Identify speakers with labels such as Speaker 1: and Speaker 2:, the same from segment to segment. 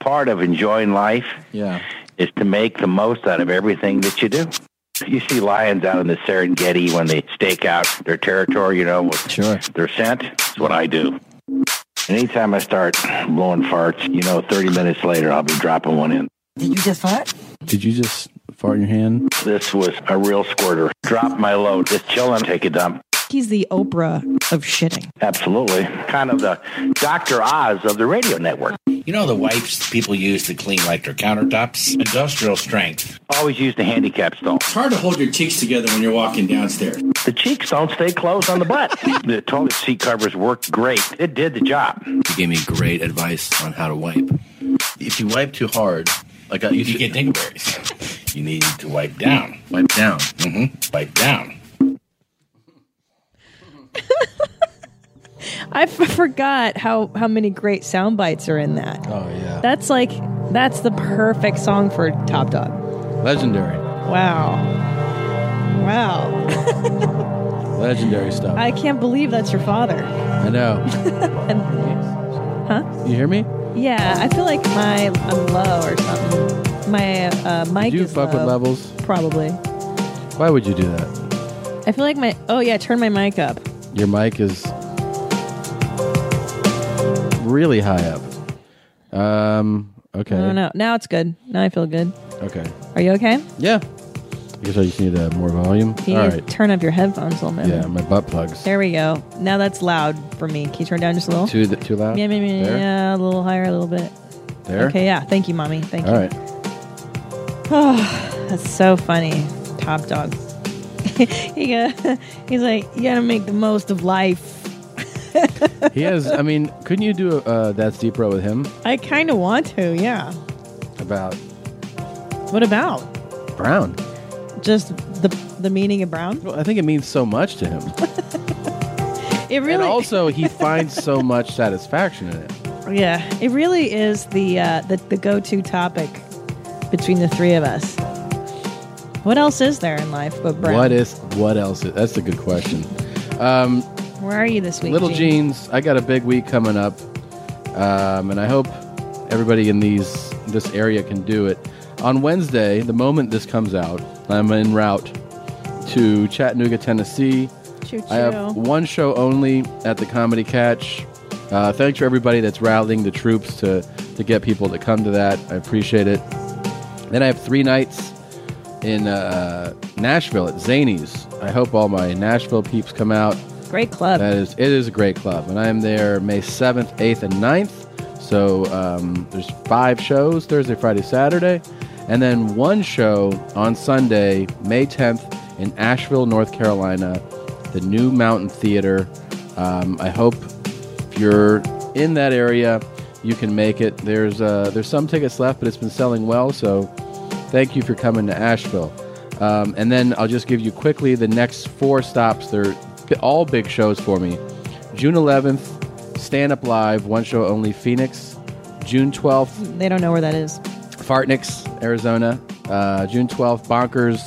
Speaker 1: part of enjoying life
Speaker 2: Yeah.
Speaker 1: is to make the most out of everything that you do. You see lions out in the Serengeti when they stake out their territory, you know, with
Speaker 2: Sure.
Speaker 1: their scent. It's what I do. Anytime I start blowing farts, you know, 30 minutes later, I'll be dropping one in.
Speaker 3: Did you just fart?
Speaker 2: Did you just fart in your hand?
Speaker 1: This was a real squirter. Drop my load. Just chilling, take a dump.
Speaker 4: He's the Oprah of shitting.
Speaker 1: Absolutely. Kind of the Dr. Oz of the radio network.
Speaker 5: You know the wipes people use to clean like their countertops? Industrial strength.
Speaker 1: Always use the handicap stall.
Speaker 6: It's hard to hold your cheeks together when you're walking downstairs.
Speaker 1: The cheeks don't stay closed on the butt. the toilet seat covers worked great. It did the job.
Speaker 7: He gave me great advice on how to wipe. If you wipe too hard, like uh, I used
Speaker 5: You
Speaker 7: to,
Speaker 5: get dingleberries. You need to wipe down.
Speaker 7: wipe down. Mm-hmm.
Speaker 5: hmm Wipe down.
Speaker 4: I f- forgot how, how many great sound bites are in that.
Speaker 2: Oh yeah.
Speaker 4: That's like, that's the perfect song for Top Dog.
Speaker 2: Legendary.
Speaker 4: Wow. Wow.
Speaker 2: Legendary stuff.
Speaker 4: I can't believe that's your father.
Speaker 2: I know.
Speaker 4: Huh?
Speaker 2: You hear me?
Speaker 4: Yeah, I feel like my, I'm low or something. My uh, mic
Speaker 2: Do you
Speaker 4: is
Speaker 2: fuck with
Speaker 4: low.
Speaker 2: levels?
Speaker 4: Probably.
Speaker 2: Why would you do that?
Speaker 4: I feel like my, oh yeah, turn my mic up.
Speaker 2: Your mic is really high up. Um. Okay.
Speaker 4: I don't know. Now it's good. Now I feel good.
Speaker 2: Okay.
Speaker 4: Are you okay?
Speaker 2: Yeah. I guess I just need uh, more volume.
Speaker 4: You
Speaker 2: All
Speaker 4: need to
Speaker 2: right.
Speaker 4: turn up your headphones a little bit.
Speaker 2: Yeah, my butt plugs.
Speaker 4: There we go. Now that's loud for me. Can you turn it down just a little?
Speaker 2: Too too loud.
Speaker 4: yeah, maybe,
Speaker 2: There?
Speaker 4: yeah, a little higher, a little bit.
Speaker 2: There.
Speaker 4: Okay, yeah. Thank you, mommy. Thank
Speaker 2: All
Speaker 4: you. Oh,
Speaker 2: right.
Speaker 4: That's so funny. Top dog. he go, he's like, you gotta make the most of life.
Speaker 2: He has. I mean, couldn't you do a, uh, that's deep row with him
Speaker 4: I kind of want to. Yeah.
Speaker 2: about
Speaker 4: What about
Speaker 2: Brown?
Speaker 4: just the the meaning of brown?
Speaker 2: Well, I think it means so much to him.
Speaker 4: It
Speaker 2: And
Speaker 4: really,
Speaker 2: also, he finds so much satisfaction in it.
Speaker 4: yeah. It really is the uh, the the go to topic between the three of us. What else is there in life but brown?
Speaker 2: What is? What else? Is, that's a good question. Um,
Speaker 4: Where are you this week?
Speaker 2: Little
Speaker 4: Gene?
Speaker 2: jeans. I got a big week coming up, um, and I hope everybody in these this area can do it. On Wednesday, the moment this comes out, I'm en route to Chattanooga, Tennessee.
Speaker 4: Choo-choo.
Speaker 2: I have one show only at the Comedy Catch. Uh, thanks for everybody that's rallying the troops to, to get people to come to that. I appreciate it. Then I have three nights in uh, Nashville at Zanies. I hope all my Nashville peeps come out.
Speaker 4: Great club.
Speaker 2: That is, it is a great club, and I am there May seventh, eighth, and 9th. So um, there's five shows Thursday, Friday, Saturday, and then one show on Sunday, May tenth, in Asheville, North Carolina, the New Mountain Theater. Um, I hope if you're in that area, you can make it. There's uh, there's some tickets left, but it's been selling well, so thank you for coming to Asheville. Um, and then I'll just give you quickly the next four stops. They're b- all big shows for me. June 11th, Stand Up Live, one show only, Phoenix. June 12th,
Speaker 4: they don't know where that is.
Speaker 2: Fartniks, Arizona. Uh, June 12th, Bonkers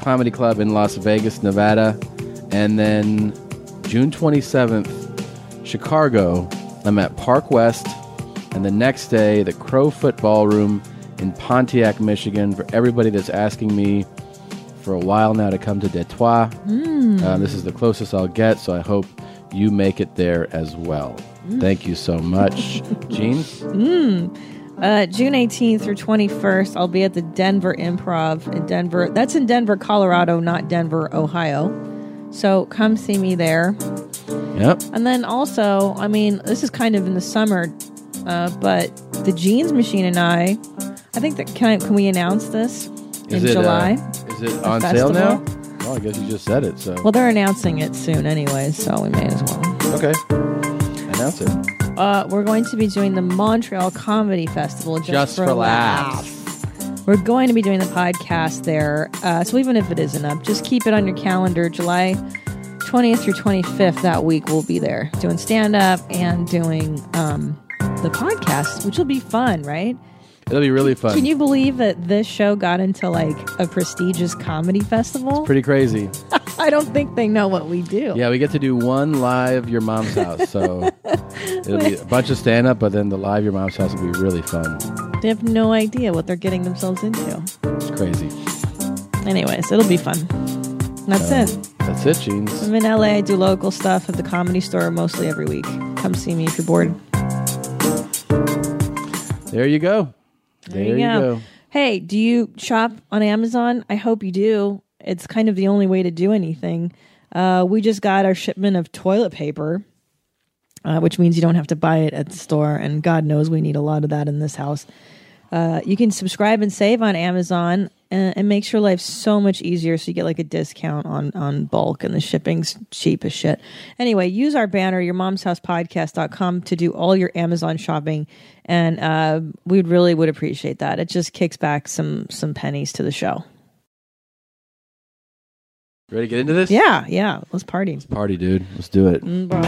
Speaker 2: Comedy Club in Las Vegas, Nevada. And then June 27th, Chicago. I'm at Park West. And the next day, the Crowfoot Ballroom in Pontiac, Michigan. For everybody that's asking me for a while now to come to Detroit,
Speaker 4: Hmm.
Speaker 2: uh, this is the closest I'll get, so I hope you make it there as well.
Speaker 4: Hmm.
Speaker 2: Thank you so much, Gene.
Speaker 4: Uh, June 18th through 21st, I'll be at the Denver Improv in Denver. That's in Denver, Colorado, not Denver, Ohio. So come see me there.
Speaker 2: Yep.
Speaker 4: And then also, I mean, this is kind of in the summer, uh, but the Jeans Machine and I, I think that can I, can we announce this in
Speaker 2: uh,
Speaker 4: July?
Speaker 2: is it on
Speaker 4: festival?
Speaker 2: sale now? Well, I guess you just said it. So
Speaker 4: well, they're announcing it soon anyway, so we may as well.
Speaker 2: okay, announce it.
Speaker 4: Uh, we're going to be doing the Montreal Comedy Festival just,
Speaker 2: Just for
Speaker 4: We're going to be doing the podcast there. Uh, so even if it isn't up, just keep it on your calendar. July 20th through 25th that week, we'll be there doing stand up and doing um, the podcast, which will be fun, right?
Speaker 2: It'll be really fun.
Speaker 4: Can you believe that this show got into like a prestigious comedy festival?
Speaker 2: Pretty crazy.
Speaker 4: I don't think they know what we do.
Speaker 2: Yeah, we get to do one live your mom's house. So It'll be a bunch of stand up, but then the live your mom's house will be really fun.
Speaker 4: They have no idea what they're getting themselves into.
Speaker 2: It's crazy.
Speaker 4: Anyways, it'll be fun. And That's it.
Speaker 2: That's it, Jeans.
Speaker 4: I'm in LA. I do local stuff at the comedy store mostly every week. Come see me if you're bored.
Speaker 2: There you go. There, you go.
Speaker 4: Hey, do you shop on Amazon? I hope you do. It's kind of the only way to do anything. Uh, we just got our shipment of toilet paper, uh, which means you don't have to buy it at the store. And God knows we need a lot of that in this house. Uh, you can subscribe and save on Amazon, and it makes your life so much easier. So you get like a discount on on bulk, and the shipping's cheap as shit. Anyway, use our banner, your mom's house podcast.com, to do all your Amazon shopping, and uh, we really would appreciate that. It just kicks back some some pennies to the show.
Speaker 2: Ready to get into this?
Speaker 4: Yeah, yeah, let's party.
Speaker 2: Party, dude. Let's do it.
Speaker 4: Mm, bros.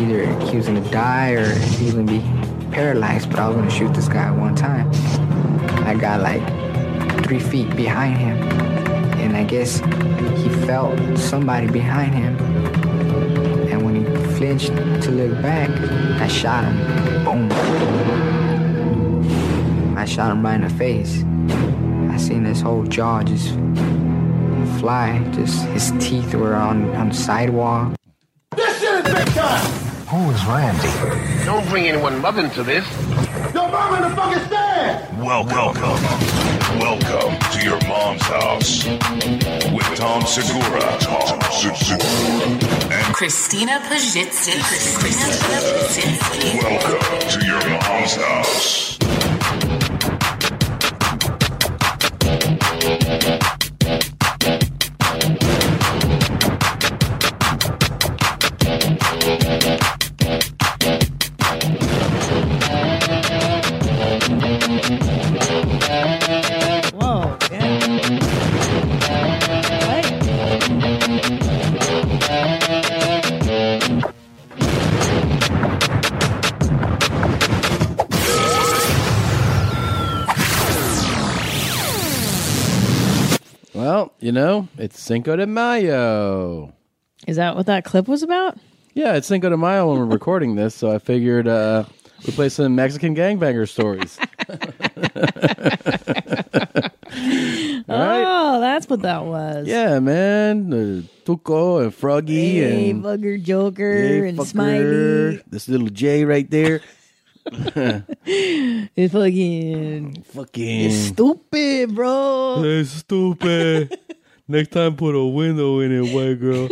Speaker 3: either accused him to die or even be paralyzed, but I was gonna shoot this guy at one time. I got like three feet behind him, and I guess he felt somebody behind him. And when he flinched to look back, I shot him. Boom. I shot him right in the face. I seen his whole jaw just fly, just his teeth were on, on the sidewalk.
Speaker 8: Who is Randy?
Speaker 9: Don't bring anyone mother into this.
Speaker 8: Your mom in the fucking stand! Welcome. Welcome. Welcome to your mom's house with Tom Segura. Tom Segura. And
Speaker 10: Christina Pajitsky. Christina Pajitsky.
Speaker 8: welcome to your mom's house.
Speaker 4: Whoa. Yeah. Hey.
Speaker 2: Well, you know, it's Cinco de Mayo.
Speaker 4: Is that what that clip was about?
Speaker 2: Yeah, it's Cinco de Mayo when we're recording this, so I figured uh, we play some Mexican gangbanger stories. All right.
Speaker 4: Oh, that's what that was.
Speaker 2: Yeah, man. Uh, Tuco and Froggy
Speaker 4: Hey,
Speaker 2: and
Speaker 4: Bugger Joker
Speaker 2: Hey,
Speaker 4: and
Speaker 2: fucker.
Speaker 4: Smiley.
Speaker 2: This little J right there.
Speaker 4: It's fucking
Speaker 2: Fucking
Speaker 4: stupid, bro.
Speaker 2: Hey, stupid. Next time, put a window in it, white girl.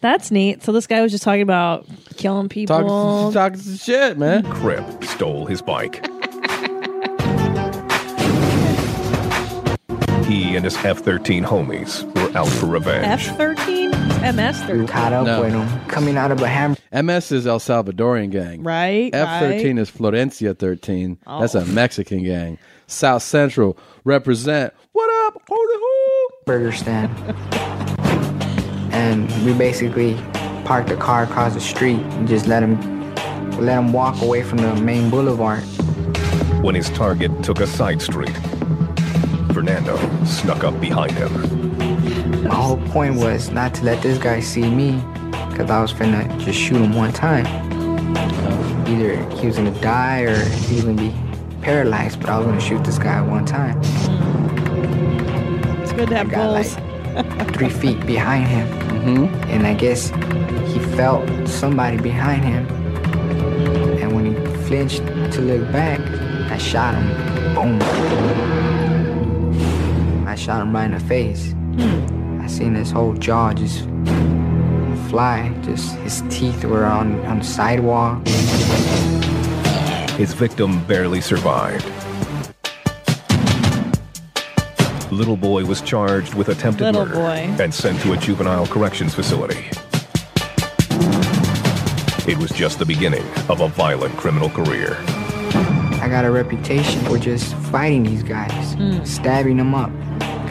Speaker 4: That's neat. So this guy was just talking about killing people.
Speaker 2: Talking some, talking some shit, man.
Speaker 11: Crip stole his bike. he and his F 13 homies were out for revenge.
Speaker 4: F thirteen, MS
Speaker 3: We
Speaker 4: thirteen,
Speaker 3: caught up
Speaker 2: No.
Speaker 3: with him coming out of a hammer.
Speaker 2: MS is El Salvadorian gang.
Speaker 4: right?
Speaker 2: F
Speaker 4: right? Oh.
Speaker 2: thirteen is Florencia thirteen. That's a Mexican gang. South Central represent. What up? Hold it, hold.
Speaker 3: burger stand. and we basically parked the car across the street and just let him let him walk away from the main boulevard.
Speaker 11: When his target took a side street, Fernando snuck up behind him.
Speaker 3: My whole point was not to let this guy see me because I was finna just shoot him one time. Either he was gonna die or even be paralyzed, but I was gonna shoot this guy one time.
Speaker 4: It's good to have
Speaker 3: got
Speaker 4: goals.
Speaker 3: like three feet behind him. And I guess he felt somebody behind him. And when he flinched to look back, I shot him. Boom. I shot him right in the face.
Speaker 12: Hmm.
Speaker 3: I seen his whole jaw just fly. Just his teeth were on, on the sidewalk.
Speaker 11: His victim barely survived. Little boy was charged with attempted
Speaker 4: Little
Speaker 11: murder
Speaker 4: boy.
Speaker 11: and sent to a juvenile corrections facility. It was just the beginning of a violent criminal career.
Speaker 3: I got a reputation for just fighting these guys,
Speaker 4: Hmm.
Speaker 3: stabbing them up.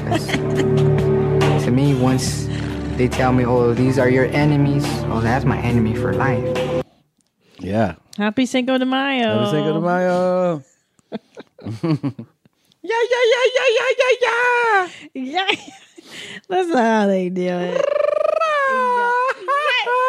Speaker 3: 'Cause to me, once they tell me, oh, these are your enemies, oh, that's my enemy for life.
Speaker 2: Yeah.
Speaker 4: Happy Cinco de Mayo.
Speaker 2: Happy Cinco de Mayo. yeah, yeah, yeah, yeah, yeah, yeah, yeah.
Speaker 4: Yeah, that's not how they do it.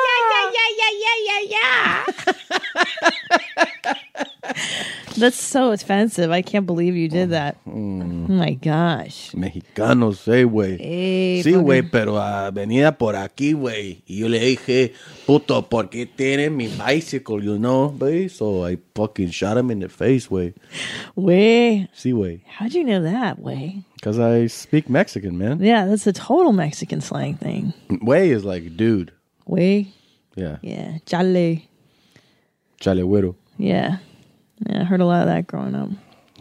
Speaker 12: yeah, yeah, yeah, yeah, yeah, yeah.
Speaker 4: That's so offensive. I can't believe you did that. Oh my gosh.
Speaker 2: Mexicano, sé, eh, güey.
Speaker 4: Hey,
Speaker 2: Sí,
Speaker 4: fucking-
Speaker 2: güey, pero ah, venía por aquí, güey. Y yo le dije, puto, ¿por qué tienes mi bicycle, you know, güey? So I fucking shot him in the face, güey.
Speaker 4: Way.
Speaker 2: Sí, güey.
Speaker 4: How'd you know that way?
Speaker 2: Because I speak Mexican, man.
Speaker 4: Yeah, that's a total Mexican slang thing.
Speaker 2: Way is like, dude.
Speaker 4: Way.
Speaker 2: Yeah.
Speaker 4: Yeah. Jale.
Speaker 2: Chale güero.
Speaker 4: Yeah. Yeah, I heard a lot of that growing up.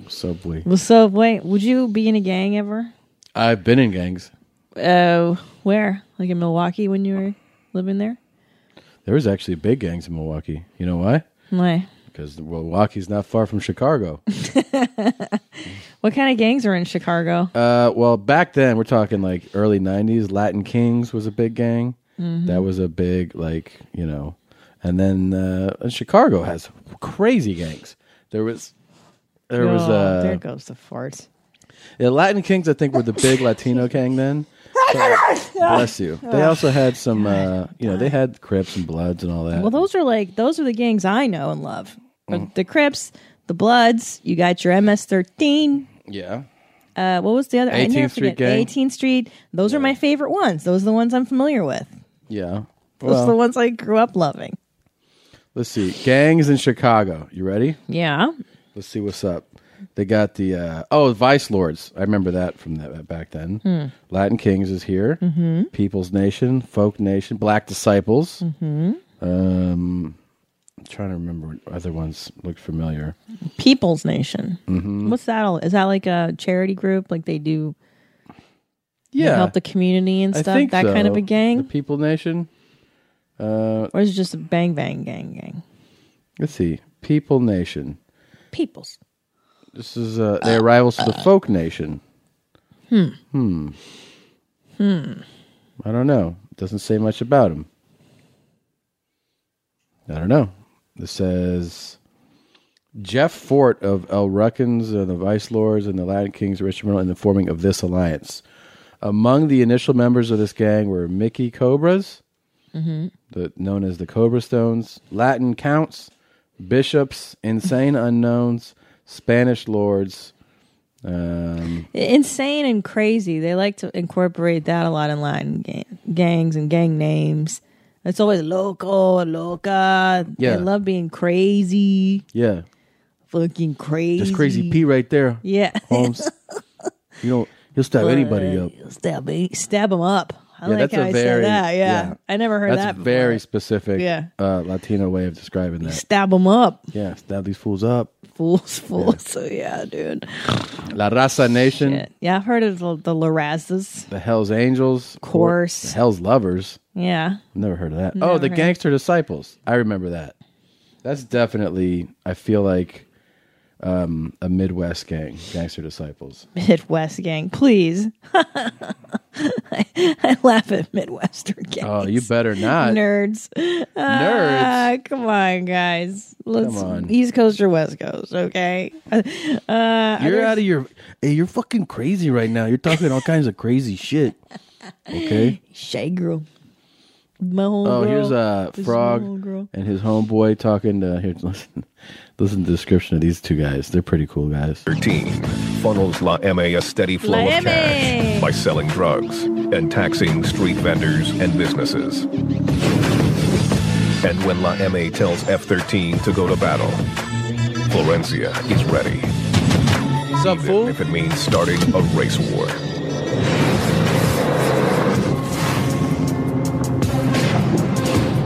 Speaker 2: Subway.
Speaker 4: Well, so wait, would you be in a gang ever?
Speaker 2: I've been in gangs.
Speaker 4: Uh, where? Like in Milwaukee when you were living there?
Speaker 2: There was actually big gangs in Milwaukee. You know why?
Speaker 4: Why?
Speaker 2: Because Milwaukee's not far from Chicago.
Speaker 4: What kind of gangs are in Chicago?
Speaker 2: Uh, well, back then we're talking like early '90s. Latin Kings was a big gang.
Speaker 4: Mhm.
Speaker 2: That was a big like you know, and then uh, and Chicago has crazy gangs. There was there was
Speaker 4: Oh,
Speaker 2: uh,
Speaker 4: there goes the farts.
Speaker 2: yeah, Latin Kings. I think were the big Latino gang then. But- bless you. They also had some uh, you know they had Crips and Bloods and all that. Mm.
Speaker 4: Well, those are like those are the gangs I know and love. Are The Crips, the Bloods. You got your MS13.
Speaker 2: yeah.
Speaker 4: Uh, what was the other? I never
Speaker 2: 18th Street
Speaker 4: forget.
Speaker 2: gang.
Speaker 4: 18th Street. Those are my favorite ones. Those are the ones I'm familiar with.
Speaker 2: Yeah.
Speaker 4: Those are the ones I grew up loving.
Speaker 2: Let's see. Gangs in Chicago. You ready?
Speaker 4: Yeah.
Speaker 2: Let's see what's up. They got the uh, oh Vice Lords. I remember that from that back then.
Speaker 4: Hmm.
Speaker 2: Latin Kings is here.
Speaker 4: Mhm.
Speaker 2: People's Nation, Folk Nation, Black Disciples.
Speaker 4: Mm-hmm.
Speaker 2: Um, I'm trying to remember what other ones looked familiar.
Speaker 4: People's Nation.
Speaker 2: hmm
Speaker 4: What's that all? Is that like a charity group? Like they do? they
Speaker 2: Yeah.
Speaker 4: help the community and
Speaker 2: I
Speaker 4: stuff.
Speaker 2: think
Speaker 4: that kind of
Speaker 2: so.
Speaker 4: a gang,
Speaker 2: The People Nation. Uh,
Speaker 4: or is it just a bang bang gang gang?
Speaker 2: let's see. People Nation.
Speaker 4: People's.
Speaker 2: This is uh, their rivals to the Folk Nation.
Speaker 4: Hmm.
Speaker 2: Hmm.
Speaker 4: Hmm.
Speaker 2: I don't know. It doesn't say much about him. I don't know. This says Jeff Fort of El Ruckins and the Vice Lords and the Latin Kings were instrumental in the forming of this alliance. Among the initial members of this gang were Mickey Cobras,
Speaker 4: Mm-hmm.
Speaker 2: the, known as the Cobra Stones, Latin Counts, Bishops, Insane Unknowns, Spanish Lords. Um,
Speaker 4: Insane and crazy. They like to incorporate that a lot in Latin gang- gangs and gang names. It's always loco, loca.
Speaker 2: Yeah.
Speaker 4: They love being crazy,
Speaker 2: yeah,
Speaker 4: fucking crazy.
Speaker 2: just crazy P right there.
Speaker 4: Yeah.
Speaker 2: Holmes. you know, he'll stab anybody up.
Speaker 4: stab, stab them up. I
Speaker 2: Yeah,
Speaker 4: like
Speaker 2: that's
Speaker 4: how
Speaker 2: a
Speaker 4: I
Speaker 2: very-
Speaker 4: said that. Yeah.
Speaker 2: yeah.
Speaker 4: I never heard
Speaker 2: That's
Speaker 4: that. before.
Speaker 2: very specific
Speaker 4: Yeah.
Speaker 2: uh, Latino way of describing that.
Speaker 4: Stab them up.
Speaker 2: Yeah, stab these fools up.
Speaker 4: Fools, fools. So, yeah, dude.
Speaker 2: La Raza Nation,
Speaker 4: Yeah, I've heard of the, the Larazas.
Speaker 2: the Hell's Angels, of
Speaker 4: course.
Speaker 2: the Hell's Lovers.
Speaker 4: Yeah.
Speaker 2: Never heard of that.
Speaker 4: Never
Speaker 2: oh, the
Speaker 4: heard.
Speaker 2: Gangster Disciples. I remember that. That's definitely. I feel like um, a Midwest gang, Gangster Disciples.
Speaker 4: Midwest gang, please. I, I laugh at Midwestern gang.
Speaker 2: Oh, you better not.
Speaker 4: Nerds. Ah, come on, guys. Let's
Speaker 2: Come on.
Speaker 4: East Coast or West Coast, okay? Uh,
Speaker 2: You're
Speaker 4: You're
Speaker 2: out of your. Hey, you're fucking crazy right now. You're talking all kinds of crazy shit. Okay.
Speaker 4: Shay girl. My home
Speaker 2: Oh,
Speaker 4: girl.
Speaker 2: here's uh,
Speaker 4: This is my
Speaker 2: Frog
Speaker 4: home girl.
Speaker 2: and his homeboy talking to here. Listen, listen to the description of these two guys. They're pretty cool guys.
Speaker 11: Thirteen funnels La MA a steady flow
Speaker 10: La
Speaker 11: of cash
Speaker 10: MA.
Speaker 11: by selling drugs and taxing street vendors and businesses. And when La MA tells F-13 to go to battle, Florencia is ready. Even If it means starting a race war.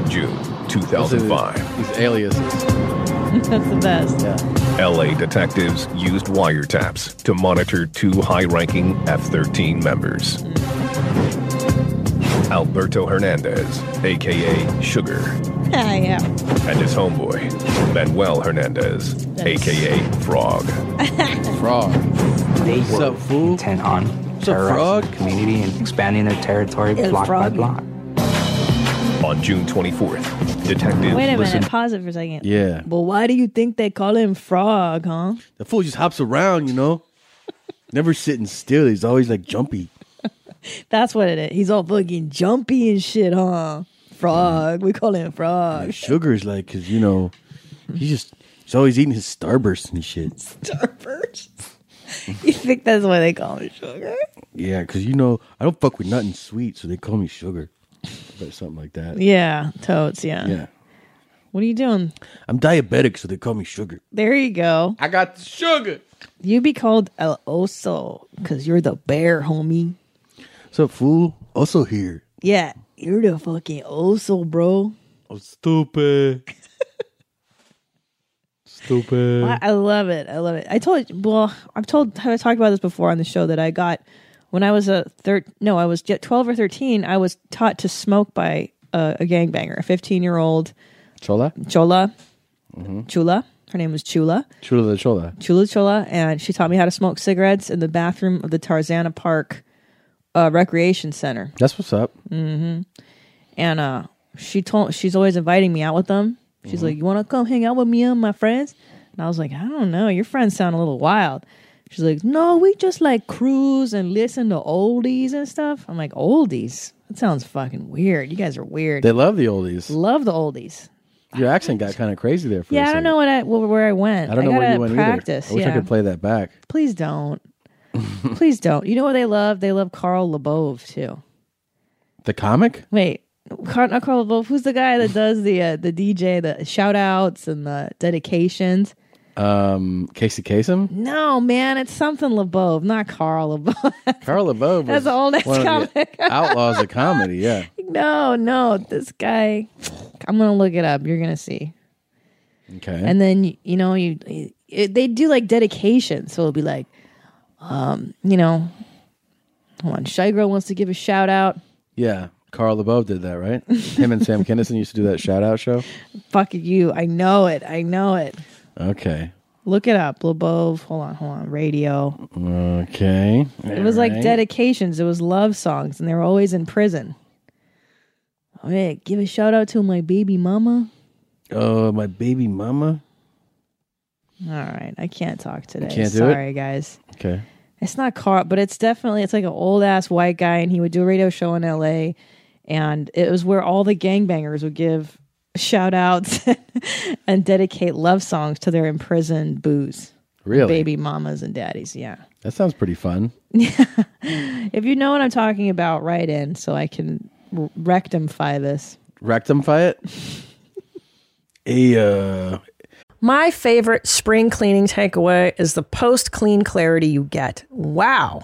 Speaker 11: June 2005.
Speaker 2: These aliases.
Speaker 4: That's the best.
Speaker 11: LA detectives used wiretaps to monitor two high ranking F 13 members Alberto Hernandez, aka Sugar,
Speaker 4: Ah, yeah.
Speaker 11: and his homeboy, Manuel Hernandez, aka Frog.
Speaker 2: Frog.
Speaker 3: They
Speaker 11: What's
Speaker 3: were
Speaker 11: up,
Speaker 3: intent on terrorizing the community and expanding their territory
Speaker 4: El
Speaker 3: block by
Speaker 4: frog.
Speaker 3: block.
Speaker 11: On June 24th, detectives
Speaker 4: Wait a
Speaker 11: listened.
Speaker 4: minute. Pause it for a second.
Speaker 2: Yeah.
Speaker 4: Well, why do you think they call him Frog, huh?
Speaker 2: The fool just hops around, you know. Never sitting still. He's always like jumpy.
Speaker 4: That's what it is. He's all fucking jumpy and shit, huh? Frog. We call him Frog.
Speaker 13: Sugar's like, because, you know, he just, he's always eating his starburst and shit.
Speaker 4: Starburst. you think that's why they call him Sugar?
Speaker 13: Yeah, because, you know, I don't fuck with nothing sweet, so they call me Sugar. But something like that.
Speaker 4: Yeah, totes. Yeah.
Speaker 13: Yeah.
Speaker 4: What are you doing?
Speaker 13: I'm diabetic, so they call me Sugar.
Speaker 4: There you go.
Speaker 2: I got the sugar.
Speaker 4: You be called El Oso because you're the bear, homie.
Speaker 13: What's up, fool? Also here.
Speaker 4: Yeah, you're the fucking Oso, bro.
Speaker 2: Oh,
Speaker 13: I'm stupid. stupid.
Speaker 4: I, I love it. I love it. I told well, I've told have I talked about this before on the show that I got when I was a third no, I was j- twelve or thirteen. I was taught to smoke by a, a gangbanger, a fifteen year old
Speaker 2: Chola?
Speaker 4: Chola, Chula. Her name was Chula.
Speaker 2: Chula the Chola.
Speaker 4: Chula Chula, and she taught me how to smoke cigarettes in the bathroom of the Tarzana Park uh, Recreation Center.
Speaker 2: That's what's up.
Speaker 4: hmm And uh, she told she's always inviting me out with them. She's
Speaker 2: Mhm.
Speaker 4: like, "You want to come hang out with me and my friends?" And I was like, "I don't know. Your friends sound a little wild." She's like, "No, we just like cruise and listen to oldies and stuff." I'm like, "Oldies? That sounds fucking weird. You guys are weird.
Speaker 2: They love the oldies.
Speaker 4: love the oldies."
Speaker 2: Your accent got kind of crazy there for
Speaker 4: yeah, I
Speaker 2: a
Speaker 4: don't
Speaker 2: second.
Speaker 4: know what I wh- where I went.
Speaker 2: I don't know
Speaker 4: gotta
Speaker 2: where you went
Speaker 4: practice.
Speaker 2: either. I wish
Speaker 4: yeah.
Speaker 2: I could play that back.
Speaker 4: Please don't. Please don't. You know what they love? They love Carl LeBove too.
Speaker 2: The comic?
Speaker 4: Wait, Car- not Carl LeBove. Who's the guy that does the uh, the DJ, the shout outs and the dedications?
Speaker 2: Um, Casey Kasem?
Speaker 4: No, man, it's something LeBove, not Carl LeBove.
Speaker 2: Carl LeBeau was
Speaker 4: That's the old ass
Speaker 2: one of the
Speaker 4: comic.
Speaker 2: outlaws of comedy, yeah.
Speaker 4: no, no, this guy. I'm gonna look it up. You're gonna see.
Speaker 2: Okay.
Speaker 4: And then you- you know you it, they do like dedication, so it'll be like, um, you know, hold on, Shy Girl wants to give a shout out.
Speaker 2: yeah, Carl LeBeau did that, right? Him and Sam Kinison used to do that shout out show.
Speaker 4: Fuck you, I know it, I know it.
Speaker 2: Okay.
Speaker 4: Look it up, LeBove. Hold on, hold on, radio.
Speaker 2: Okay.
Speaker 4: It was like
Speaker 2: Alright.
Speaker 4: dedications. It was love songs, and they were always in prison. Oh yeah, give a shout out to my baby mama.
Speaker 13: Oh, my baby mama.
Speaker 4: All right, I can't talk today.
Speaker 13: can't do it?
Speaker 4: Sorry, guys.
Speaker 2: Okay.
Speaker 4: It's not Carl, but it's definitely it's like an old ass white guy, and he would do a radio show in L.A. And it was where all the gangbangers would give shout outs and dedicate love songs to their imprisoned boos,
Speaker 2: Really?
Speaker 4: baby mamas and daddies. Yeah,
Speaker 2: That sounds pretty fun.
Speaker 4: if you know what I'm talking about, write in so I can r- rectify this.
Speaker 2: Rectum fight? A uh
Speaker 14: My favorite spring cleaning takeaway is the post clean clarity you get. Wow,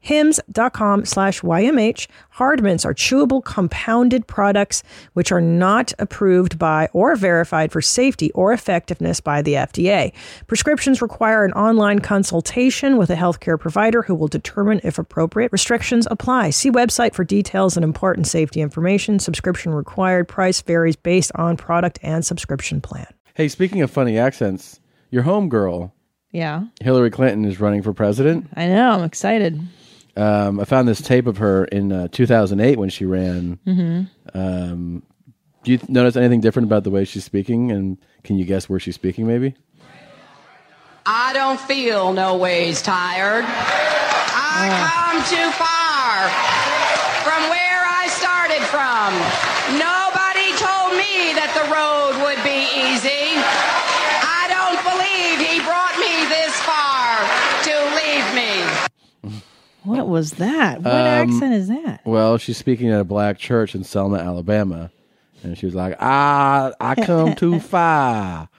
Speaker 14: hymns.com slash YMH. Hard mints are chewable compounded products which are not approved by or verified for safety or effectiveness by the FDA. Prescriptions require an online consultation with a healthcare provider who will determine if appropriate restrictions apply. See website for details and important safety information. Subscription required. Price varies based on product and subscription plan.
Speaker 2: Hey, speaking of funny accents, your homegirl,
Speaker 4: Yeah.
Speaker 2: Hillary Clinton, is running for president.
Speaker 4: I know. I'm excited.
Speaker 2: Um, I found this tape of her in uh, 2008 when she ran.
Speaker 4: Mhm.
Speaker 2: Um, do you th- notice anything different about the way she's speaking? And can you guess where she's speaking, maybe?
Speaker 15: I don't feel no ways tired. I come too far from where I started from. Nobody told me that the road would be easy. I don't believe he brought me this far to leave me.
Speaker 4: What was that? What
Speaker 2: Um,
Speaker 4: accent is that?
Speaker 2: Well, she's speaking at a black church in Selma, Alabama. And she was like, ah, I come too far.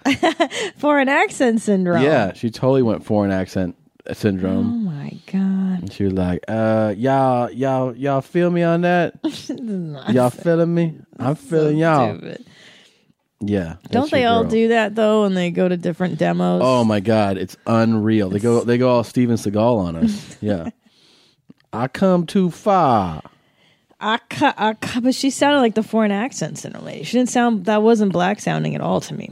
Speaker 4: Foreign accent syndrome.
Speaker 2: Yeah, she totally went foreign accent
Speaker 4: Oh
Speaker 2: syndrome.
Speaker 4: my god.
Speaker 2: And she was like, uh, y'all, y'all, y'all feel me on that? y'all feeling me? I'm feeling y'all.
Speaker 4: stupid.
Speaker 2: Yeah.
Speaker 4: Don't
Speaker 2: that's
Speaker 4: they
Speaker 2: your
Speaker 4: all
Speaker 2: girl.
Speaker 4: do that though when they go to different demos?
Speaker 2: Oh my god, it's unreal. They go they go all Steven Seagal on us. Yeah. I come too far.
Speaker 4: I, ca- I ca- but she sounded like the foreign accent syndrome lady. She didn't sound that wasn't black sounding at all to me.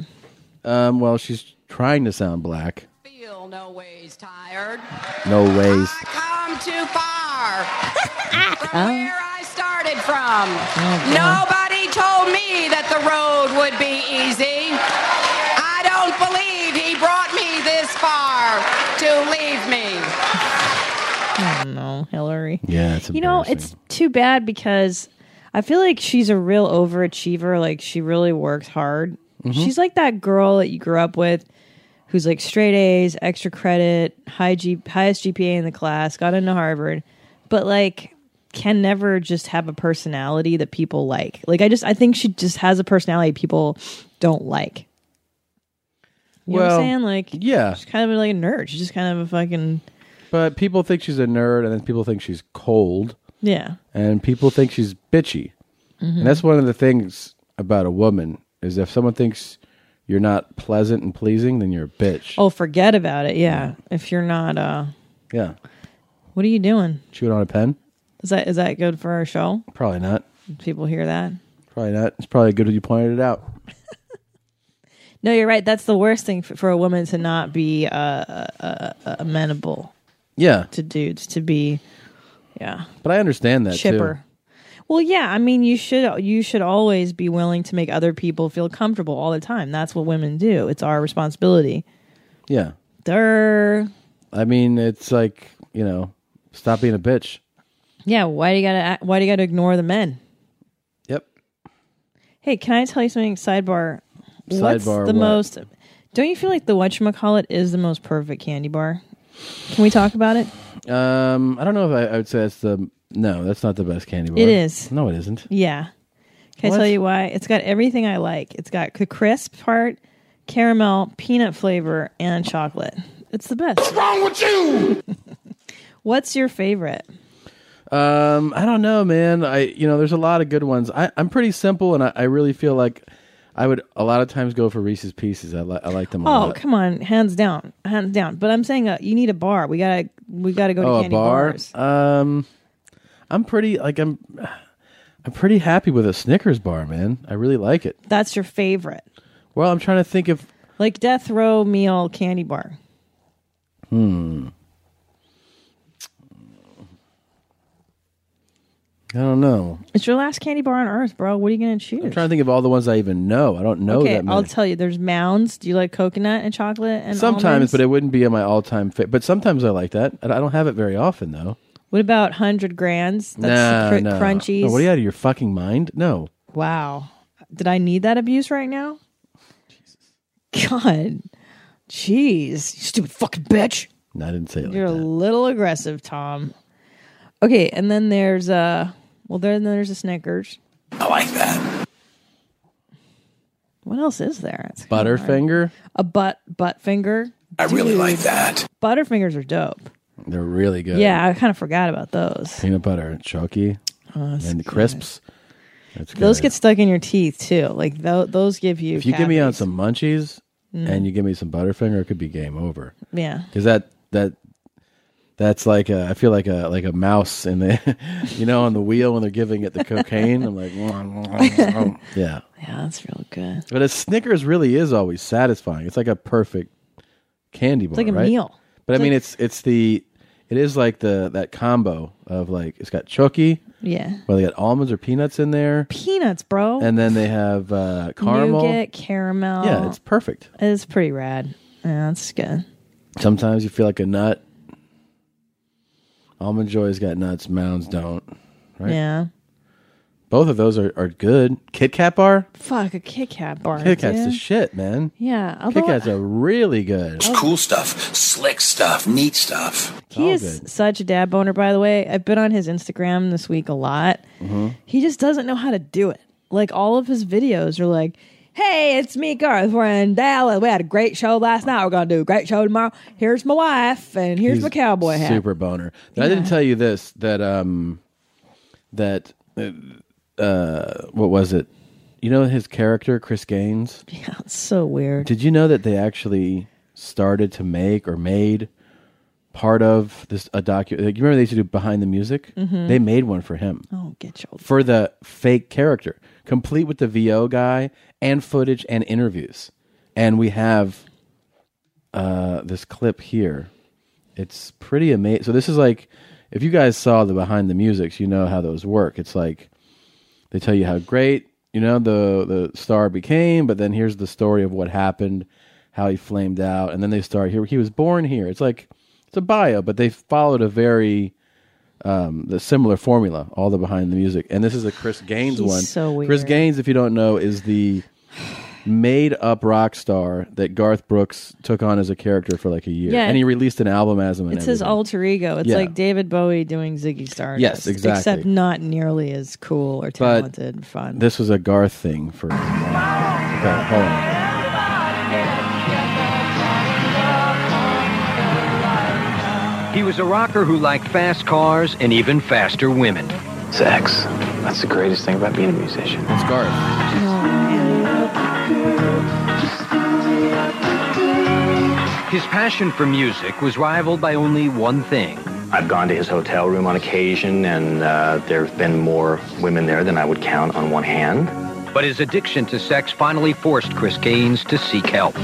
Speaker 2: Um, well, she's trying to sound black.
Speaker 15: Feel no ways tired.
Speaker 2: No ways.
Speaker 15: come too far from
Speaker 2: Huh?
Speaker 15: where I started from.
Speaker 2: boy.
Speaker 15: Nobody told me that the road would be easy. I don't believe he brought me this far to leave me.
Speaker 4: I don't know, Hillary.
Speaker 2: Yeah, it's
Speaker 4: you know, it's too bad because I feel like she's a real overachiever. Like she really works hard.
Speaker 2: Mm-hmm.
Speaker 16: Mhm.
Speaker 4: She's like that girl that you grew up with, who's like straight A's, extra credit, high G- highest GPA in the class, got into Harvard, but like can never just have a personality that people like. Like I just, I think she just has a personality people don't like. You know what
Speaker 2: Well,
Speaker 4: I'm saying? Like,
Speaker 2: yeah.
Speaker 4: she's kind of like a nerd. She's just kind of a fucking
Speaker 2: But people think she's a nerd and then people think she's cold.
Speaker 4: yeah.
Speaker 2: And people think she's bitchy.
Speaker 4: Mhm.
Speaker 2: And that's one of the things about a woman is if someone thinks you're not pleasant and pleasing, then you're a bitch.
Speaker 4: Oh, forget about it. Yeah. If you're not uh
Speaker 2: Yeah.
Speaker 4: what are you doing?
Speaker 2: Chewing on a pen?
Speaker 4: Is that is that good for our show?
Speaker 2: Probably not.
Speaker 4: People hear that.
Speaker 2: Probably not. It's probably good you pointed it out.
Speaker 4: No, you're right. That's the worst thing for, for a woman to not be uh, uh, uh, amenable
Speaker 2: Yeah.
Speaker 4: to dudes to be yeah,
Speaker 2: But I understand that
Speaker 4: chipper. Well, yeah, I mean you should you should always be willing to make other people feel comfortable all the time. That's what women do. It's our responsibility.
Speaker 2: too. Yeah.
Speaker 4: Durr.
Speaker 2: I mean, it's like, you know, stop being a bitch.
Speaker 4: Yeah, why do you gotta act- why do you gotta ignore the men?
Speaker 2: Yep.
Speaker 4: Hey, can I tell you something? Sidebar. What's the
Speaker 2: Sidebar what?
Speaker 4: most? Don't you feel like the whatchamacallit is the most perfect candy bar? Can we talk about it?
Speaker 2: Um, I don't know if I, I would say that's the no, that's not the best candy bar.
Speaker 4: It is.
Speaker 2: No, it isn't.
Speaker 4: Yeah. Can
Speaker 2: What?
Speaker 4: I tell you why? It's got everything I like. It's got the crisp part, caramel, peanut flavor, and chocolate. It's the best. What's wrong with you? What's your favorite?
Speaker 2: Um, I don't know, man. I you know, there's a lot of good ones. I, I'm pretty simple, and I, I really feel like I would a lot of times go for Reese's Pieces. I like I like them. a
Speaker 4: Oh,
Speaker 2: lot.
Speaker 4: come on, hands down, hands down. But I'm saying uh, you need a bar. We gotta, we gotta go
Speaker 2: oh,
Speaker 4: to
Speaker 2: a
Speaker 4: candy
Speaker 2: bar.
Speaker 4: bars.
Speaker 2: Um, I'm pretty like I'm. I'm pretty happy with a Snickers bar, man. I really like it.
Speaker 4: That's your favorite,
Speaker 2: Well, I'm trying to think of
Speaker 4: like death row meal candy bar.
Speaker 2: hmm. I don't know.
Speaker 4: It's your last candy bar on earth, bro. What are you gonna choose?
Speaker 2: I'm trying to think of all the ones I even know. I don't know
Speaker 4: okay,
Speaker 2: that many.
Speaker 4: I'll tell you. There's mounds. Do you like coconut and chocolate and
Speaker 2: sometimes,
Speaker 4: almonds?
Speaker 2: but it wouldn't be in my all-time favorite. But sometimes I like that. I I don't have it very often though.
Speaker 4: what about hundred grands?
Speaker 2: Nah,
Speaker 4: the cr-
Speaker 2: no,
Speaker 4: crunchies.
Speaker 2: No, what are you out of your fucking mind? No.
Speaker 4: Wow, did I need that abuse right now? God, jeez, you stupid fucking bitch.
Speaker 2: No, I didn't say it. like-
Speaker 4: You're a little aggressive, Tom. Okay, and then there's uh, well, then there's the Snickers.
Speaker 5: I like that.
Speaker 4: What else is there? It's kinda hard.
Speaker 2: Butterfinger.
Speaker 4: a butt butt finger.
Speaker 5: I really like that.
Speaker 4: Butterfingers are dope.
Speaker 2: They're really good.
Speaker 4: Yeah, I kind of forgot about those.
Speaker 2: Peanut butter and chalky
Speaker 4: Oh, that's
Speaker 2: and the
Speaker 4: good.
Speaker 2: crisps. That's good.
Speaker 4: Those get stuck in your teeth too. Like tho- those give you.
Speaker 2: if you give me
Speaker 4: cavities.
Speaker 2: on some munchies
Speaker 4: Mm.
Speaker 2: and you give me some Butterfinger, it could be game over.
Speaker 4: Yeah.
Speaker 2: because that that that's like a, I feel like a like a mouse in the you know on the wheel when they're giving it the cocaine. I'm like, yeah,
Speaker 4: yeah, that's real good.
Speaker 2: But a Snickers really is always satisfying. It's like a perfect candy bar.
Speaker 4: like a
Speaker 2: right?
Speaker 4: meal.
Speaker 2: But
Speaker 4: It's
Speaker 2: I mean,
Speaker 4: like-
Speaker 2: it's it's the it is like the that combo of like it's got Chucky.
Speaker 4: Yeah.
Speaker 2: Well, they got almonds or peanuts in there,
Speaker 4: Peanuts, bro.
Speaker 2: and then they have uh, caramel.
Speaker 4: Nougat, caramel.
Speaker 2: Yeah, it's perfect.
Speaker 4: It's pretty rad. Yeah, that's good.
Speaker 2: Sometimes you feel like a nut. Almond Joy's got nuts. Mounds don't. Right?
Speaker 4: Yeah.
Speaker 2: Both of those are, are good. Kit Kat bar.
Speaker 4: Fuck a Kit Kat bar.
Speaker 2: Kit Kat's the
Speaker 4: dude.
Speaker 2: shit, man.
Speaker 4: Yeah, although
Speaker 2: Kit Kats are really good.
Speaker 5: Cool stuff, slick stuff, neat stuff.
Speaker 4: he is such a dad boner. By the way, I've been on his Instagram this week a lot.
Speaker 12: Mm-hmm.
Speaker 4: He just doesn't know how to do it. Like all of his videos are like, "Hey, it's me, Garth. We're in Dallas. We had a great show last night. We're gonna do a great show tomorrow. Here's my wife, and here's
Speaker 2: He's
Speaker 4: my cowboy hat."
Speaker 2: Super boner. And I didn't tell you this that um that uh what was it? You know his character Chris Gaines?
Speaker 4: Yeah, it's so weird.
Speaker 2: Did you know that they actually started to make or made part of this a docu like, you remember they used to do behind the music?
Speaker 4: Mhm.
Speaker 2: They made one for him.
Speaker 4: Oh, get your
Speaker 2: For the fake character, complete with the VO guy and footage and interviews. And we have uh, this clip here. It's pretty amazing. So this is like, if you guys saw the behind the musics, you know how those work. It's like they tell you how great you know the the star became, but then here's the story of what happened, how he flamed out, and then they start here. He was born here. It's like it's a bio, but they followed a very um, the similar formula, all the behind the music. And this is a Chris Gaines
Speaker 4: He's
Speaker 2: one.
Speaker 4: so
Speaker 2: Chris
Speaker 4: weird.
Speaker 2: Gaines, if you don't know, is the made up rock star that Garth Brooks took on as a character for like a year.
Speaker 4: Yeah.
Speaker 2: And he released an album as him. And
Speaker 4: It's his
Speaker 2: everything.
Speaker 4: alter ego. It's
Speaker 2: Yeah.
Speaker 4: like David Bowie doing Ziggy Stardust.
Speaker 2: Yes, exactly.
Speaker 4: Except not nearly as cool or talented. and fun.
Speaker 2: This was a Garth thing for. Okay, hold on.
Speaker 16: He was a rocker who liked fast cars and even faster women. Sex. That's the greatest thing about being a musician.
Speaker 2: It's Garth.
Speaker 16: His passion for music was rivaled by only one thing.
Speaker 17: I've gone to his hotel room on occasion, and uh, there have been more women there than I would count on one hand.
Speaker 16: But his addiction to sex finally forced Chris Gaines to seek help.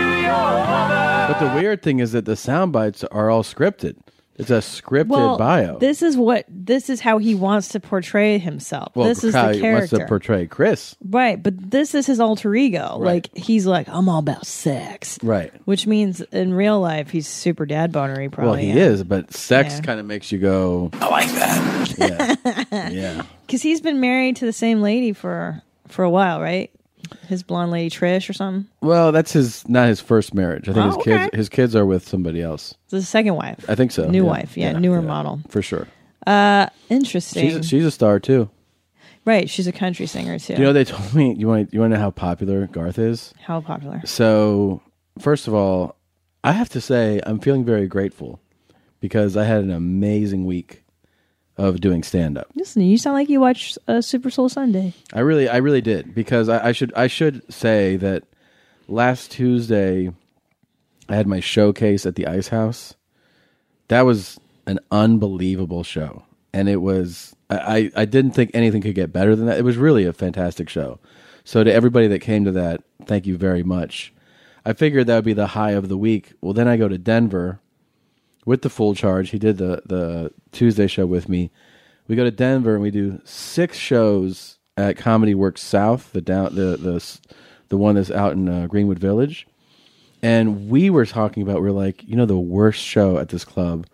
Speaker 2: But the weird thing is that the sound bites are all scripted. It's a scripted
Speaker 4: well,
Speaker 2: bio.
Speaker 4: this is what this is how he wants to portray himself.
Speaker 2: well,
Speaker 4: this is
Speaker 2: how
Speaker 4: the
Speaker 2: he wants
Speaker 4: character,
Speaker 2: to portray Chris.
Speaker 4: right? But this is his alter ego. Like he's like, I'm all about sex,
Speaker 2: Right.
Speaker 4: which means in real life he's super dad bonery. Probably
Speaker 2: well, he is, but sex kind of makes you go. I like that. Yeah.
Speaker 4: because he's been married to the same lady for for a while, right? His blonde lady Trish or something.
Speaker 2: Well, that's his not his first marriage. I think
Speaker 4: Oh,
Speaker 2: his kids
Speaker 4: okay.
Speaker 2: his kids are with somebody else.
Speaker 4: It's his second wife,
Speaker 2: I think so.
Speaker 4: new wife, yeah, newer model.
Speaker 2: for sure.
Speaker 4: Uh, interesting.
Speaker 2: She's a, she's a star too.
Speaker 4: right, she's a country singer too.
Speaker 2: You know they told me you want you want to know how popular Garth is.
Speaker 4: How popular?
Speaker 2: So first of all, I have to say I'm feeling very grateful because I had an amazing week of doing stand up.
Speaker 4: Listen, you sound like you watch uh, Super Soul Sunday.
Speaker 2: I really, I really did because I, I should, I should say that last Tuesday, I had my showcase at the Ice House. That was an unbelievable show, and it was. I, I, I didn't think anything could get better than that. It was really a fantastic show. So to everybody that came to that, thank you very much. I figured that would be the high of the week. Well, then I go to Denver with the full charge. He did the the Tuesday show with me. We go to Denver and we do six shows at Comedy Works South, the down the the s- the one that's out in uh, Greenwood Village. And we were talking about we are like, you know, the worst show at this club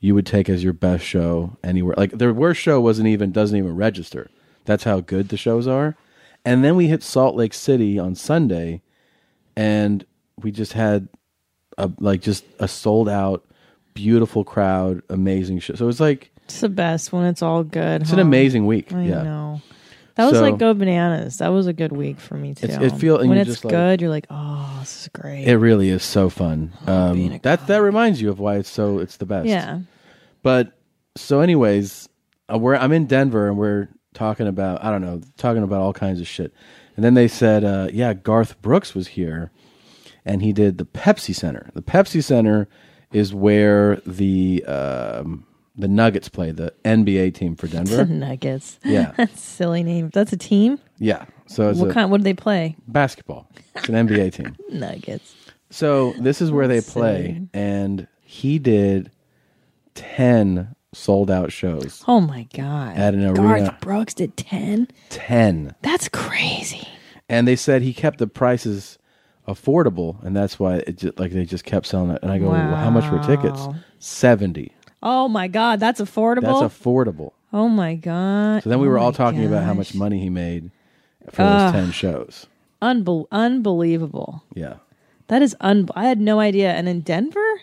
Speaker 2: you would take as your best show anywhere. Like their worst show wasn't even doesn't even register. That's how good the shows are. And then we hit Salt Lake City on Sunday and we just had a like just a sold out, beautiful crowd, amazing show. So it's like
Speaker 4: It's the best when it's all good.
Speaker 2: it's
Speaker 4: huh?
Speaker 2: an amazing week.
Speaker 4: I
Speaker 2: yeah.
Speaker 4: know. That was
Speaker 2: So-
Speaker 4: like go bananas. That was a good week for me too.
Speaker 2: It's- it feel- and
Speaker 4: when
Speaker 2: you're
Speaker 4: it's
Speaker 2: just like-
Speaker 4: good, you're like, oh, this is great.
Speaker 2: It really is so fun. Um, that that reminds you of why it's so it's the best.
Speaker 4: Yeah.
Speaker 2: But so, anyways, uh, we're I'm in Denver and we're talking about I don't know talking about all kinds of shit, and then they said, uh, yeah, Garth Brooks was here, and he did the Pepsi Center. The Pepsi Center is where the um, the Nuggets play, the NBA team for Denver.
Speaker 4: Nuggets.
Speaker 2: Yeah.
Speaker 4: that's a silly name. That's a team.
Speaker 2: yeah. So it's
Speaker 4: what
Speaker 2: a
Speaker 4: kind? What do they play?
Speaker 2: basketball. It's an NBA team.
Speaker 4: Nuggets.
Speaker 2: So this is where they play, and he did ten sold out shows.
Speaker 4: Oh my god!
Speaker 2: At an
Speaker 4: Garth
Speaker 2: arena.
Speaker 4: Brooks did ten.
Speaker 2: Ten,
Speaker 4: That's crazy.
Speaker 2: and they said he kept the prices affordable, and that's why it just, like they just kept selling it. And I go, well, how much were tickets?
Speaker 4: Wow.
Speaker 2: Seventy.
Speaker 4: Oh my god, that's affordable.
Speaker 2: That's affordable.
Speaker 4: oh my god.
Speaker 2: So then we
Speaker 4: Oh
Speaker 2: were all
Speaker 4: my
Speaker 2: talking about how
Speaker 4: gosh.
Speaker 2: much money he made for
Speaker 4: Ugh.
Speaker 2: those ten shows.
Speaker 4: Unbel- unbelievable.
Speaker 2: Yeah,
Speaker 4: That is un. I had no idea. And in Denver,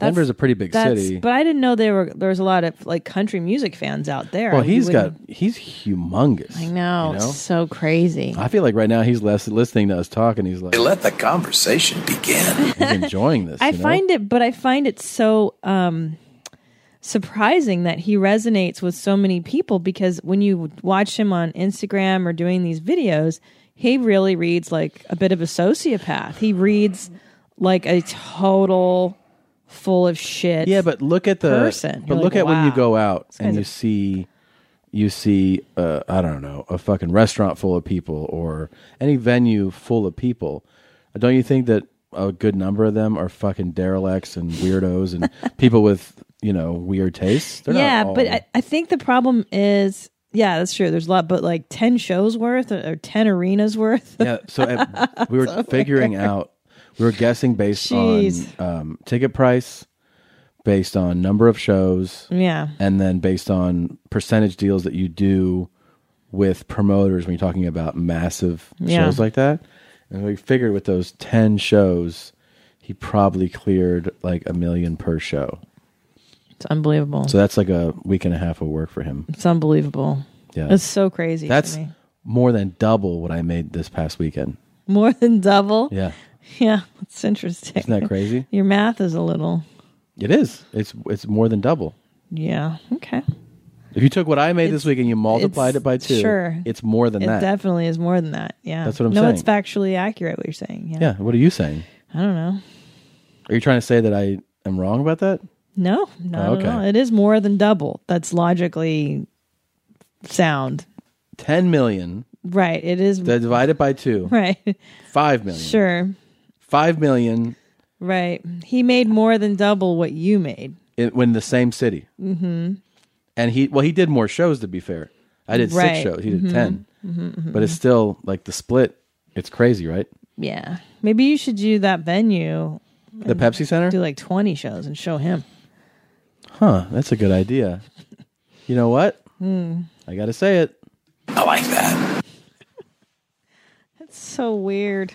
Speaker 2: Denver's a pretty big
Speaker 4: that's-
Speaker 2: city.
Speaker 4: But I didn't know there were there was a lot of like country music fans out there.
Speaker 2: well,
Speaker 4: You
Speaker 2: he's got
Speaker 4: wouldn't-
Speaker 2: he's humongous.
Speaker 4: I know,
Speaker 2: you
Speaker 4: it's
Speaker 2: know?
Speaker 4: so crazy.
Speaker 2: I feel like right now he's less listening to us talk, and he's like,
Speaker 7: let the conversation begin.
Speaker 2: he's enjoying this.
Speaker 4: I
Speaker 2: you know?
Speaker 4: find it, but I find it so um, surprising that he resonates with so many people because when you watch him on Instagram or doing these videos, he really reads like a bit of a sociopath. He reads like a total full of shit.
Speaker 2: Yeah, but look at the
Speaker 4: person.
Speaker 2: But
Speaker 4: You're
Speaker 2: look
Speaker 4: like,
Speaker 2: at when you
Speaker 4: wow.
Speaker 2: go out and
Speaker 4: guy's
Speaker 2: you
Speaker 4: a-
Speaker 2: see, you see, uh, I don't know, a fucking restaurant full of people or any venue full of people. Don't you think that a good number of them are fucking derelicts and weirdos and people with you know weird tastes? They're not
Speaker 4: yeah,
Speaker 2: all-
Speaker 4: but I, I think the problem is, yeah, that's true. There's a lot, but like ten shows worth or, or ten arenas worth.
Speaker 2: yeah. So at, we were
Speaker 4: That's
Speaker 2: figuring
Speaker 4: weird.
Speaker 2: out. We were guessing based
Speaker 4: Jeez.
Speaker 2: on um, ticket price, based on number of shows,
Speaker 4: Yeah.
Speaker 2: and then based on percentage deals that you do with promoters when you're talking about massive
Speaker 4: Yeah.
Speaker 2: shows like that. And we figured with those 10 shows, he probably cleared like a million per show.
Speaker 4: It's unbelievable.
Speaker 2: So that's like a week and a half of work for him.
Speaker 4: It's unbelievable.
Speaker 2: Yeah.
Speaker 4: It's so crazy. to
Speaker 2: That's
Speaker 4: me.
Speaker 2: more than double what I made this past weekend.
Speaker 4: more than double.
Speaker 2: Yeah.
Speaker 4: Yeah, it's interesting.
Speaker 2: Isn't that crazy?
Speaker 4: Your math is a little.
Speaker 2: It is. It's it's more than double.
Speaker 4: Yeah. Okay.
Speaker 2: If you took what I made this week and you multiplied
Speaker 4: it's-
Speaker 2: it by two,
Speaker 4: sure.
Speaker 2: it's more than
Speaker 4: it
Speaker 2: that.
Speaker 4: definitely is more than that. Yeah.
Speaker 2: That's what I'm
Speaker 4: no,
Speaker 2: saying.
Speaker 4: it's factually accurate what you're saying. Yeah.
Speaker 2: yeah. What are you saying?
Speaker 4: I don't know.
Speaker 2: Are you trying to say that I am wrong about that?
Speaker 4: No, not
Speaker 2: Oh, okay.
Speaker 4: at all. It is more than double. That's logically sound.
Speaker 2: 10 million
Speaker 4: Right. It is.
Speaker 2: that divided by two
Speaker 4: right.
Speaker 2: 5 million
Speaker 4: Sure.
Speaker 2: 5 million
Speaker 4: Right. He made more than double what you made.
Speaker 2: in, when the same city
Speaker 4: Mm-hmm.
Speaker 2: and he well he did more shows to be fair i did
Speaker 4: Right.
Speaker 2: six shows he did
Speaker 4: Mhm.
Speaker 2: 10
Speaker 4: Mhm, mhm,
Speaker 2: but it's
Speaker 4: mhm.
Speaker 2: still like the split it's crazy right
Speaker 4: Yeah. Maybe you should do that venue.
Speaker 2: The
Speaker 4: and
Speaker 2: Pepsi Center?
Speaker 4: Do like 20 shows and show him.
Speaker 2: huh that's a good idea you know what
Speaker 4: Hmm.
Speaker 2: i gotta say it i like that
Speaker 4: That's so weird.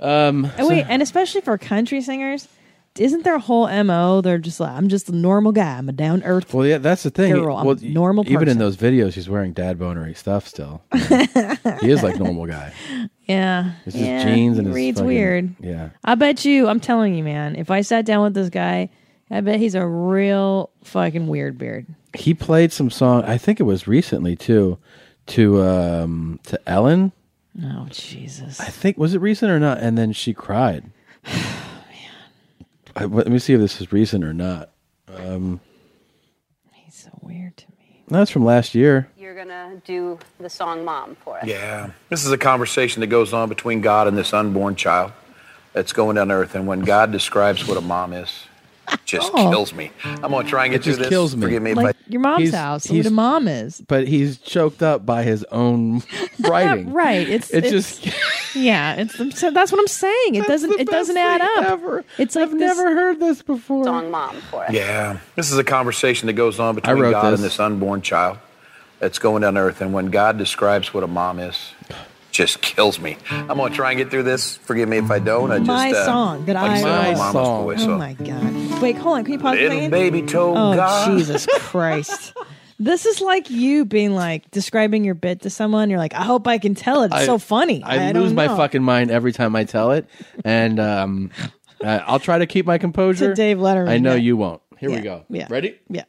Speaker 2: um
Speaker 4: And wait, and especially for country singers, isn't their whole MO they're just like, I'm just a normal guy. I'm a down earth.
Speaker 2: well yeah that's the thing
Speaker 4: Girl, I'm
Speaker 2: well,
Speaker 4: a normal
Speaker 2: even in
Speaker 4: person.
Speaker 2: those videos he's wearing dad bonery stuff still he is like normal guy
Speaker 4: Yeah.
Speaker 2: It's just
Speaker 4: yeah.
Speaker 2: jeans and
Speaker 4: he
Speaker 2: his
Speaker 4: reads
Speaker 2: fucking-
Speaker 4: weird.
Speaker 2: yeah.
Speaker 4: I bet you, I'm telling you, man, if I sat down with this guy, I bet he's a real fucking weird beard.
Speaker 2: he played some song i think it was recently too to um to ellen
Speaker 4: Oh, Jesus.
Speaker 2: i think was it recent or not and then she cried I, let me see if this is recent or not um
Speaker 4: he's so weird to
Speaker 2: me that's from last year
Speaker 18: You're gonna do the song Mom for us.
Speaker 19: Yeah. This is a conversation that goes on between God and this unborn child that's going on earth. And when God describes what a mom is, it just
Speaker 4: Oh.
Speaker 19: kills me. I'm going to try and get
Speaker 2: It
Speaker 19: through
Speaker 2: just
Speaker 19: this.
Speaker 2: kills me.
Speaker 19: Forgive me if
Speaker 4: Like
Speaker 19: I.
Speaker 4: your mom's
Speaker 2: He's-
Speaker 4: house,
Speaker 2: he's-
Speaker 4: what a mom is.
Speaker 2: but he's choked up by his own writing
Speaker 4: Right. It's
Speaker 2: it's,
Speaker 4: it's-
Speaker 2: just
Speaker 4: yeah. It's I'm so that's what I'm saying. It doesn't it doesn't add up. It's like I've never
Speaker 2: heard this before.
Speaker 18: Song Mom for us.
Speaker 19: Yeah. This is a conversation that goes on
Speaker 2: I
Speaker 19: between
Speaker 2: wrote
Speaker 19: God
Speaker 2: this.
Speaker 19: and this unborn child that's going on earth. And when God describes what a mom is, it just kills me. I'm going to try and get through this. Forgive me if I don't. I just,
Speaker 4: my
Speaker 19: uh,
Speaker 4: song that
Speaker 19: like
Speaker 4: I
Speaker 19: said, I'm a
Speaker 4: wrote.
Speaker 19: mama's boy,
Speaker 4: oh
Speaker 19: so.
Speaker 4: my god! Wait, hold on. Can you pause
Speaker 19: Little
Speaker 4: a second?
Speaker 19: baby told
Speaker 4: oh
Speaker 19: God.
Speaker 4: Jesus Christ! This is like you being like describing your bit to someone. You're like, I hope I can tell it. It's
Speaker 2: I-
Speaker 4: so funny.
Speaker 2: I,
Speaker 4: I,
Speaker 2: lose
Speaker 4: don't
Speaker 2: my
Speaker 4: know.
Speaker 2: fucking mind every time I tell it, and um, uh, I'll try to keep my composure.
Speaker 4: Dave Letterman,
Speaker 2: I know
Speaker 4: yeah.
Speaker 2: you won't. Here we
Speaker 4: Yeah,
Speaker 2: go.
Speaker 4: yeah.
Speaker 2: Ready?
Speaker 4: Yeah.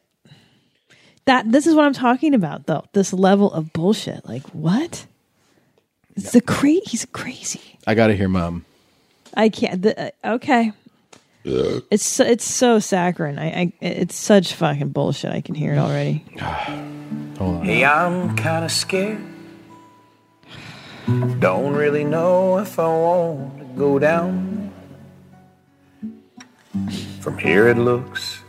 Speaker 4: That this is what I'm talking about though. This level of bullshit. Like what? It's a cra- he's crazy.
Speaker 2: I gotta hear mom.
Speaker 4: I can't. The, uh, okay. It's so, it's so saccharine. I, I it's such fucking bullshit. I can hear it already.
Speaker 2: Hold on.
Speaker 19: Hey, I'm kind of scared. Don't really know if I want to go down. From here, it looks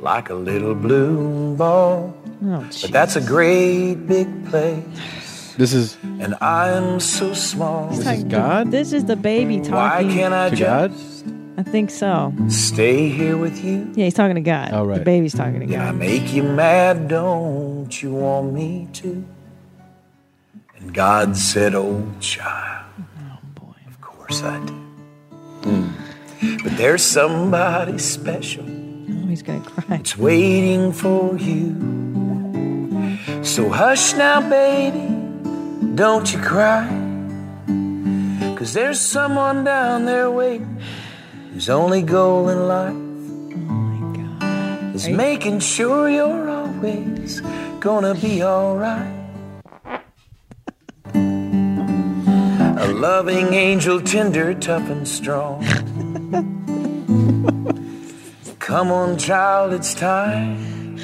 Speaker 19: like a little blue ball.
Speaker 4: Oh,
Speaker 19: but that's a great big place.
Speaker 2: This is
Speaker 19: And I'm so small. This
Speaker 4: Like, This is the baby talking.
Speaker 19: Why can't I just
Speaker 4: I think so.
Speaker 19: stay here with you?
Speaker 4: Yeah, he's talking to God.
Speaker 19: All right.
Speaker 4: The baby's talking to God.
Speaker 19: Yeah, I make you mad, don't you want me to? And God said, Oh, child. Of course I do. But there's somebody special.
Speaker 4: Oh, he's gonna cry.
Speaker 19: It's waiting for you. So hush now, baby. Don't you cry. Cause there's someone down there waiting. His only goal in life
Speaker 4: Oh,
Speaker 19: is making sure you're always gonna be alright. A loving angel, tender, tough, and strong. Come on, child, it's time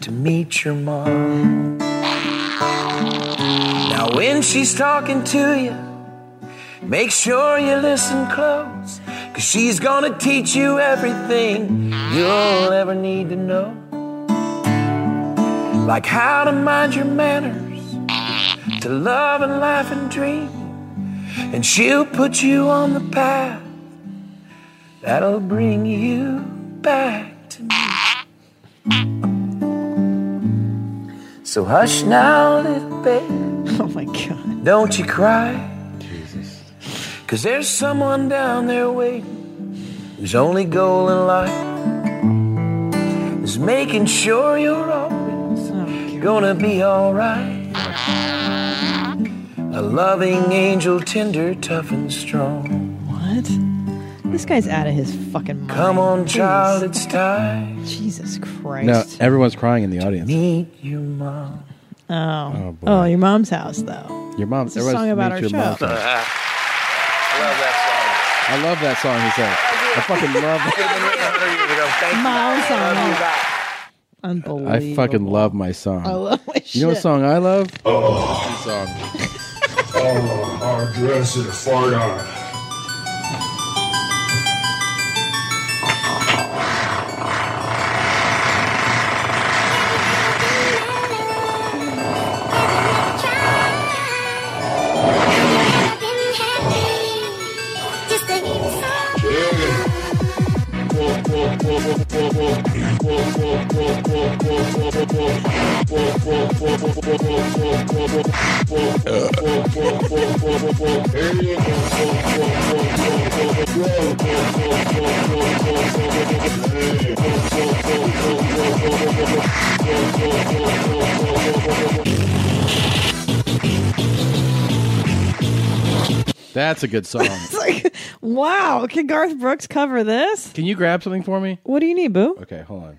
Speaker 19: to meet your mom. Now, when she's talking to you, make sure you listen close, cause she's gonna teach you everything you'll ever need to know. Like how to mind your manners, to love and laugh and dream, and she'll put you on the path that'll bring you back to me. So hush now, little baby.
Speaker 4: Oh my God.
Speaker 19: Don't you cry. Jesus. Cause there's someone down there waiting whose only goal in life is making sure you're always
Speaker 4: Oh,
Speaker 19: gonna be alright. A loving angel, tender, tough, and strong.
Speaker 4: What? This guy's out of his fucking mind.
Speaker 19: Come on,
Speaker 4: Jeez.
Speaker 19: child, it's time.
Speaker 4: Jesus Christ.
Speaker 2: Now everyone's crying in the audience.
Speaker 19: Meet your mom.
Speaker 4: Oh.
Speaker 2: boy.
Speaker 4: Oh, your mom's house though.
Speaker 2: Your mom.
Speaker 4: It's a
Speaker 2: everyone's
Speaker 4: song about
Speaker 2: meet
Speaker 4: our
Speaker 2: your
Speaker 4: show.
Speaker 2: mom's house. I love that song. He says. I fucking love.
Speaker 4: Mom's house. Unbelievable.
Speaker 2: I fucking love my song.
Speaker 4: I love my
Speaker 2: You know what
Speaker 4: shit.
Speaker 2: song I love?
Speaker 20: Oh.
Speaker 2: Song.
Speaker 20: Oh, our dress is a fart on.
Speaker 2: That's a good song.
Speaker 4: Wow. Can Garth Brooks cover this?
Speaker 2: Can you grab something for me?
Speaker 4: What do you need, boo?
Speaker 2: Okay, hold on.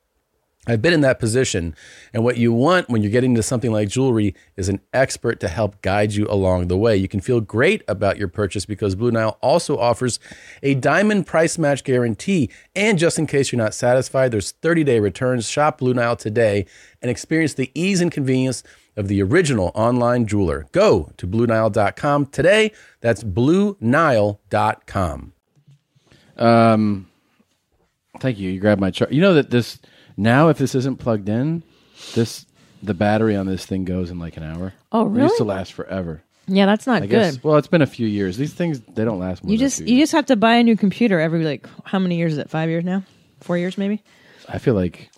Speaker 21: I've been in that position. And what you want when you're getting into something like jewelry is an expert to help guide you along the way. You can feel great about your purchase because Blue Nile also offers a diamond price match guarantee. And just in case you're not satisfied, there's 30 day returns. Shop Blue Nile today and experience the ease and convenience of the original online jeweler. Go to BlueNile.com today. That's BlueNile.com.
Speaker 2: Um, thank you. You grabbed my chart. You know that this now, if this isn't plugged in, this the battery on this thing goes in like an hour.
Speaker 4: Oh,
Speaker 2: It used to
Speaker 4: really?
Speaker 2: last forever.
Speaker 4: Yeah, that's not
Speaker 2: I
Speaker 4: good.
Speaker 2: guess- well, it's been a few years. These things they don't last. More
Speaker 4: you
Speaker 2: than a
Speaker 4: just
Speaker 2: few
Speaker 4: you just have to buy a new computer every like how many years is it? Five years now? Four years maybe?
Speaker 2: years. I feel like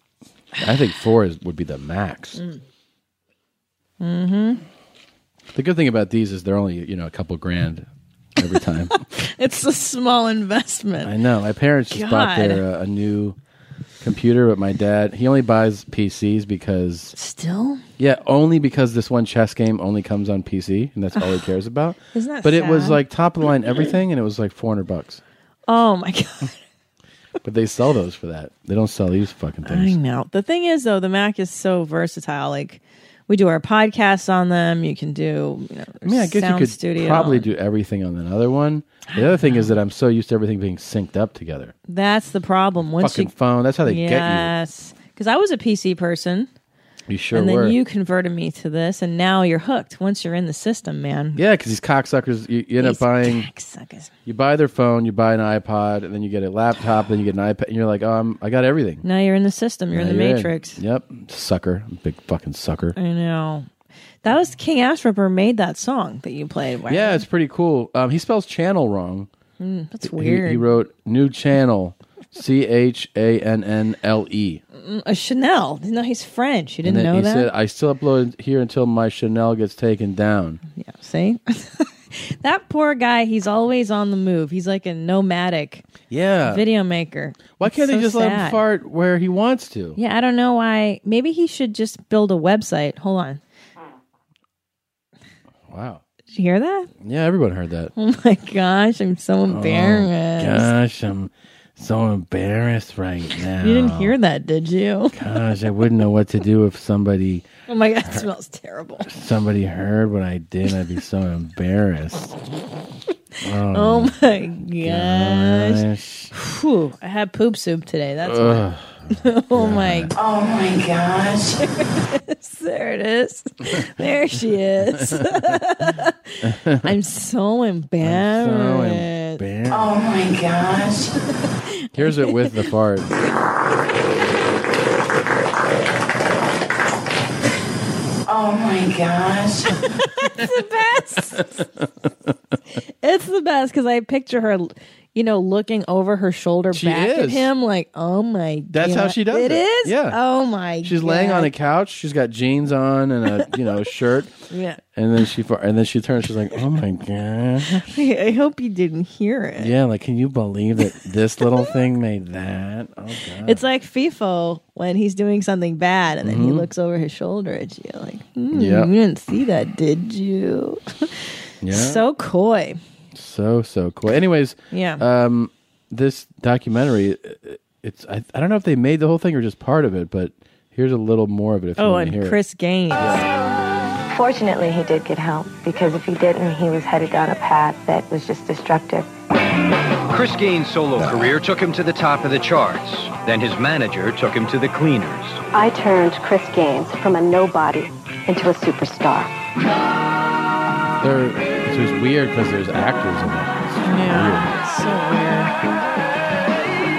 Speaker 2: I think four is, would be the max.
Speaker 4: Mm-hmm.
Speaker 2: The good thing about these is they're only you know a couple grand every time.
Speaker 4: It's a small investment.
Speaker 2: I know. My parents just bought
Speaker 4: God.
Speaker 2: their uh, a new computer, but my dad he only buys PCs because
Speaker 4: still
Speaker 2: yeah, only because this one chess game only comes on PC, and that's all he cares about.
Speaker 4: Isn't that
Speaker 2: But it was
Speaker 4: sad?
Speaker 2: like top of the line everything, and it was like four hundred bucks.
Speaker 4: Oh my god.
Speaker 2: But they sell those for that. They don't sell these fucking
Speaker 4: I
Speaker 2: things.
Speaker 4: know. The thing is though, the Mac is so versatile. Like we do our podcasts on them. You can do you know
Speaker 2: I mean, I guess
Speaker 4: sound
Speaker 2: you could
Speaker 4: studio.
Speaker 2: probably do everything on another one. The other thing is that I'm so used to everything being synced up together.
Speaker 4: That's the problem. Once
Speaker 2: fucking
Speaker 4: you
Speaker 2: phone. That's how they get
Speaker 4: yes, because I was a PC person,
Speaker 2: you. You sure
Speaker 4: and then
Speaker 2: were.
Speaker 4: you converted me to this, and now you're hooked. Once you're in the system, man.
Speaker 2: yeah, because these cocksuckers, you, you end up
Speaker 4: These
Speaker 2: buying.
Speaker 4: cocksuckers.
Speaker 2: You buy their phone, you buy an iPod, and then you get a laptop, then you get an iPad, and you're like, oh, I'm, I got everything.
Speaker 4: Now you're in the system. You're in
Speaker 2: Now
Speaker 4: the
Speaker 2: you're
Speaker 4: matrix.
Speaker 2: Yep, sucker, big fucking sucker.
Speaker 4: I know. That was King Ass Ripper made that song that you played. Wow.
Speaker 2: Yeah, it's pretty cool. Um, he spells channel wrong.
Speaker 4: Mm, that's
Speaker 2: He-
Speaker 4: weird.
Speaker 2: He, wrote new channel, C H A N N L E.
Speaker 4: Mm, a Chanel. No, he's French. You
Speaker 2: And
Speaker 4: didn't
Speaker 2: then
Speaker 4: know
Speaker 2: he
Speaker 4: that.
Speaker 2: said, "I still upload here until my Chanel gets taken down."
Speaker 4: Yeah, see. that poor guy. He's always on the move. He's like a nomadic
Speaker 2: Yeah.
Speaker 4: video maker.
Speaker 2: Why
Speaker 4: It's
Speaker 2: can't they
Speaker 4: so
Speaker 2: just let him
Speaker 4: sad.
Speaker 2: fart where he wants to?
Speaker 4: Yeah, I don't know why. Maybe he should just build a website. Hold on.
Speaker 2: Wow.
Speaker 4: Did you hear that?
Speaker 2: Yeah, everyone heard that.
Speaker 4: Oh my gosh, I'm so embarrassed.
Speaker 2: Oh, gosh, I'm so embarrassed right now.
Speaker 4: You didn't hear that, did you?
Speaker 2: Gosh, I wouldn't know what to do if somebody
Speaker 4: Oh my god, it smells terrible.
Speaker 2: somebody heard what I did. I'd be so embarrassed.
Speaker 4: Oh, my gosh. Whew, I had poop soup today. That's why. oh my
Speaker 19: Oh my Oh gosh.
Speaker 4: there it is. There she is. I'm so embarrassed.
Speaker 19: Oh my gosh.
Speaker 2: Here's it with the fart.
Speaker 19: Oh my gosh.
Speaker 4: it's the best. it's the best because I picture her, you know, looking over her shoulder
Speaker 2: She
Speaker 4: back at
Speaker 2: is.
Speaker 4: him, like, oh my.
Speaker 2: That's how
Speaker 4: God.
Speaker 2: she does it.
Speaker 4: It is.
Speaker 2: Yeah.
Speaker 4: Oh my.
Speaker 2: She's laying on a
Speaker 4: God.
Speaker 2: couch. She's got jeans on and a you know shirt.
Speaker 4: Yeah.
Speaker 2: And then she far- and then she turns. She's like, "Oh my god,
Speaker 4: I hope you didn't hear it.
Speaker 2: yeah! Like, can you believe that this little thing made that? Oh god,
Speaker 4: It's like FIFO when he's doing something bad and then he
Speaker 2: Mhm.
Speaker 4: looks over his shoulder at you like, hmm,
Speaker 2: Yep.
Speaker 4: you didn't see that, did you?
Speaker 2: Yeah.
Speaker 4: So coy.
Speaker 2: so so cool." Anyways,
Speaker 4: Yeah.
Speaker 2: Um, this documentary, uh, it's I, I don't know if they made the whole thing or just part of it, but here's a little more of it. If you
Speaker 4: oh,
Speaker 2: want to
Speaker 4: and
Speaker 2: hear
Speaker 4: Chris Gaines.
Speaker 8: Fortunately, he did get help because if he didn't, he was headed down a path that was just destructive.
Speaker 16: Chris Gaines' solo career took him to the top of the charts. Then his manager took him to the cleaners.
Speaker 8: I turned Chris Gaines from a nobody into a superstar.
Speaker 2: it, They're- it's just weird because there's actors in it. It's
Speaker 4: Yeah.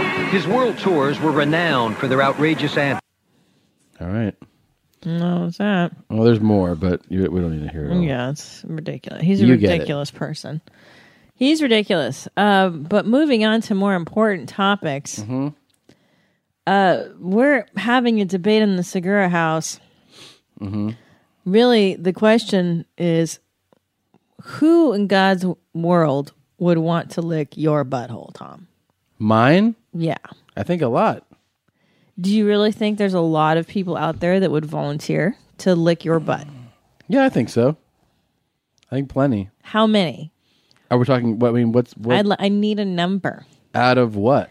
Speaker 4: So weird.
Speaker 16: His world tours were renowned for their outrageous antics.
Speaker 2: All right.
Speaker 4: No, it's that.
Speaker 2: Well, there's more, but you, we don't need to hear it. all.
Speaker 4: Yeah, it's ridiculous. He's a
Speaker 2: You get it.
Speaker 4: ridiculous person. He's ridiculous. Uh, but moving on to more important topics,
Speaker 2: Mm-hmm.
Speaker 4: uh, we're having a debate in the Segura house.
Speaker 2: Mm-hmm.
Speaker 4: Really, the question is who in God's world would want to lick your butthole, Tom?
Speaker 2: Mine?
Speaker 4: Yeah.
Speaker 2: I think a lot.
Speaker 4: Do you really think there's a lot of people out there that would volunteer to lick your butt?
Speaker 2: Yeah, I think so. I think plenty.
Speaker 4: How many?
Speaker 2: Are we talking? What I mean? What's what,
Speaker 4: I'd li- I need a number.
Speaker 2: out of what?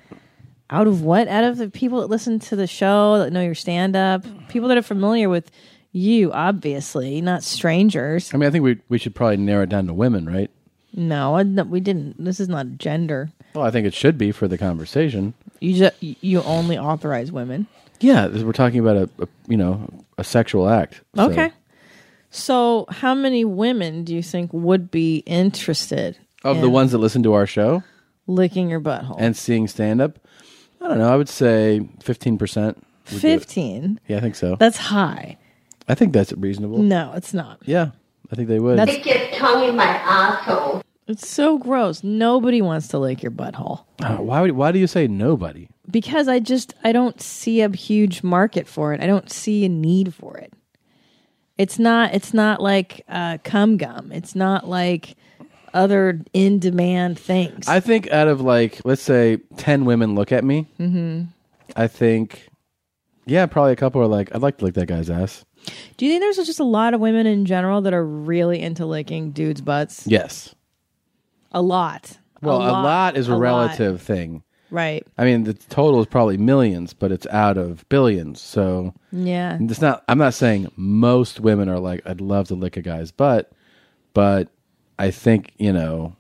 Speaker 4: Out of what? Out of the people that listen to the show, that know your stand up, people that are familiar with you, obviously, not strangers.
Speaker 2: I mean, I think we we should probably narrow it down to women, right?
Speaker 4: No, I- no, we didn't. This is not gender.
Speaker 2: Well, I think it should be for the conversation.
Speaker 4: You just you only authorize women.
Speaker 2: Yeah, this- we're talking about a, a you know a sexual act. so-
Speaker 4: Okay. So, how many women do you think would be interested
Speaker 2: Of the
Speaker 4: in
Speaker 2: ones that listen to our show
Speaker 4: licking your butthole?
Speaker 2: and seeing stand up, I don't know. I would say fifteen percent.
Speaker 4: Fifteen.
Speaker 2: Yeah, I think so.
Speaker 4: That's high.
Speaker 2: I think that's reasonable.
Speaker 4: No, it's not.
Speaker 2: Yeah, I think they would.
Speaker 4: That's-
Speaker 14: your tongue in my asshole.
Speaker 4: It's so gross. Nobody wants to lick your butthole
Speaker 2: Uh, why would, why do you say nobody?
Speaker 4: because I just I don't see a huge market for it. I don't see a need for it. It's not it's not like uh, cum gum. It's not like other in demand things.
Speaker 2: I think out of like let's say ten women look at me,
Speaker 4: hmm
Speaker 2: I think yeah, probably a couple are like I'd like to lick that guy's ass.
Speaker 4: Do you think there's just a lot of women in general that are really into licking dudes' butts?
Speaker 2: Yes.
Speaker 4: A lot.
Speaker 2: Well, a lot, is a,
Speaker 4: lot.
Speaker 2: relative thing.
Speaker 4: Right.
Speaker 2: I mean, the total is probably millions, but it's out of billions. So
Speaker 4: Yeah.
Speaker 2: it's not. I'm not saying most women are like, I'd love to lick a guy's butt, but I think you know,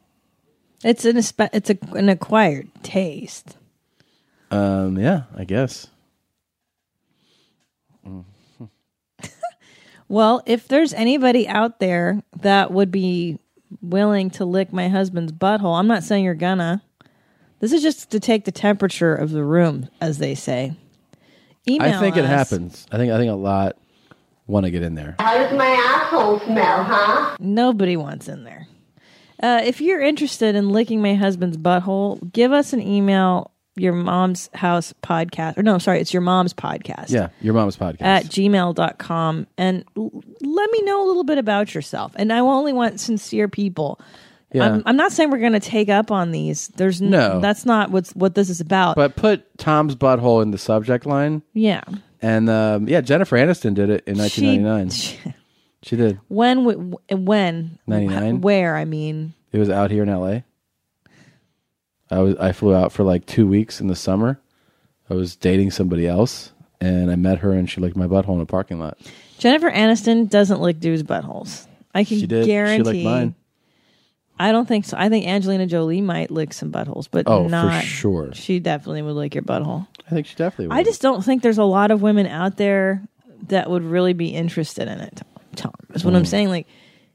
Speaker 4: It's an espe- it's a, an acquired taste.
Speaker 2: um, yeah, I guess. Mm.
Speaker 4: Well, if there's anybody out there that would be willing to lick my husband's butthole, I'm not saying you're gonna. This is just to take the temperature of the room, as they say. Email
Speaker 2: I think it
Speaker 4: us.
Speaker 2: happens. I think I think a lot want to get in there.
Speaker 14: How does my asshole smell, huh?
Speaker 4: Nobody wants in there. Uh, if you're interested in licking my husband's butthole, give us an email. Your mom's house podcast, or no, sorry, it's your mom's podcast. Uh,
Speaker 2: Yeah, your mom's podcast.
Speaker 4: at gmail.com and l- let me know a little bit about yourself and i only want sincere people
Speaker 2: Yeah.
Speaker 4: I'm, I'm not saying we're going to take up on these there's n-
Speaker 2: No.
Speaker 4: that's not what's what this is about
Speaker 2: but put Tom's butthole in the subject line,
Speaker 4: yeah
Speaker 2: and um, yeah, Jennifer Aniston did it in 1999.
Speaker 4: She-
Speaker 2: she did.
Speaker 4: when w- when
Speaker 2: 99?
Speaker 4: where i mean
Speaker 2: It was out here in LA. I was I flew out for like two weeks in the summer. I was dating somebody else, and I met her, and she licked my butthole in a parking lot.
Speaker 4: jennifer aniston doesn't lick dudes buttholes i can
Speaker 2: She did. She
Speaker 4: guarantee
Speaker 2: licked mine.
Speaker 4: i don't think so i think angelina jolie might lick some buttholes but
Speaker 2: Oh, for
Speaker 4: not
Speaker 2: sure.
Speaker 4: she definitely would lick your butthole
Speaker 2: I think she definitely. Would.
Speaker 4: I just don't think there's a lot of women out there that would really be interested in it. Tom, is what I'm
Speaker 2: Mm.
Speaker 4: saying. Like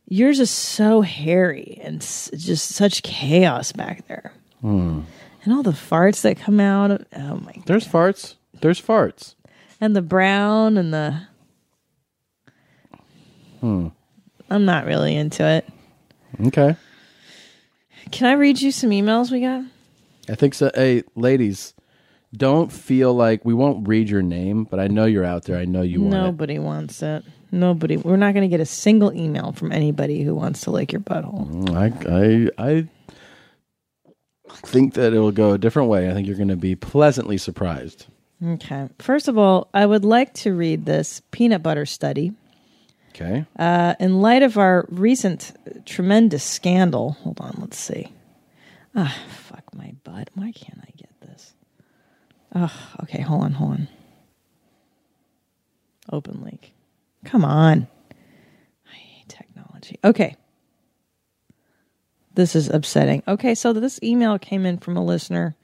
Speaker 4: yours is so hairy and s- just such chaos back there,
Speaker 2: Hmm.
Speaker 4: and all the farts that come out. of- Oh my!
Speaker 2: There's farts. There's farts.
Speaker 4: And the brown and the
Speaker 2: Hmm.
Speaker 4: I'm not really into it.
Speaker 2: Okay.
Speaker 4: Can I read you some emails we got?
Speaker 2: I think so. Hey, ladies, don't feel like we won't read your name, but I know you're out there. I know you want it.
Speaker 4: Nobody wants it. Nobody. We're not going to get a single email from anybody who wants to lick your butthole.
Speaker 2: Hmm, I, I, I think that it'll go a different way. I think you're going to be pleasantly surprised.
Speaker 4: Okay. First of all, I would like to read this peanut butter study.
Speaker 2: Okay.
Speaker 4: Uh, in light of our recent tremendous scandal, hold on, let's see. Ah, fuck my butt. Why can't I get this? Oh, okay, hold on, hold on. Open link. Come on. I hate technology. Okay. This is upsetting. Okay, so this email came in from a listener.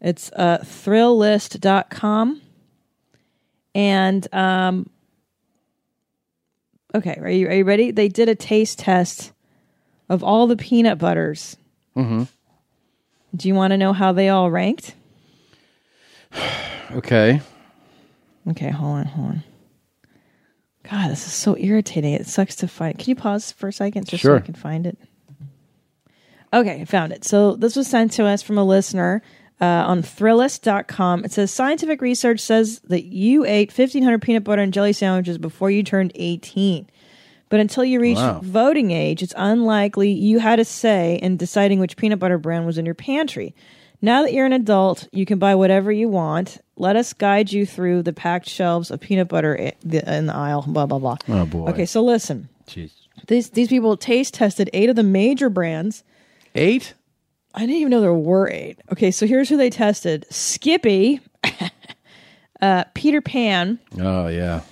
Speaker 4: It's uh, thrilllist.com. And um, okay, are you, are you ready? They did a taste test of all the peanut butters.
Speaker 2: Mm-hmm.
Speaker 4: Do you want to know how they all ranked?
Speaker 2: Okay.
Speaker 4: Okay, hold on, hold on. God, this is so irritating. It sucks to find. Can you pause for a second just so
Speaker 2: Sure.
Speaker 4: I can find it? Okay, I found it. So this was sent to us from a listener uh, on Thrillist.com. It says scientific research says that you ate 1,500 peanut butter and jelly sandwiches before you turned 18. But until you reach
Speaker 6: Wow.
Speaker 4: voting age, it's unlikely you had a say in deciding which peanut butter brand was in your pantry. Now that you're an adult, you can buy whatever you want. Let us guide you through the packed shelves of peanut butter i- the- in the aisle, blah, blah, blah.
Speaker 2: Oh, boy.
Speaker 4: Okay, so listen.
Speaker 2: Jeez.
Speaker 4: These, these people taste tested eight of the major brands.
Speaker 2: Eight?
Speaker 4: I didn't even know there were eight. Okay, so here's who they tested Skippy, uh, Peter Pan,
Speaker 2: Oh yeah.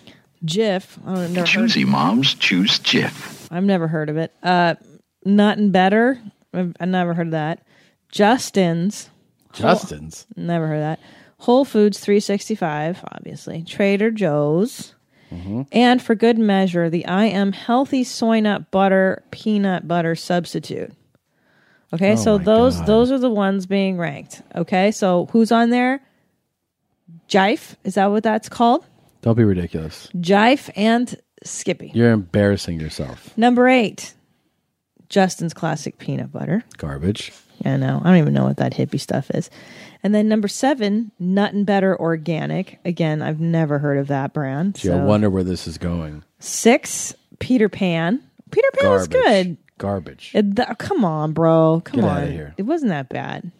Speaker 4: Jif. I don't know.
Speaker 22: Choosy moms choose Jif.
Speaker 4: I've never heard of it. Uh, Nut and Better. I've, I've never heard of that. Justin's.
Speaker 2: Justin's?
Speaker 4: Whole- never heard of that. Whole Foods 365, obviously. Trader Joe's.
Speaker 6: Mm-hmm.
Speaker 4: And for good measure, the I Am Healthy Soy Nut Butter Peanut Butter Substitute. Okay,
Speaker 6: Oh
Speaker 4: so
Speaker 6: my
Speaker 4: those
Speaker 6: God.
Speaker 4: those are the ones being ranked. Okay, so who's on there? Jife, is that what that's called?
Speaker 2: Don't be ridiculous.
Speaker 4: Jife and Skippy.
Speaker 2: You're embarrassing yourself.
Speaker 4: Number eight, Justin's classic peanut butter.
Speaker 2: Garbage.
Speaker 4: Yeah, I know. I don't even know what that hippie stuff is. And then number seven, Nut and Better Organic. Again, I've never heard of that brand.
Speaker 2: Gee, I
Speaker 4: so-
Speaker 2: wonder where this is going.
Speaker 4: Six, Peter Pan. Peter Pan was
Speaker 2: Garbage.
Speaker 4: good.
Speaker 2: Garbage.
Speaker 4: It- th- come on, bro. Come
Speaker 2: Get
Speaker 4: on.
Speaker 2: outta here.
Speaker 4: It wasn't that bad.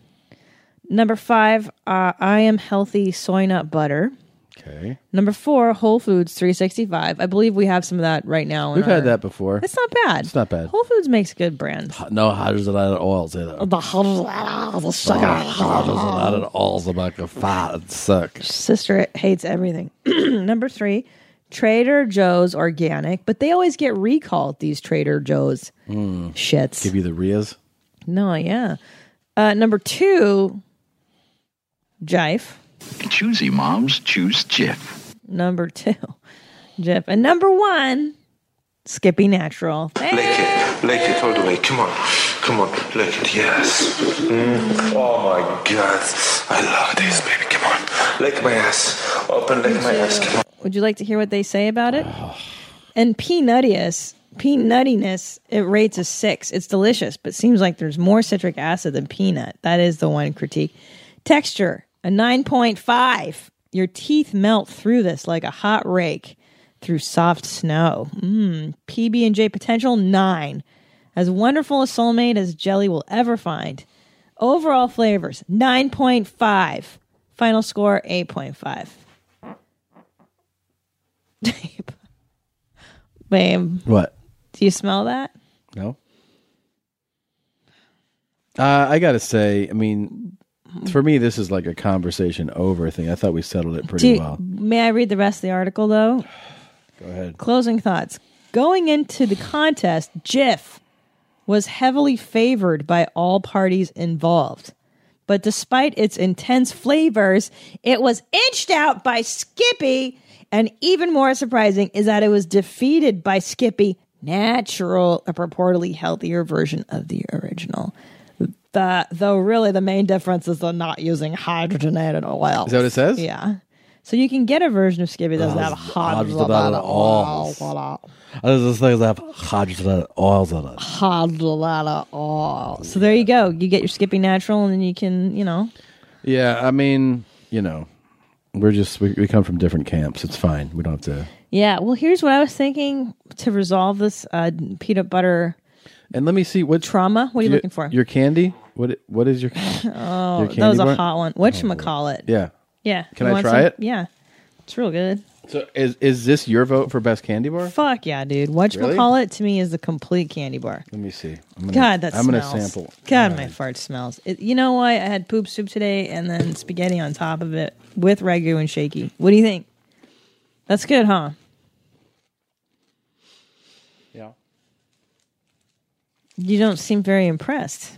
Speaker 4: Number five, uh, I am healthy soy nut butter.
Speaker 2: Okay.
Speaker 4: Number four, Whole Foods 365. I believe we have some of that right now. in
Speaker 2: We've
Speaker 4: our-
Speaker 2: had that before.
Speaker 4: It's not bad.
Speaker 2: It's not bad.
Speaker 4: Whole Foods makes good brands.
Speaker 2: No, there's a lot of oils in it.
Speaker 4: The whole
Speaker 2: There's a lot
Speaker 4: Oh.
Speaker 2: of oils about the fat. It sucks.
Speaker 4: sister hates everything. Number three, Trader Joe's organic, but they always get recalled. These Trader Joe's.
Speaker 2: Mm.
Speaker 4: Shits.
Speaker 2: Give you the Rias.
Speaker 4: No, yeah. Uh, number two, Jife.
Speaker 22: Choosy moms choose Jif.
Speaker 4: Number two, Jif, and number one, Skippy Natural.
Speaker 23: Lick it, lick it all the way. Come on, come on, lick it. Yes. Mm. Oh my God, I love this, baby. Come on, lick my ass. Open, lick my ass. Come on.
Speaker 4: Would you like to hear what they say about it? And peanutius, peanuttiness, it rates a six. It's delicious, but seems like there's more citric acid than peanut. That is the one critique. Texture, a 9.5. Your teeth melt through this like a hot rake through soft snow. Mmm. PB&J potential, nine. As wonderful a soulmate as jelly will ever find. Overall flavors, 9.5. Final score, 8.5. Babe,
Speaker 2: What?
Speaker 4: do you smell that?
Speaker 2: No. Uh, I gotta say, I mean, for me, this is like a conversation over thing. I thought we settled it pretty
Speaker 4: Do-
Speaker 2: well.
Speaker 4: May I read the rest of the article though?
Speaker 2: Go ahead.
Speaker 4: Closing thoughts. Going into the contest, Jif was heavily favored by all parties involved. But despite its intense flavors, it was inched out by Skippy. And even more surprising is that it was defeated by Skippy Natural, a purportedly healthier version of the original. The, though really the main difference is they're not using hydrogenated oil.
Speaker 2: Is that what it says?
Speaker 4: Yeah. So you can get a version of Skippy that doesn't have hydrogenated
Speaker 2: oils.
Speaker 4: oil.
Speaker 2: I just think they have hydrogenated oils in it.
Speaker 4: Hydrogenated oil. So there you go. You get your Skippy Natural, and then you can, you know,
Speaker 2: Yeah, I mean, you know, we're just we, we come from different camps. It's fine. We don't have to.
Speaker 4: Yeah. Well, here's what I was thinking to resolve this uh, peanut butter.
Speaker 2: And let me see what
Speaker 4: trauma. What are you
Speaker 2: Your-
Speaker 4: looking for?
Speaker 2: Your candy. What what is your?
Speaker 4: oh,
Speaker 2: your
Speaker 4: that
Speaker 2: candy
Speaker 4: was a
Speaker 2: bar? Oh,
Speaker 4: hot one. What should call it?
Speaker 2: Yeah.
Speaker 4: Yeah.
Speaker 2: Can
Speaker 4: You
Speaker 2: I
Speaker 4: want
Speaker 2: try
Speaker 4: some?
Speaker 2: it?
Speaker 4: Yeah. It's real good.
Speaker 2: So is is this your vote for best candy bar?
Speaker 4: Fuck yeah, dude. What
Speaker 2: Really?
Speaker 4: call it to me is the complete candy bar.
Speaker 2: Let me see. I'm gonna,
Speaker 4: God, that
Speaker 2: I'm
Speaker 4: smells.
Speaker 2: gonna sample.
Speaker 4: God, my fart smells. It, you know what? I had poop soup today, and then spaghetti on top of it with ragu and shaky. What do you think? That's good, huh?
Speaker 2: Yeah.
Speaker 4: You don't seem very impressed.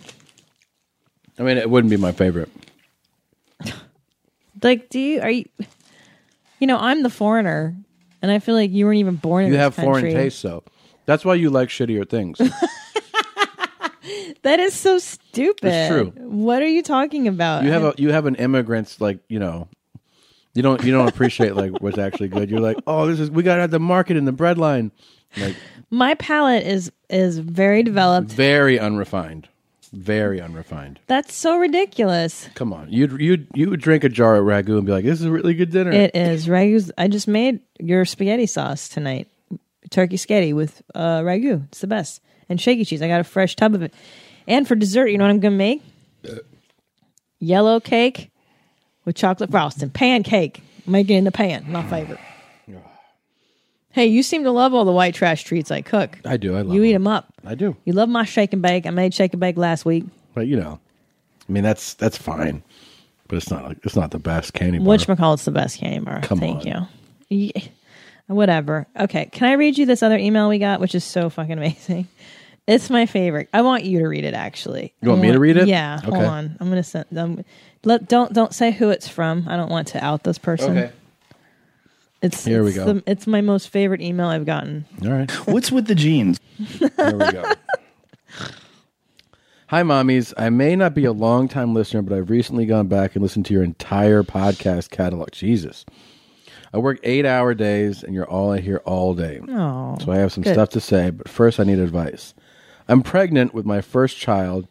Speaker 2: I mean, it wouldn't be my favorite.
Speaker 4: Like, do you are you? You know, I'm the foreigner, and I feel like you weren't even born. in
Speaker 2: You
Speaker 4: this
Speaker 2: have foreign
Speaker 4: country. Uh,
Speaker 2: taste, though. That's why you like shittier things.
Speaker 4: That is so stupid.
Speaker 2: It's true.
Speaker 4: What are you talking about?
Speaker 2: you have a you have an immigrant's like you know You don't you don't appreciate like what's actually good. You're like, oh, this is we got to have the market and the bread line. Like
Speaker 4: My palate is is very developed.
Speaker 2: very unrefined, very unrefined.
Speaker 4: That's so ridiculous.
Speaker 2: Come on, you'd you'd you would drink a jar of ragu and be like, this is a really good dinner.
Speaker 4: It is ragu. I just made your spaghetti sauce tonight, turkey sketty with uh, ragu. It's the best. And shaky cheese. I got a fresh tub of it. And for dessert, you know what I'm gonna make? Yellow cake with chocolate frosting, pancake. Make it in the pan. My favorite. Hey, you seem to love all the white trash treats I cook.
Speaker 2: I do. I love
Speaker 4: you eat them up.
Speaker 2: I do.
Speaker 4: You love my shake and bake. I made shake and bake last week.
Speaker 2: But you know, I mean that's that's fine, but it's not like it's not the best candy bar.
Speaker 4: Which McCall is the best candy bar.
Speaker 2: Come
Speaker 4: Thank you. Yeah. Whatever. Okay. Can I read you this other email we got, which is so fucking amazing? It's my favorite. I want you to read it. Actually,
Speaker 2: You want
Speaker 4: I
Speaker 2: me to read it?
Speaker 4: Yeah. Hold
Speaker 2: Okay.
Speaker 4: on. I'm gonna send. Um, let, don't don't say who it's from. I don't want to out this person.
Speaker 2: Okay.
Speaker 4: It's
Speaker 2: Here we
Speaker 4: it's
Speaker 2: go.
Speaker 4: the- it's my most favorite email I've gotten.
Speaker 2: All right. What's with the jeans? there we go. Hi, mommies. I may not be a long-time listener, but I've recently gone back and listened to your entire podcast catalog. Jesus. I work eight hour days, and you're all I hear all day.
Speaker 4: Oh,
Speaker 2: so I have some
Speaker 4: good.
Speaker 2: stuff to say, but first I need advice. I'm pregnant with my first child,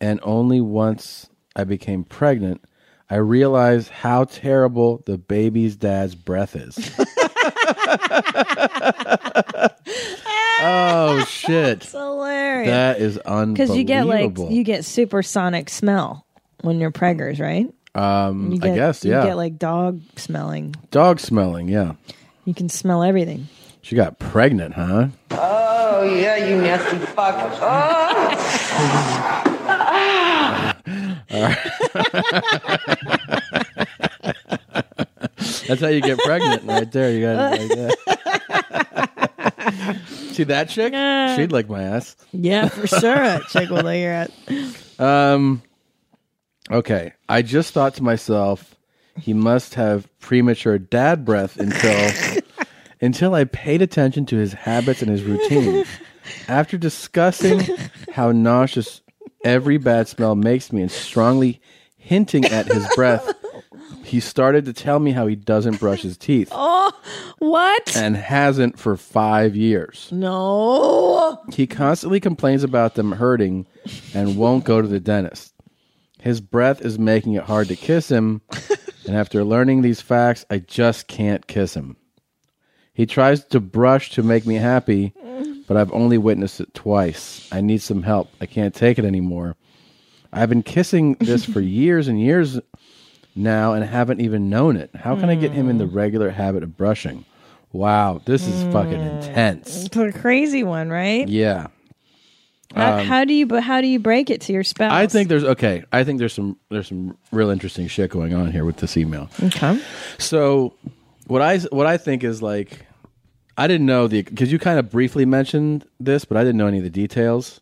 Speaker 2: and only once I became pregnant, I realized how terrible the baby's dad's breath is. oh shit!
Speaker 4: It's hilarious.
Speaker 2: That is unbelievable.
Speaker 4: because you get like you get supersonic smell when you're preggers, right?
Speaker 2: um,
Speaker 4: You get,
Speaker 2: I guess,
Speaker 4: You
Speaker 2: yeah.
Speaker 4: get like dog smelling.
Speaker 2: Dog smelling, yeah.
Speaker 4: You can smell everything.
Speaker 2: She got pregnant, huh?
Speaker 10: Oh, yeah, you nasty fuck. Oh.
Speaker 2: All right. That's how you get pregnant, right there. You got it like that. See that chick?
Speaker 4: Yeah.
Speaker 2: She'd like my ass.
Speaker 4: Yeah, for sure. That chick will lay your at.
Speaker 2: Um. Okay, I just thought to myself, he must have premature dad breath until until I paid attention to his habits and his routine. After discussing how nauseous every bad smell makes me and strongly hinting at his breath, he started to tell me how he doesn't brush his teeth
Speaker 4: Oh, what?
Speaker 2: and hasn't for 5 years.
Speaker 4: no.
Speaker 2: He constantly complains about them hurting and won't go to the dentist. His breath is making it hard to kiss him, and after learning these facts, I just can't kiss him. He tries to brush to make me happy, but I've only witnessed it twice. I need some help. I can't take it anymore. I've been kissing this for years and years now and haven't even known it. How can I get him in the regular habit of brushing? Wow, this is fucking intense.
Speaker 4: It's a crazy one, right?
Speaker 2: Yeah.
Speaker 4: How,
Speaker 2: Um,
Speaker 4: how do you but how do you break it to your spouse?
Speaker 2: I think there's okay. I think there's some there's some real interesting shit going on here with this email.
Speaker 4: Okay.
Speaker 2: So what I what I think is like I didn't know the because you kind of briefly mentioned this, but I didn't know any of the details.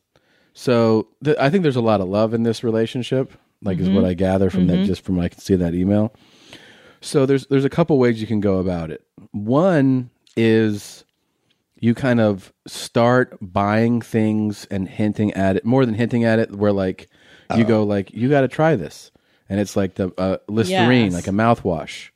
Speaker 2: So th- I think there's a lot of love in this relationship, like is
Speaker 4: Mm-hmm.
Speaker 2: what
Speaker 13: Mhm.
Speaker 2: I gather from
Speaker 13: Mhm.
Speaker 2: that just from what I can see in that email. So there's there's a couple ways you can go about it. One is you kind of start buying things and hinting at it more than hinting at it where like you go like you got to try this and it's like the uh, listerine
Speaker 13: Yes.
Speaker 2: like a mouthwash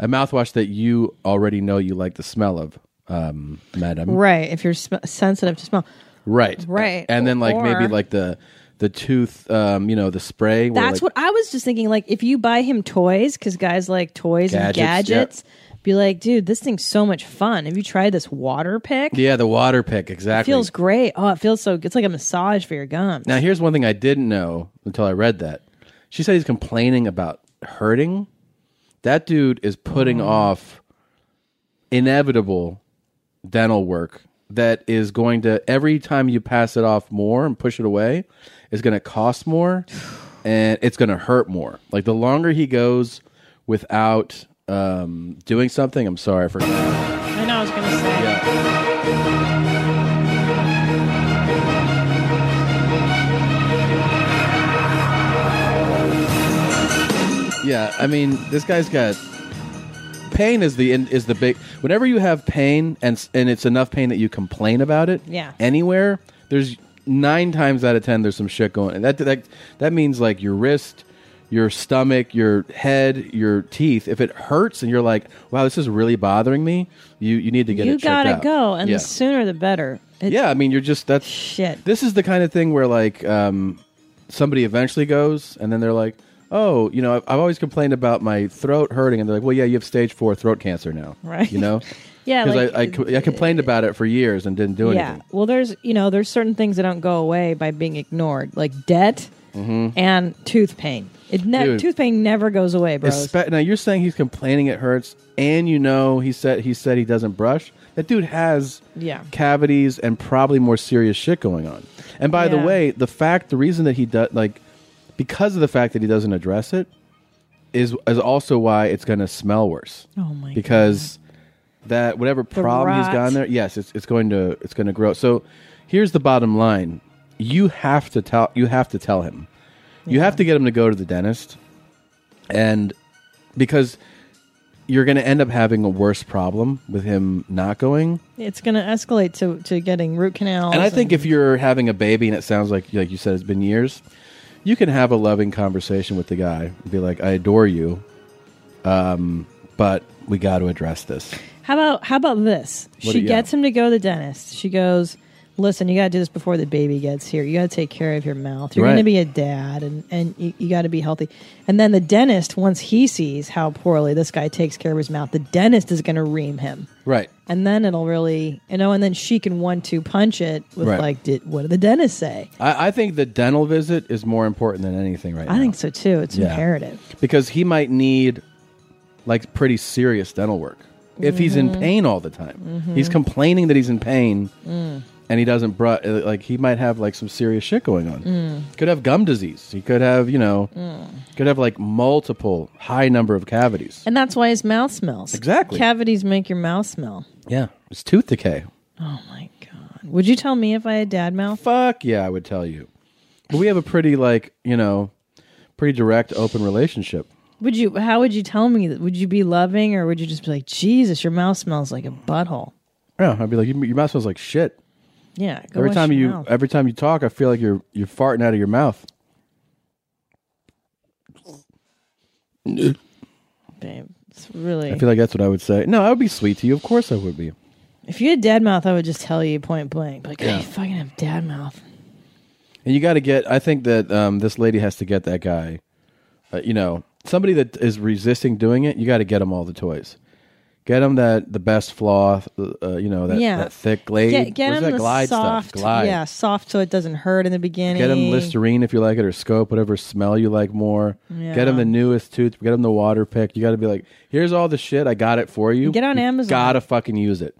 Speaker 2: a mouthwash that you already know you like the smell of um madam
Speaker 4: right. If you're sm- sensitive to smell,
Speaker 2: right
Speaker 4: Right.
Speaker 2: and then like maybe
Speaker 4: Or-
Speaker 2: like the the tooth um you know the spray where,
Speaker 4: that's
Speaker 2: like-
Speaker 4: what I was just thinking. Like if you buy him toys, because guys like toys and
Speaker 2: Gadgets, yeah.
Speaker 4: gadgets, be like, dude, this thing's so much fun. Have you tried this water pick?
Speaker 2: yeah the water pick exactly
Speaker 4: It feels great. Oh, it feels so. It's like a massage for your gums.
Speaker 2: Now, here's one thing I didn't know until I read that. She said he's complaining about hurting. That dude is putting off inevitable dental work that is going to, every time you pass it off more and push it away, is going to cost more and it's going to hurt more. Like the longer he goes without um, doing something, I'm sorry for.
Speaker 4: I know I was gonna say.
Speaker 2: Yeah, I mean, this guy's got pain is the is the big. Whenever you have pain and s- and it's enough pain that you complain about it,
Speaker 13: Yeah.
Speaker 2: anywhere there's nine times out of ten there's some shit going, and that that that means like your wrist, your stomach, your head, your teeth. If it hurts and you're like, "Wow, this is really bothering me," you you need to get
Speaker 4: you
Speaker 2: it checked
Speaker 4: gotta
Speaker 2: out.
Speaker 4: go, and
Speaker 2: yeah.
Speaker 4: the sooner the better. It's-
Speaker 2: yeah, I mean, you're just that's
Speaker 4: Shit.
Speaker 2: This is the kind of thing where like um, somebody eventually goes, and then they're like, "Oh, you know, I've, I've always complained about my throat hurting," and they're like, "Well, yeah, you have stage four throat cancer now,
Speaker 4: Right.
Speaker 2: You know."
Speaker 4: Yeah,
Speaker 2: because
Speaker 4: like-
Speaker 2: I, I, co- I complained about it for years and didn't do
Speaker 4: yeah.
Speaker 2: anything.
Speaker 4: Well, there's you know there's certain things that don't go away by being ignored, like debt
Speaker 2: Mhm.
Speaker 4: and tooth pain. It ne-
Speaker 2: Dude.
Speaker 4: tooth pain never goes away, bros.
Speaker 2: Espe- now you're saying he's complaining it hurts, and you know he said he said he doesn't brush. That dude has
Speaker 4: Yeah.
Speaker 2: cavities and probably more serious shit going on. And by the
Speaker 4: Yeah.
Speaker 2: way, the fact, the reason that he does like because of the fact that he doesn't address it is is also why it's going to smell worse.
Speaker 4: Oh my
Speaker 2: Because that whatever problem he's
Speaker 4: rot.
Speaker 2: gotten there, yes, it's it's going to it's going to grow. So here's the bottom line: you have to tell you have to tell him, you have to get him to go to the dentist, and because you're going to end up having a worse problem with him not going.
Speaker 4: it's going to escalate to to getting root canals.
Speaker 2: And I think if you're having a baby and it sounds like like you said it's been years, you can have a loving conversation with the guy and be like, "I adore you, um, but we got to address this."
Speaker 4: How about how about this?
Speaker 2: What do-
Speaker 4: she
Speaker 2: yeah.
Speaker 4: gets him to go to the dentist. She goes, "Listen, you got to do this before the baby gets here. You got to take care of your mouth. You're
Speaker 2: Right.
Speaker 4: going to be a dad, and and you, you got to be healthy." And then the dentist, once he sees how poorly this guy takes care of his mouth, the dentist is going to ream him,
Speaker 2: Right.
Speaker 4: and then it'll really, you know, and then she can one two punch it with
Speaker 2: Right.
Speaker 4: like, "Did what did the dentist say?"
Speaker 2: I, I think the dental visit is more important than anything right now.
Speaker 4: I think so too. It's
Speaker 2: Yeah.
Speaker 4: imperative.
Speaker 2: because he might need like pretty serious dental work if he's in
Speaker 4: Mhm.
Speaker 2: pain all the time.
Speaker 4: Mhm.
Speaker 2: He's complaining that he's in pain
Speaker 4: Mm.
Speaker 2: and he doesn't brush. Like he might have like some serious shit going on.
Speaker 4: Mm.
Speaker 2: Could have gum disease. He could have you know
Speaker 4: Mm.
Speaker 2: could have like multiple high number of cavities.
Speaker 4: And that's why his mouth smells.
Speaker 2: Exactly.
Speaker 4: Cavities make your mouth smell.
Speaker 2: Yeah, it's tooth decay.
Speaker 4: Oh my god. Would you tell me if I had dad mouth?
Speaker 2: Fuck yeah, I would tell you. But we have a pretty like you know pretty direct open relationship.
Speaker 4: Would you? How would you tell me? that? Would you be loving, or would you just be like, Jesus, your mouth smells like a butthole?
Speaker 2: Yeah, I'd be like, your your mouth smells like shit.
Speaker 4: Yeah. go
Speaker 2: every
Speaker 4: wash
Speaker 2: time
Speaker 4: your
Speaker 2: you
Speaker 4: mouth.
Speaker 2: every time you talk, I feel like you're you're farting out of your mouth.
Speaker 4: babe, it's really.
Speaker 2: I feel like that's what I would say. No, I would be sweet to you. Of course, I would be.
Speaker 4: if you had dad mouth, I would just tell you point blank, like,
Speaker 2: Yeah.
Speaker 4: I fucking have dad mouth.
Speaker 2: And you got to get. I think that um, this lady has to get that guy. Uh, you know, somebody that is resisting doing it. You got to get him all the toys. Get him that the best flaw. Uh, you know that,
Speaker 4: Yeah.
Speaker 2: that thick glade.
Speaker 4: Get, get
Speaker 2: Where's
Speaker 4: him
Speaker 2: that
Speaker 4: the
Speaker 2: glide
Speaker 4: soft,
Speaker 2: stuff. Glide.
Speaker 4: yeah, soft, so it doesn't hurt in the beginning.
Speaker 2: Get him Listerine if you like it, or Scope, whatever smell you like more. Get him
Speaker 4: Yeah.
Speaker 2: the newest tooth. Get him the water pick. You got to be like, here's all the shit. I got it for you.
Speaker 4: Get on
Speaker 2: You
Speaker 4: Amazon.
Speaker 2: Gotta fucking use it.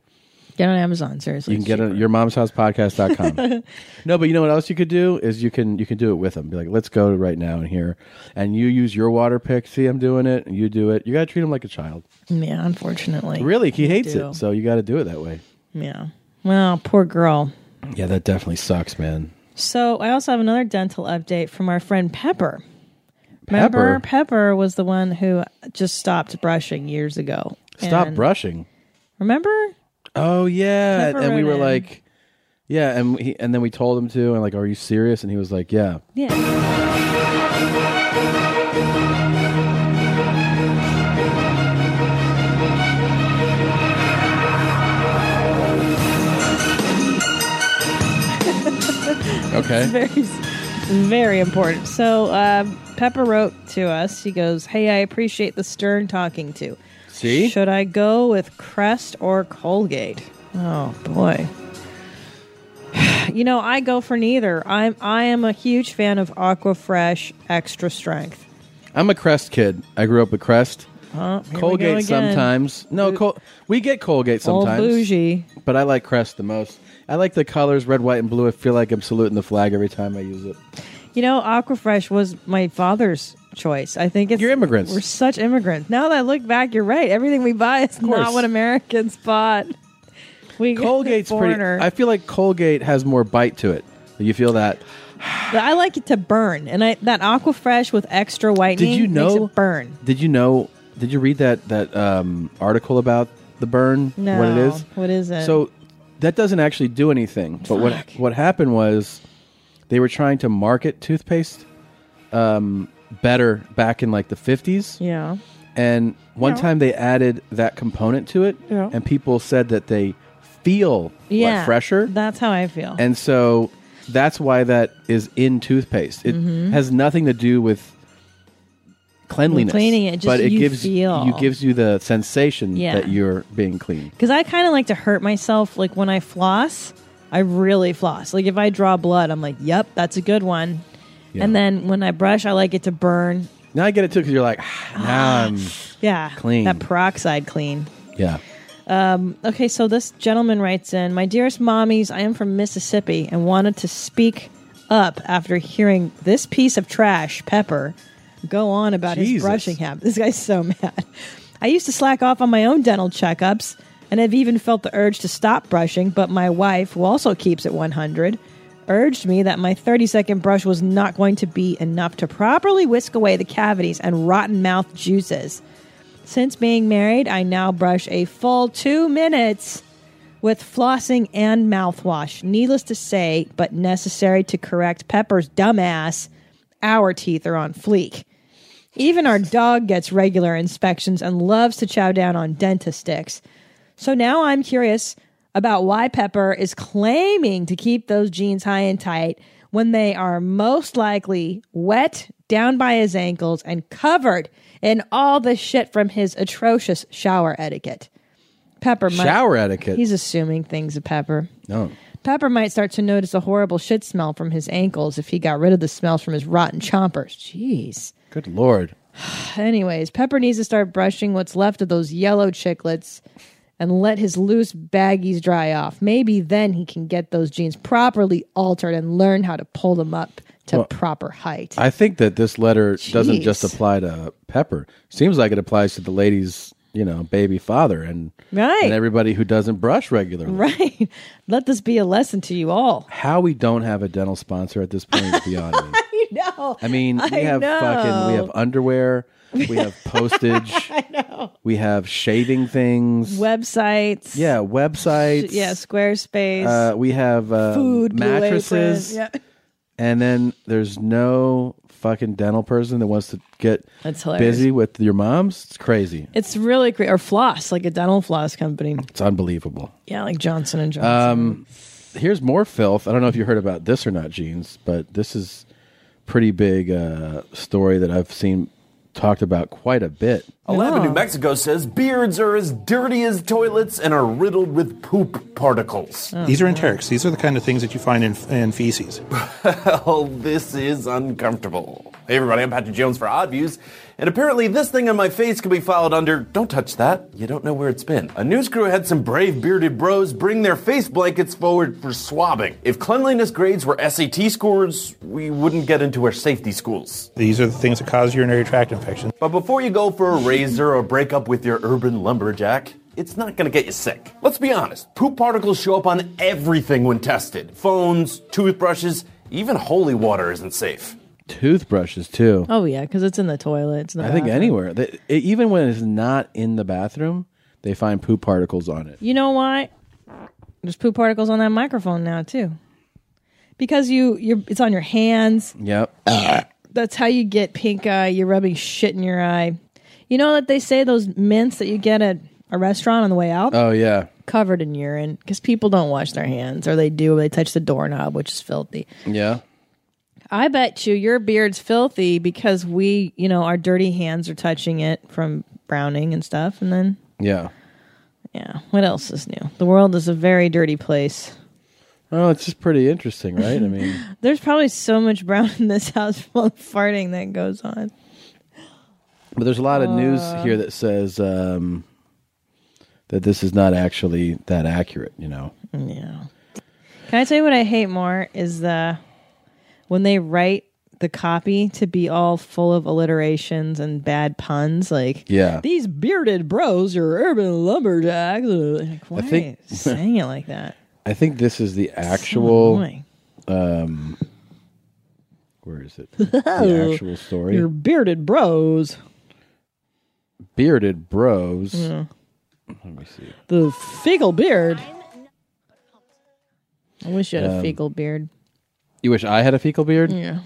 Speaker 4: Get on Amazon, seriously.
Speaker 2: you can get it at your mom's house podcast.com. no, but you know what else you could do is you can you can do it with them. Be like, let's go right now and here, and you use your water pick. See, I'm doing it, and you do it. You gotta treat him like a child.
Speaker 4: yeah, unfortunately,
Speaker 2: really, he
Speaker 4: you
Speaker 2: hates
Speaker 4: do.
Speaker 2: it, so you gotta do it that way.
Speaker 4: Yeah. Well, poor girl.
Speaker 2: Yeah, that definitely sucks, man.
Speaker 4: So I also have another dental update from our friend Pepper. Remember,
Speaker 2: Pepper?
Speaker 4: Pepper was the one who just stopped brushing years ago.
Speaker 2: Stop
Speaker 4: And-
Speaker 2: brushing.
Speaker 4: Remember?
Speaker 2: Oh yeah,
Speaker 4: Pepper
Speaker 2: and we
Speaker 4: wrote
Speaker 2: were
Speaker 4: in.
Speaker 2: like, yeah, and he, and then we told him to, and like, are you serious? And he was like, yeah.
Speaker 4: It's
Speaker 2: Okay.
Speaker 4: very, very important. So um, Pepper wrote to us. She goes, "Hey, I appreciate the stern talking to.
Speaker 2: See?
Speaker 4: should I go with Crest or Colgate? Oh boy." You know, I go for neither. I'm I am a huge fan of Aquafresh Extra Strength.
Speaker 2: I'm a Crest kid. I grew up with Crest.
Speaker 4: Oh, here we go again.
Speaker 2: Colgate sometimes. No, Col- we get Colgate
Speaker 4: Old
Speaker 2: sometimes.
Speaker 4: bougie.
Speaker 2: But I like Crest the most. I like the colors red, white, and blue. I feel like I'm saluting the flag every time I use it.
Speaker 4: You know, Aquafresh was my father's choice. I think it's you're
Speaker 2: immigrants.
Speaker 4: We're such immigrants. Now that I look back, you're right. Everything we buy is not
Speaker 2: course.
Speaker 4: what Americans bought. We
Speaker 2: Colgate's pretty.
Speaker 4: foreigner.
Speaker 2: I feel like Colgate has more bite to it. You feel that?
Speaker 4: But I like it to burn, and I that Aquafresh with extra whitening.
Speaker 2: Did you
Speaker 4: makes
Speaker 2: know?
Speaker 4: it burn?
Speaker 2: Did you know? Did you read that that um, article about the burn?
Speaker 4: No.
Speaker 2: What it is?
Speaker 4: What is it?
Speaker 2: So that doesn't actually do anything. But what what happened was they were trying to market toothpaste um, better back in like the 50s.
Speaker 4: Yeah.
Speaker 2: And one
Speaker 4: Yeah.
Speaker 2: time they added that component to it,
Speaker 4: Yeah.
Speaker 2: and people said that they feel like,
Speaker 4: Yeah.
Speaker 2: fresher.
Speaker 4: That's how I feel.
Speaker 2: And so that's why that is in toothpaste. It
Speaker 4: Mhm.
Speaker 2: has nothing to do with cleanliness.
Speaker 4: cleaning it, just
Speaker 2: but it
Speaker 4: you
Speaker 2: gives
Speaker 4: feel.
Speaker 2: you gives you the sensation
Speaker 4: Yeah.
Speaker 2: that you're being clean.
Speaker 4: Because I kind of like to hurt myself. Like when I floss, I really floss. Like if I draw blood, I'm like, yep, that's a good one.
Speaker 2: Yeah.
Speaker 4: And then when I brush, I like it to burn.
Speaker 2: Now I get it too because you're like, "Ah, now I'm
Speaker 4: Yeah.
Speaker 2: Clean.
Speaker 4: That peroxide clean.
Speaker 2: yeah.
Speaker 4: Um, okay, so this gentleman writes in My dearest mommies, I am from Mississippi and wanted to speak up after hearing this piece of trash, Pepper, go on about his
Speaker 1: Jesus.
Speaker 4: brushing habit. This guy's so mad. I used to slack off on my own dental checkups and have even felt the urge to stop brushing, but my wife, who also keeps it 100, urged me that my 30 second brush was not going to be enough to properly whisk away the cavities and rotten mouth juices. Since being married, I now brush a full two minutes with flossing and mouthwash. Needless to say, but necessary to correct Pepper's dumbass, our teeth are on fleek. Even our dog gets regular inspections and loves to chow down on dentist sticks. So now I'm curious about why Pepper is claiming to keep those jeans high and tight when they are most likely wet down by his ankles and covered in all the shit from his atrocious shower etiquette. Pepper might-
Speaker 2: Shower etiquette?
Speaker 4: He's assuming things of Pepper.
Speaker 2: No.
Speaker 4: Pepper might start to notice a horrible shit smell from his ankles if he got rid of the smells from his rotten chompers. Jeez.
Speaker 2: Good lord.
Speaker 4: Anyways, Pepper needs to start brushing what's left of those yellow chiclets and let his loose baggies dry off. Maybe then he can get those jeans properly altered and learn how to pull them up to
Speaker 2: Well,
Speaker 4: proper height.
Speaker 2: I think that this letter doesn't just
Speaker 4: Jeez.
Speaker 2: apply to Pepper. Seems like it applies to the lady's, you know, baby father and
Speaker 4: Right.
Speaker 2: and everybody who doesn't brush regularly.
Speaker 4: Right. Let this be a lesson to you all.
Speaker 2: How we don't have a dental sponsor at this point is beyond me.
Speaker 4: I know.
Speaker 2: I mean, we
Speaker 4: I
Speaker 2: have fucking we
Speaker 4: know.
Speaker 2: have underwear, we have postage,
Speaker 4: I know.
Speaker 2: we have shaving things.
Speaker 4: Websites.
Speaker 2: yeah, websites.
Speaker 4: Yeah, Squarespace.
Speaker 2: Uh, we have uh,
Speaker 4: food, Blue Apron.
Speaker 2: mattresses.
Speaker 4: Yeah.
Speaker 2: And then there's no fucking dental person that wants to get
Speaker 4: That's hilarious.
Speaker 2: busy with your moms. It's crazy.
Speaker 4: It's really great. Or floss, like a dental floss company.
Speaker 2: It's unbelievable.
Speaker 4: Yeah, like Johnson and Johnson.
Speaker 2: Um, here's more filth. I don't know if you heard about this or not, Jeans, but this is pretty big uh, story that I've seen talked about quite a bit.
Speaker 6: A lab in New Mexico says beards are as dirty as toilets and are riddled with poop particles.
Speaker 9: These are enterics. These are the kind of things that you find in, in feces.
Speaker 6: Well, this is uncomfortable. Hey everybody, I'm Patrick Jones for Odd Views, and apparently this thing on my face could be filed under Don't Touch That, You Don't Know Where It's Been. A news crew had some brave bearded bros bring their face blankets forward for swabbing. If cleanliness grades were SAT scores, we wouldn't get into our safety schools.
Speaker 9: These are the things that cause urinary tract infections.
Speaker 6: But before you go for a razor or break up with your urban lumberjack, it's not gonna get you sick. Let's be honest, poop particles show up on everything when tested phones, toothbrushes, even holy water isn't safe.
Speaker 2: Toothbrushes too.
Speaker 4: oh yeah, because it's in the toilet. It's in the
Speaker 2: I think
Speaker 4: bathroom.
Speaker 2: anywhere, they, it, even when it's not in the bathroom, they find poop particles on it.
Speaker 4: You know why? There's poop particles on that microphone now too, because you you it's on your hands.
Speaker 2: Yep.
Speaker 4: That's how you get pink eye. You're rubbing shit in your eye. You know that they say those mints that you get at a restaurant on the way out
Speaker 2: oh yeah.
Speaker 4: covered in urine because people don't wash their hands or they do they touch the doorknob which is filthy.
Speaker 2: Yeah.
Speaker 4: I bet you your beard's filthy because we you know our dirty hands are touching it from browning and stuff and then
Speaker 2: Yeah.
Speaker 4: yeah what else is new the world is a very dirty place
Speaker 2: Oh, it's just pretty interesting, right? I mean,
Speaker 4: There's probably so much brown in this house full of farting that goes on.
Speaker 2: but there's a lot of news
Speaker 4: Uh.
Speaker 2: here that says um, that this is not actually that accurate. You know.
Speaker 4: Yeah. Can I tell you what I hate more is the when they write the copy to be all full of alliterations and bad puns, like
Speaker 2: Yeah.
Speaker 4: these bearded bros are urban lumberjacks. Like, why
Speaker 2: think-
Speaker 4: are you saying it like that?
Speaker 2: I think this is the
Speaker 4: So
Speaker 2: actual.
Speaker 4: annoying.
Speaker 2: um, where is it? the actual story.
Speaker 4: Your bearded bros,
Speaker 2: Bearded bros.
Speaker 4: Yeah.
Speaker 2: Let me see.
Speaker 4: the fecal beard. I wish you had a
Speaker 2: Um,
Speaker 4: fecal beard.
Speaker 2: You wish I had a fecal beard?
Speaker 4: Yeah.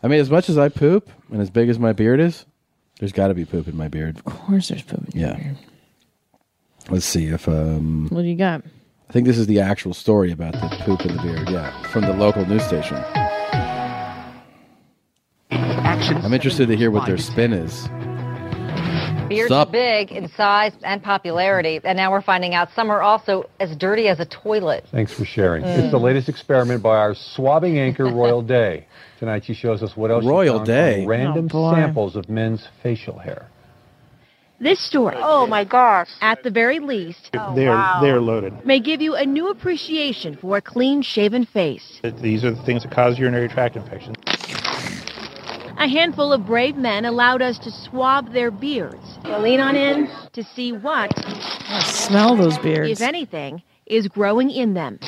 Speaker 2: I mean, as much as I poop and as big as my beard is, there's got to be poop in my beard. Of
Speaker 4: course, there's poop in your
Speaker 2: yeah. Let's see if um.
Speaker 4: What do you got?
Speaker 2: I think this is the actual story about the poop in the beard. Yeah, from the local news station. I'm interested to hear what their spin is.
Speaker 1: Beards
Speaker 2: Sup?
Speaker 1: are big in size and popularity, and now we're finding out some are also as dirty as a toilet.
Speaker 3: Thanks for sharing.
Speaker 1: Mm.
Speaker 3: It's the latest experiment by our swabbing anchor, Royal Day. Tonight she shows us what else. she
Speaker 2: Royal
Speaker 3: found from
Speaker 2: Day?
Speaker 3: Random
Speaker 2: Oh, boy.
Speaker 3: samples of men's facial hair.
Speaker 8: This story. Oh my gosh. At the very least,
Speaker 9: they're they're loaded.
Speaker 8: may give you a new appreciation for a clean-shaven face.
Speaker 9: These are the things that cause urinary tract infections.
Speaker 8: A handful of brave men allowed us to swab their beards. lean on in to see what,
Speaker 4: Smell those
Speaker 8: if
Speaker 4: beards.
Speaker 8: anything, is growing in them.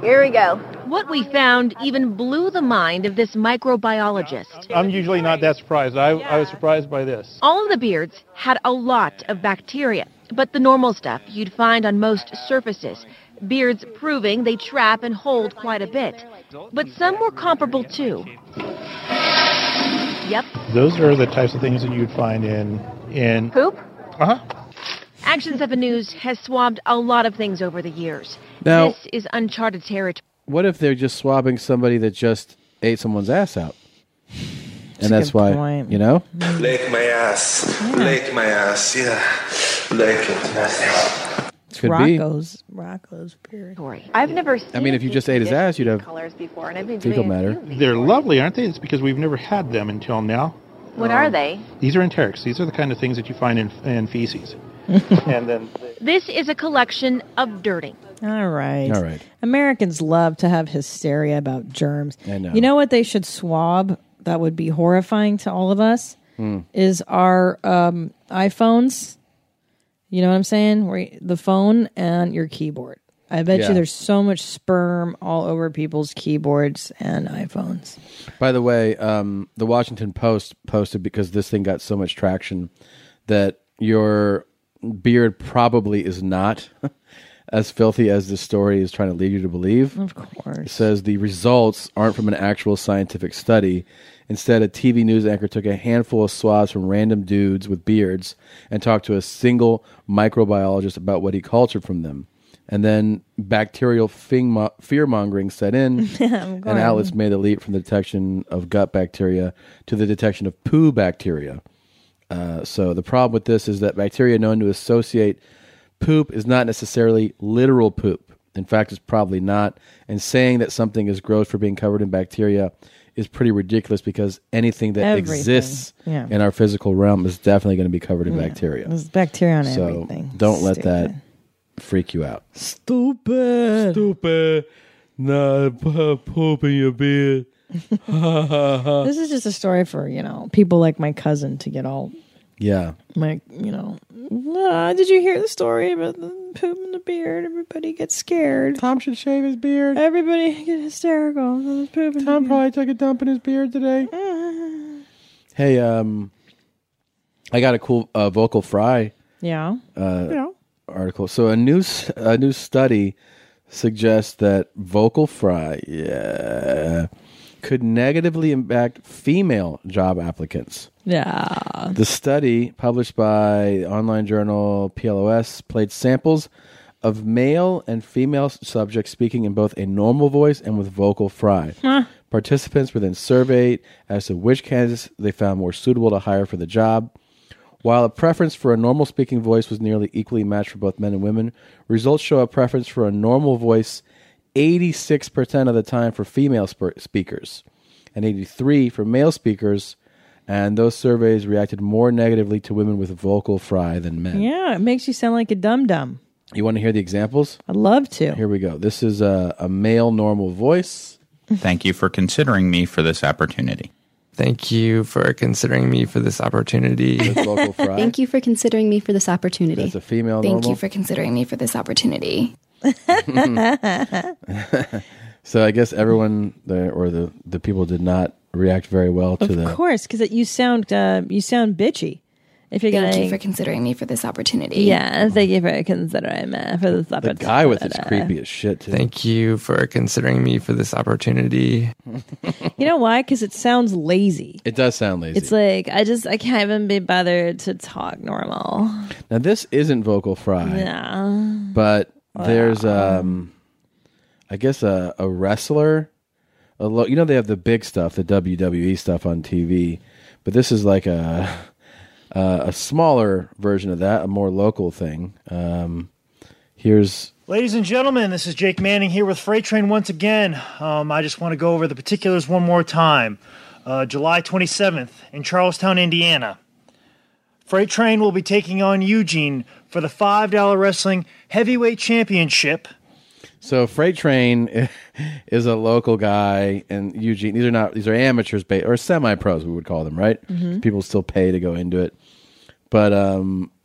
Speaker 8: Here we go. What we found even blew the mind of this microbiologist.
Speaker 9: I'm usually not that surprised. I, I was surprised by this.
Speaker 8: All of the beards had a lot of bacteria, but the normal stuff you'd find on most surfaces. Beards proving they trap and hold quite a bit. But some were comparable too. Yep,
Speaker 9: Those are the types of things that you'd find in in
Speaker 8: poop.
Speaker 9: Uh huh.
Speaker 8: Action 7 News has swabbed a lot of things over the years.
Speaker 2: Now-
Speaker 8: this is uncharted territory.
Speaker 2: What if they're just swabbing somebody that just ate someone's ass out? and that's why, you know?
Speaker 23: Lick my ass. Lick my ass. Yeah. Lick it. Nothing.
Speaker 2: Could
Speaker 4: Rocco's Rocco's beard.
Speaker 1: I've never
Speaker 2: be. I mean, if you just ate his ass, you'd have.
Speaker 1: colors before, and I've been
Speaker 2: Fecal
Speaker 1: doing it.
Speaker 2: matter.
Speaker 9: They're lovely, aren't they? It's because we've never had them until now.
Speaker 1: What
Speaker 2: Um,
Speaker 1: are they?
Speaker 9: These are enterics. These are the kind of things that you find in in feces. and then
Speaker 8: This is a collection of dirting.
Speaker 4: All right.
Speaker 9: All right.
Speaker 4: Americans love to have hysteria about germs.
Speaker 8: I know.
Speaker 4: You know what they should swab? That would be horrifying to all of us.
Speaker 10: Hmm.
Speaker 4: Is our um, iPhones? You know what I'm saying? Where y- the phone and your keyboard. I bet
Speaker 2: Yeah.
Speaker 4: you there's so much sperm all over people's keyboards and iPhones.
Speaker 2: By the way, um, the Washington Post posted because this thing got so much traction that your beard probably is not as filthy as this story is trying to lead you to believe.
Speaker 4: Of course. It
Speaker 2: says the results aren't from an actual scientific study. Instead, a TV news anchor took a handful of swabs from random dudes with beards and talked to a single microbiologist about what he cultured from them. And then bacterial fear mongering set in, and
Speaker 4: going.
Speaker 2: outlets made the leap from the detection of gut bacteria to the detection of poo bacteria. Uh, so the problem with this is that bacteria known to associate poop is not necessarily literal poop. In fact, it's probably not. And saying that something is gross for being covered in bacteria is pretty ridiculous because anything that
Speaker 4: Everything.
Speaker 2: exists
Speaker 4: Yeah.
Speaker 2: in our physical realm is definitely going to be covered in
Speaker 4: Yeah.
Speaker 2: bacteria.
Speaker 4: There's bacteria on
Speaker 2: so
Speaker 4: everything.
Speaker 2: Don't let that freak you out.
Speaker 4: Stupid.
Speaker 2: Stupid. Nah, poop in your beard.
Speaker 13: Uh.
Speaker 4: This is just a story for you know people like my cousin to get all
Speaker 2: yeah.
Speaker 4: like you know. "Ah, did you hear the story about the poop in the beard? Everybody gets scared.
Speaker 2: Tom should shave his beard.
Speaker 4: Everybody get hysterical. There's poop in Tom
Speaker 2: probably took a dump in his beard today. Hey, um, I got a cool uh, vocal fry
Speaker 4: yeah.
Speaker 2: uh,
Speaker 4: Yeah.
Speaker 2: article. So a new s- a new study suggests that vocal fry yeah, could negatively impact female job applicants.
Speaker 4: Yeah.
Speaker 2: The study, published by the online journal PLOS, played samples of male and female s- subjects speaking in both a normal voice and with vocal fry.
Speaker 4: Huh.
Speaker 2: Participants were then surveyed as to which candidates they found more suitable to hire for the job. While a preference for a normal speaking voice was nearly equally matched for both men and women, results show a preference for a normal voice 86% of the time for female sp- speakers and 83 for male speakers. And those surveys reacted more negatively to women with vocal fry than men.
Speaker 4: Yeah. It makes you sound like a dum dum.
Speaker 2: You want to hear the examples?
Speaker 4: I'd love to.
Speaker 2: Here we go. This is a, a male normal voice.
Speaker 24: Thank you for considering me for this opportunity.
Speaker 25: Thank you for considering me for this opportunity.
Speaker 26: Thank you for considering me for this opportunity.
Speaker 2: That's a female
Speaker 26: Thank
Speaker 2: normal.
Speaker 26: you for considering me for this opportunity.
Speaker 2: so I guess everyone there, or the, the people did not react very well to
Speaker 4: Of
Speaker 2: the.
Speaker 4: course, because you sound uh, you sound bitchy. If you're
Speaker 26: Thank
Speaker 4: gonna,
Speaker 26: you for considering me for this opportunity.
Speaker 4: yeah, thank you for considering me for this
Speaker 25: The
Speaker 4: opportunity.
Speaker 25: guy with his
Speaker 24: creepy as shit, too.
Speaker 25: Thank you for considering me for this opportunity.
Speaker 4: You know why? Because it sounds lazy.
Speaker 2: It does sound lazy.
Speaker 4: It's like I just I can't even be bothered to talk normal.
Speaker 2: now this isn't vocal fry,
Speaker 4: Yeah.
Speaker 2: but there's um, I guess a a wrestler. A lo- you know they have the big stuff, the WWE stuff on TV, but this is like a uh, a smaller version of that, a more local thing. Um, here's
Speaker 5: Ladies and gentlemen, this is Jake Manning here with Freight Train once again. Um, I just want to go over the particulars one more time. Uh, July 27th in Charlestown, Indiana. Freight Train will be taking on Eugene for the $5 Wrestling Heavyweight Championship.
Speaker 2: So Freight Train is a local guy, and Eugene. These are not; these are amateurs, ba- or semi-pros, we would call them, right?
Speaker 13: Mhm.
Speaker 2: People still pay to go into it. But um,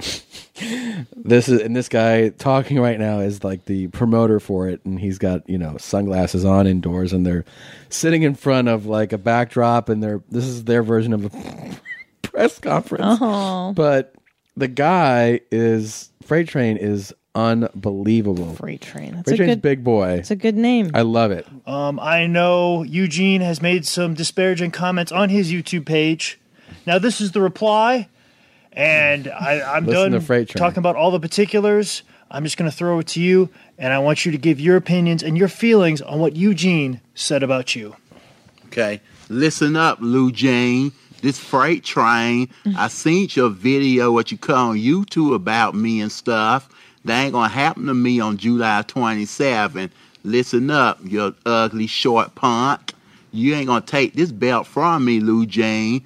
Speaker 2: this is and this guy talking right now is like the promoter for it, and he's got you know sunglasses on indoors, and they're sitting in front of like a backdrop, and they're this is their version of a press conference.
Speaker 4: Oh.
Speaker 2: But the guy is Freight Train is unbelievable.
Speaker 4: Freight Train.
Speaker 2: Freight
Speaker 5: a
Speaker 2: Train's
Speaker 5: good-
Speaker 2: big boy.
Speaker 5: it's a good name.
Speaker 2: I love it.
Speaker 5: Um, I know Eugene has made some disparaging comments on his YouTube page. Now, this is the reply, and I, I'm
Speaker 2: Listen
Speaker 5: done
Speaker 2: to Freight Train.
Speaker 5: talking about all the particulars. I'm just going to throw it to you, and I want you to give your opinions and your feelings on what Eugene said about you.
Speaker 7: Okay. Listen up, Lou Jane. This freight train, I seen your video, what you cut on YouTube about me and stuff. That ain't gonna happen to me on July 27th. Listen up, you ugly short punk. You ain't gonna take this belt from me, Lou Jane.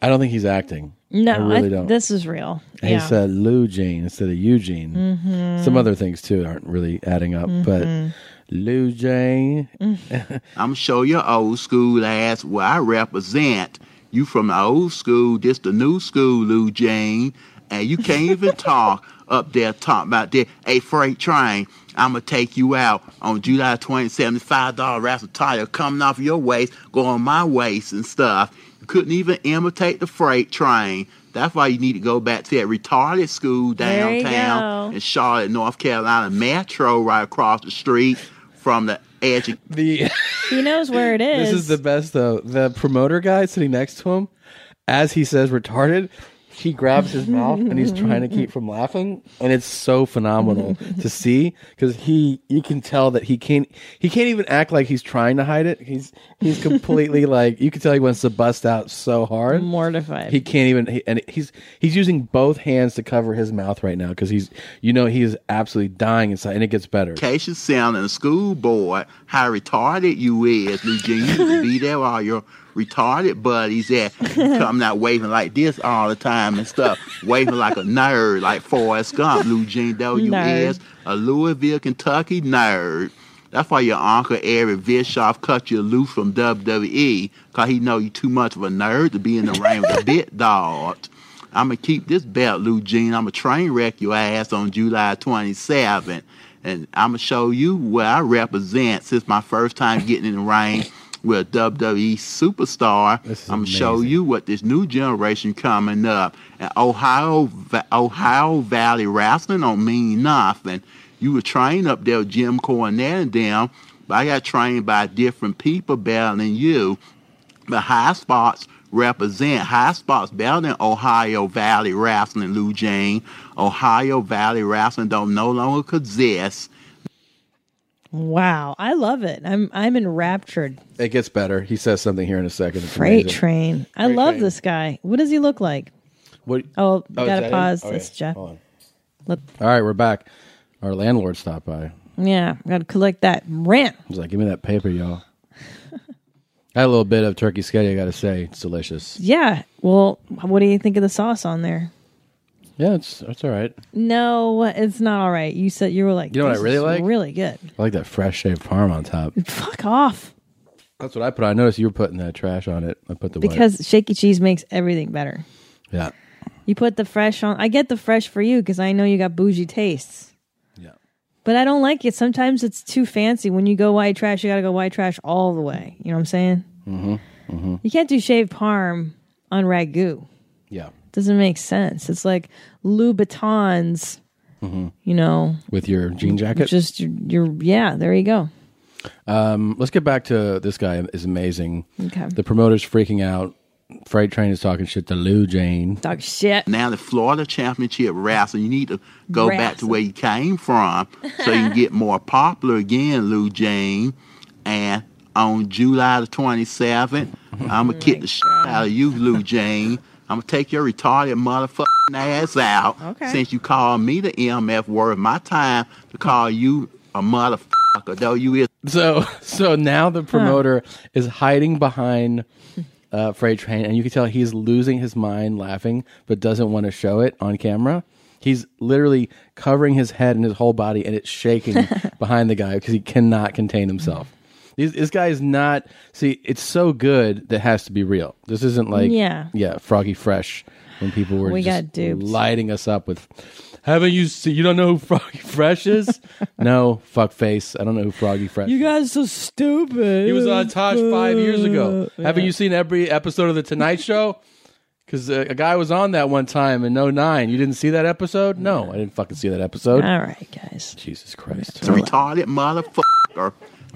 Speaker 2: I don't think he's acting.
Speaker 4: No,
Speaker 2: I really don't.
Speaker 4: This is real.
Speaker 2: He said Lou Jane instead of Eugene.
Speaker 4: Mhm.
Speaker 5: Mm.
Speaker 2: Some other things too aren't really adding up,
Speaker 7: Mhm.
Speaker 5: Mm-hmm.
Speaker 2: but Lou Jane.
Speaker 5: Mm.
Speaker 7: I'm show your old school ass where I represent. You from the old school, this the new school, Lou Jane. And you can't even talk up there talking about that. Hey, freight train, I'ma take you out on July 27th, $5 raffle tire coming off your waist, going my waist and stuff. You couldn't even imitate the freight train. That's why you need to go back to that retarded school There you downtown in Charlotte, North Carolina, Metro right across the street from the edge of
Speaker 2: the
Speaker 4: He knows where it is.
Speaker 2: This is the best though. The promoter guy sitting next to him, as he says retarded, he grabs his mouth and he's trying to keep from laughing, and it's so phenomenal to see because he you can tell that he can't he can't even act like he's trying to hide it. He's he's completely like you can tell he wants to bust out so hard,
Speaker 4: mortified.
Speaker 2: He can't even he, and he's he's using both hands to cover his mouth right now because he's you know he is absolutely dying inside, and it gets better.
Speaker 7: education sound and the school board how retarded you is, Eugene. You need to be there with all your retarded buddies that coming out waving like this all the time and stuff, waving like a nerd, like Forrest Gump, Eugene. Though you
Speaker 11: Nerd.
Speaker 7: is a Louisville, Kentucky nerd. That's why your uncle Eric Bischoff cut you loose from WWE, cause he know you too much of a nerd to be in the ring with a bit dog. I'ma keep this belt, Lou Jean. I'ma train wreck your ass on July 27th. And I'ma show you what I represent since my first time getting in the ring with a WWE superstar. I'ma show you what this new generation coming up. And Ohio Va- Ohio Valley wrestling don't mean nothing. You were trained up there with Jim Cornette and them, but I got trained by different people better than you. The high spots represent high spots better than Ohio Valley Wrestling, Lou Jane. Ohio Valley Wrestling don't no longer exist.
Speaker 4: Wow, I love it. I'm I'm enraptured.
Speaker 2: It gets better. He says something here in a second. It's
Speaker 4: Freight
Speaker 2: amazing.
Speaker 4: train. I love this guy. What does he look like?
Speaker 2: What?
Speaker 4: Oh,
Speaker 2: Oh, is that
Speaker 4: gotta
Speaker 2: him?
Speaker 4: pause.
Speaker 2: Okay,
Speaker 4: That's Jeff.
Speaker 2: hold on.
Speaker 4: Let-
Speaker 2: All right, we're back. Our landlord stopped by.
Speaker 4: yeah, gotta collect that rent.
Speaker 2: He's like, "Give me that paper, y'all." I had a little bit of turkey sketty. I got to say, it's delicious.
Speaker 4: Yeah. Well, what do you think of the sauce on there?
Speaker 2: Yeah, it's it's all right.
Speaker 4: No, it's not all right. You said you were like,
Speaker 2: You know what I
Speaker 4: "This
Speaker 2: really
Speaker 4: is
Speaker 2: like?
Speaker 4: Really good.
Speaker 2: I like that fresh shaved parm on top.
Speaker 4: Fuck off.
Speaker 2: That's what I put. on. I noticed you were putting that trash on it. I put the white.
Speaker 4: Because shaky cheese makes everything better.
Speaker 2: yeah,
Speaker 4: You put the fresh on. I get the fresh for you because I know you got bougie tastes.
Speaker 2: Yeah.
Speaker 4: But I don't like it. Sometimes it's too fancy. When you go white trash, you got to go white trash all the way. You know what I'm saying?
Speaker 2: mm-hmm. Mm-hmm.
Speaker 4: You can't do shaved parm on ragu.
Speaker 2: yeah,
Speaker 4: Doesn't make sense. It's like Louboutins,
Speaker 2: Mhm.
Speaker 4: you know.
Speaker 2: with your jean jacket.
Speaker 4: Just your, your yeah. There you go.
Speaker 2: Um, let's get back to this guy is amazing.
Speaker 4: Okay.
Speaker 2: The promoter's freaking out. Freight train is talking shit to Lou Jane.
Speaker 4: Talk shit.
Speaker 7: Now the Florida Championship wrestling, you need to go back to
Speaker 4: Wrestling.
Speaker 7: where you came from so you can get more popular again, Lou Jane. And on July the 27th, I'm going to kick the shit out of you, Lou Jane. I'm going to take your retarded motherfucking ass out
Speaker 11: Okay.
Speaker 7: since you called me the MF word. My time to call you a motherfucker, though you is.
Speaker 2: So so now the promoter is hiding behind uh, freight train, and you can tell he's losing his mind laughing, but doesn't want to show it on camera. He's literally covering his head and his whole body, and it's shaking behind the guy because he cannot contain himself. This, this guy is not. See, it's so good that it has to be real. This isn't like
Speaker 4: Yeah.
Speaker 2: yeah, froggy fresh when people were
Speaker 4: We
Speaker 2: just
Speaker 4: got duped.
Speaker 2: lighting us up with. Haven't you seen? You don't know who Froggy Fresh is? no, fuck face. I don't know who Froggy Fresh.
Speaker 4: You guys are so stupid.
Speaker 2: He was on Tosh five years ago. Haven't you seen every episode of The Tonight Show? Because uh, a guy was on that one time in 09. You didn't see that episode? No, I didn't fucking see that episode.
Speaker 7: All
Speaker 4: right, guys.
Speaker 2: Jesus Christ.
Speaker 7: It's a retarded motherfucker.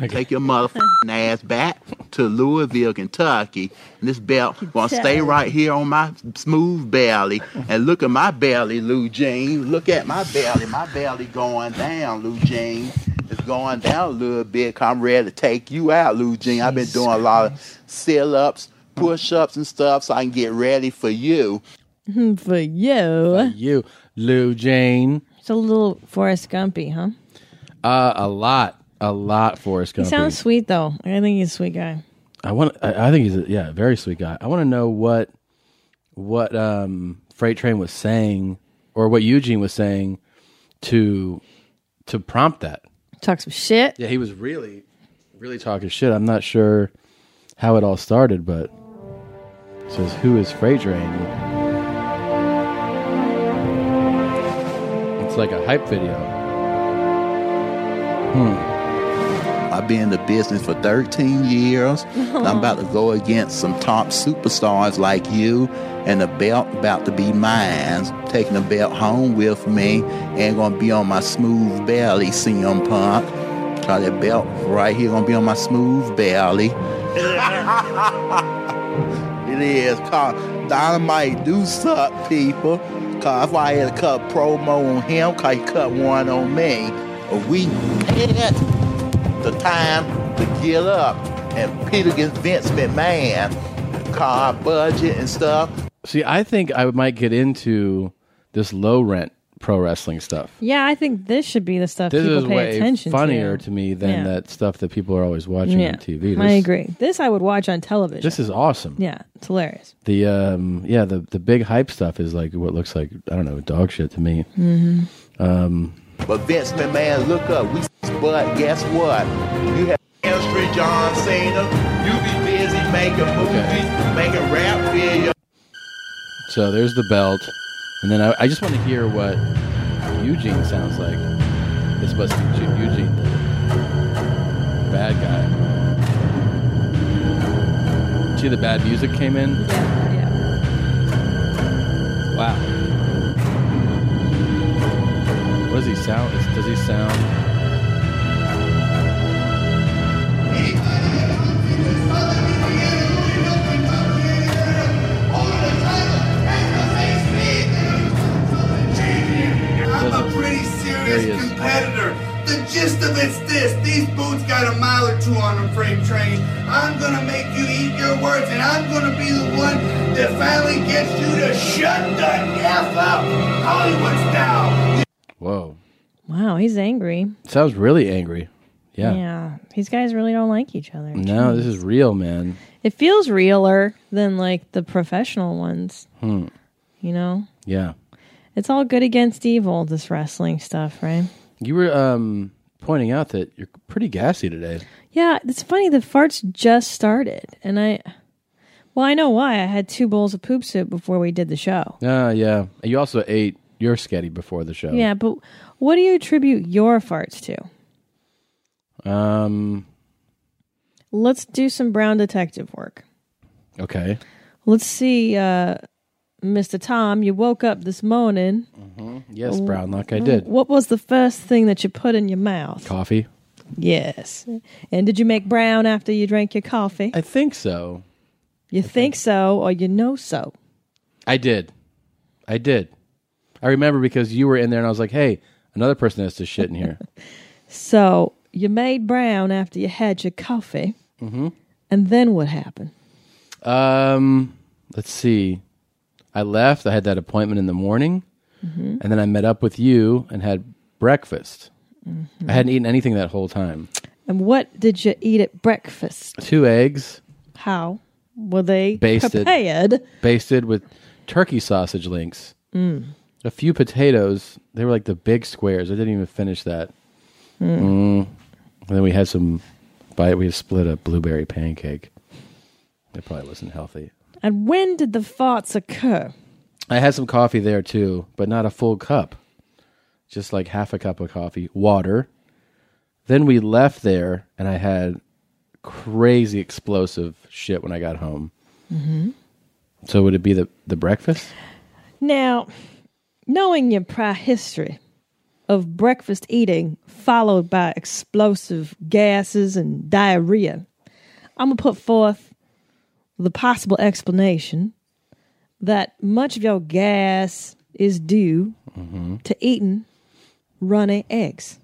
Speaker 7: Take your motherfucking ass back to Louisville, Kentucky. And this belt gonna stay right here on my smooth belly. And look at my belly, Lou Jean. Look at my belly. My belly going down, Lou Jean. It's going down a little bit. 'cause I'm ready to take you out, Lou Jean. I've been doing a lot of sit ups, push ups, and stuff so I can get ready for you.
Speaker 4: For you.
Speaker 2: You, Lou Jane.
Speaker 4: It's a little Forrest Gumpy, huh?
Speaker 2: Uh, a lot, a lot for us.
Speaker 4: He sounds sweet though. I think he's a sweet guy.
Speaker 2: I want. I, I think he's a, yeah, a very sweet guy. I want to know what what um, freight train was saying or what Eugene was saying to to prompt that.
Speaker 4: Talk some shit.
Speaker 2: Yeah, he was really really talking shit. I'm not sure how it all started, but it says who is freight train? It's like a hype video. Hmm.
Speaker 7: I've been in the business for 13 years. and I'm about to go against some top superstars like you, and the belt about to be mine. Taking the belt home with me, and gonna be on my smooth belly, CM Punk. Got that belt right here, gonna be on my smooth belly. It is called Dynamite Do Suck, people. Cause if I had to cut promo on him, cause he cut one on me. We had the time to get up and Peter against Vince McMahon, car budget and stuff.
Speaker 2: See, I think I might get into this low rent pro wrestling stuff.
Speaker 4: Yeah, I think this should be the stuff
Speaker 2: this
Speaker 4: people
Speaker 2: is
Speaker 4: pay
Speaker 2: way
Speaker 4: attention
Speaker 2: funnier
Speaker 4: to.
Speaker 2: to, me than
Speaker 4: Yeah.
Speaker 2: that stuff that people are always watching
Speaker 4: Yeah,
Speaker 2: on TV.
Speaker 4: I
Speaker 2: This-
Speaker 4: agree. This I would watch on television.
Speaker 2: This is awesome.
Speaker 4: yeah, it's hilarious.
Speaker 2: The um yeah the the big hype stuff is like what looks like I don't know dog shit to me.
Speaker 4: Mm-hmm.
Speaker 2: Um,
Speaker 7: But Vince McMahon, look up. We but guess what? You have history, John Cena. You be busy making movies, making rap videos.
Speaker 2: so there's the belt, and then I, I just want to hear what Eugene sounds like. This must be Ju- Eugene, the bad guy. See the bad music came in.
Speaker 4: Yeah,
Speaker 2: yeah. Wow. What does he sound? is- Does he sound?
Speaker 15: I'm a pretty serious competitor. The gist of it's this: these boots got a mile or two on them, freight train. I'm gonna make you eat your words, and I'm gonna be the one that finally gets you to shut the f up, Hollywood style.
Speaker 2: Whoa.
Speaker 4: Wow, he's angry.
Speaker 2: Sounds really angry. Yeah. Mm.
Speaker 4: These guys really don't like each other.
Speaker 2: No, this
Speaker 4: Jeez.
Speaker 2: is real, man.
Speaker 4: It feels realer than like the professional ones,
Speaker 2: Hmm.
Speaker 4: you know?
Speaker 2: Yeah.
Speaker 4: It's all good against evil, this wrestling stuff, right?
Speaker 2: You were um pointing out that you're pretty gassy today.
Speaker 4: Yeah, it's funny. The farts just started, and I, well, I know why. I had two bowls of poop soup before we did the show.
Speaker 2: Ah, yeah. And You also ate your sketty before the show.
Speaker 4: Yeah, but what do you attribute your farts to?
Speaker 2: Um.
Speaker 4: Let's do some brown detective work.
Speaker 2: Okay.
Speaker 4: Let's see. Uh, Mr. Tom, you woke up this morning.
Speaker 2: Mm-hmm. Yes,
Speaker 4: Oh.
Speaker 2: Brownlock, I did.
Speaker 4: What was the first thing that you put in your mouth?
Speaker 2: Coffee?
Speaker 4: Yes. And did you make brown after you drank your coffee?
Speaker 2: I think so.
Speaker 4: You think so, or you know so.
Speaker 2: I did. I did. I remember because you were in there and I was like, hey, another person has to shit in here.
Speaker 4: So you made brown after you had your coffee,
Speaker 2: mm-hmm.
Speaker 4: and then what happened?
Speaker 2: Um, let's see. I left. I had that appointment in the morning,
Speaker 4: Mhm.
Speaker 2: and then I met up with you and had breakfast.
Speaker 4: Mhm.
Speaker 2: I hadn't eaten anything that whole time.
Speaker 4: And what did you eat at breakfast?
Speaker 2: Two eggs
Speaker 4: How were they
Speaker 2: Basted.
Speaker 4: prepared?
Speaker 2: basted with turkey sausage links.
Speaker 4: Mm.
Speaker 2: A few potatoes. They were like the big squares. I didn't even finish that.
Speaker 4: Mm.
Speaker 2: Mm. And then we had some Mm. bite. We split a blueberry pancake. It probably wasn't healthy.
Speaker 4: And when did the farts occur?
Speaker 2: I had some coffee there too, but not a full cup. Just like half a cup of coffee, water. Then we left there and I had crazy explosive shit when I got home.
Speaker 4: Mm-hmm.
Speaker 2: So would it be the, the breakfast?
Speaker 4: Now, knowing your prior history of breakfast eating followed by explosive gases and diarrhea, I'm going to put forth the possible explanation that much of your gas is due to eating runny eggs.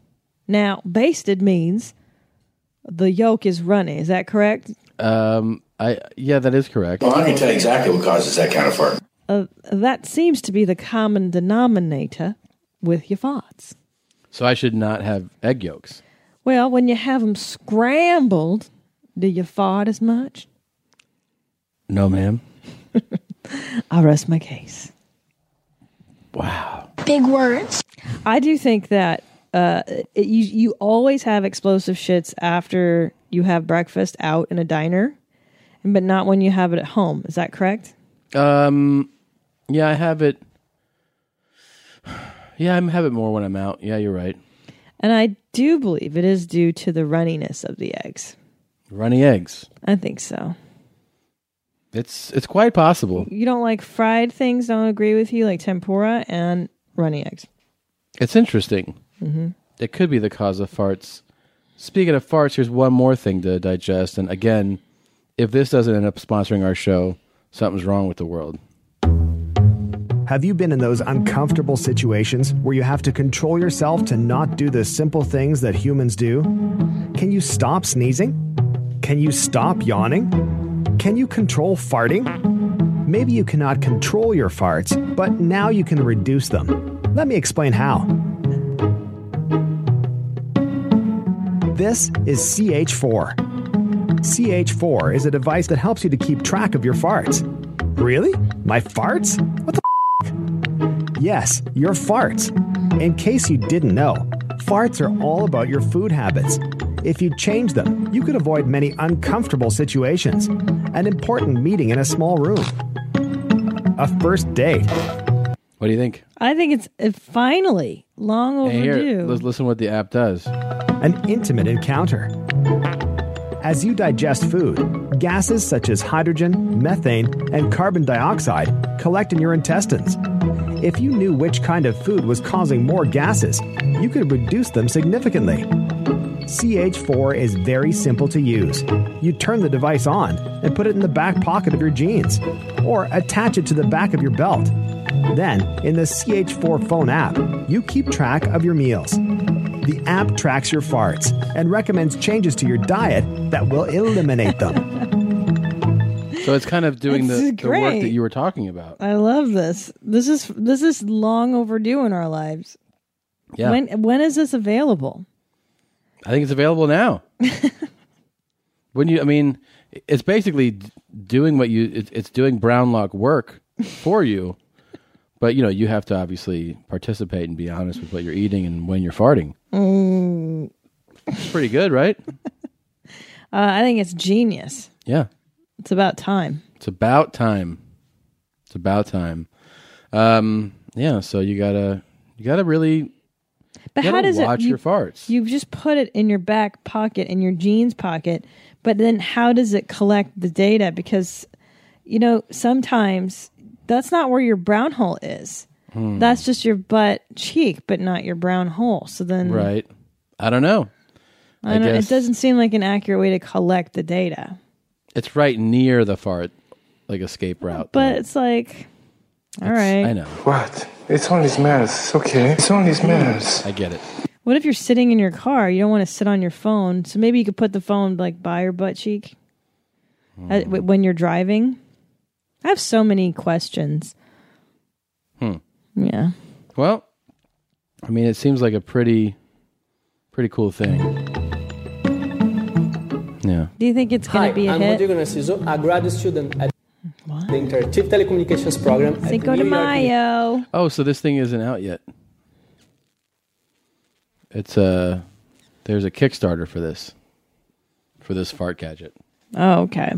Speaker 4: Now, basted means the yolk is runny. Is that correct?
Speaker 2: Um I yeah, that is correct.
Speaker 1: Well, I can tell you exactly what causes that kind of fart.
Speaker 4: Uh, that seems to be the common denominator with your farts.
Speaker 2: So I should not have egg yolks.
Speaker 4: Well, when you have them scrambled, do you fart as much?
Speaker 2: No, ma'am.
Speaker 4: I rest my case.
Speaker 2: Wow.
Speaker 4: Big words. I do think that uh, it, you you always have explosive shits after you have breakfast out in a diner, but not when you have it at home. Is that correct?
Speaker 2: Um yeah, I have it Yeah, I have it more when I'm out. Yeah, you're right.
Speaker 4: And I do believe it is due to the runniness of the eggs.
Speaker 2: Runny eggs.
Speaker 4: I think so.
Speaker 2: It's it's quite possible.
Speaker 4: You don't like fried things. Don't agree with you like tempura and runny eggs.
Speaker 2: It's interesting.
Speaker 4: Mhm.
Speaker 2: It could be the cause of farts. Speaking of farts, here's one more thing to digest. And again, if this doesn't end up sponsoring our show, something's wrong with the world.
Speaker 27: Have you been in those uncomfortable situations where you have to control yourself to not do the simple things that humans do? Can you stop sneezing? Can you stop yawning? Can you control farting? Maybe you cannot control your farts, but now you can reduce them. Let me explain how. This is CH4. CH4 is a device that helps you to keep track of your farts. Really? My farts? What the f-? Yes, your farts. In case you didn't know, farts are all about your food habits. If you change them, you could avoid many uncomfortable situations, an important meeting in a small room, a first date.
Speaker 2: What do you think?
Speaker 4: I think it's uh, finally long
Speaker 2: Hey,
Speaker 4: overdue.
Speaker 2: here, let's listen what the app does.
Speaker 27: An intimate encounter. As you digest food, gases such as hydrogen, methane, and carbon dioxide collect in your intestines. If you knew which kind of food was causing more gases, you could reduce them significantly. CH4 is very simple to use. You turn the device on and put it in the back pocket of your jeans, or attach it to the back of your belt. Then, in the CH4 phone app, you keep track of your meals. The app tracks your farts and recommends changes to your diet that will eliminate them.
Speaker 2: So it's kind of doing
Speaker 4: This is
Speaker 2: the, the work that
Speaker 4: great.
Speaker 2: you were talking about.
Speaker 4: I love this. This is this is long overdue in our lives.
Speaker 2: Yeah.
Speaker 4: When when is this available?
Speaker 2: I think it's available now. when you, I mean, it's basically d- doing what you, it, it's doing Brownlock work for you. But, you know, you have to obviously participate and be honest with what you're eating and when you're farting.
Speaker 4: Mm,
Speaker 2: It's pretty good, right?
Speaker 4: uh, I think it's genius.
Speaker 2: Yeah.
Speaker 4: It's about time.
Speaker 2: It's about time. It's about time. Um, yeah, so you gotta you gotta really
Speaker 4: But
Speaker 2: you
Speaker 4: how
Speaker 2: gotta
Speaker 4: does
Speaker 2: watch
Speaker 4: it you-
Speaker 2: your farts.
Speaker 4: You just put it in your back pocket in your jeans pocket, but then how does it collect the data because you know sometimes that's not where your brown hole is.
Speaker 2: Hmm.
Speaker 4: That's just your butt cheek, but not your brown hole. So then,
Speaker 2: Right. I don't know.
Speaker 4: Mm. I don't, it doesn't seem like an accurate way to collect the data.
Speaker 2: It's right near the fart, like escape route.
Speaker 4: But it's like, all right.
Speaker 2: I know.
Speaker 23: What? It's only smells. It's okay. It's only smells.
Speaker 2: I get it.
Speaker 4: What if you're sitting in your car? You don't want to sit on your phone, so maybe you could put the phone like by your butt cheek uh, w- when you're driving. I have so many questions.
Speaker 2: Hmm.
Speaker 4: Yeah.
Speaker 2: Well, I mean, it seems like a pretty, pretty cool thing. Yeah.
Speaker 4: Do you think it's going
Speaker 16: Hi,
Speaker 4: to be a
Speaker 16: I'm
Speaker 4: hit?
Speaker 16: Rodrigo Narciso, a graduate student at the Interactive Telecommunications Program at
Speaker 4: Cinco de
Speaker 16: New York
Speaker 4: Mayo.
Speaker 2: Oh, so this thing isn't out yet. It's a there's a Kickstarter for this, for this fart gadget.
Speaker 4: Oh, okay.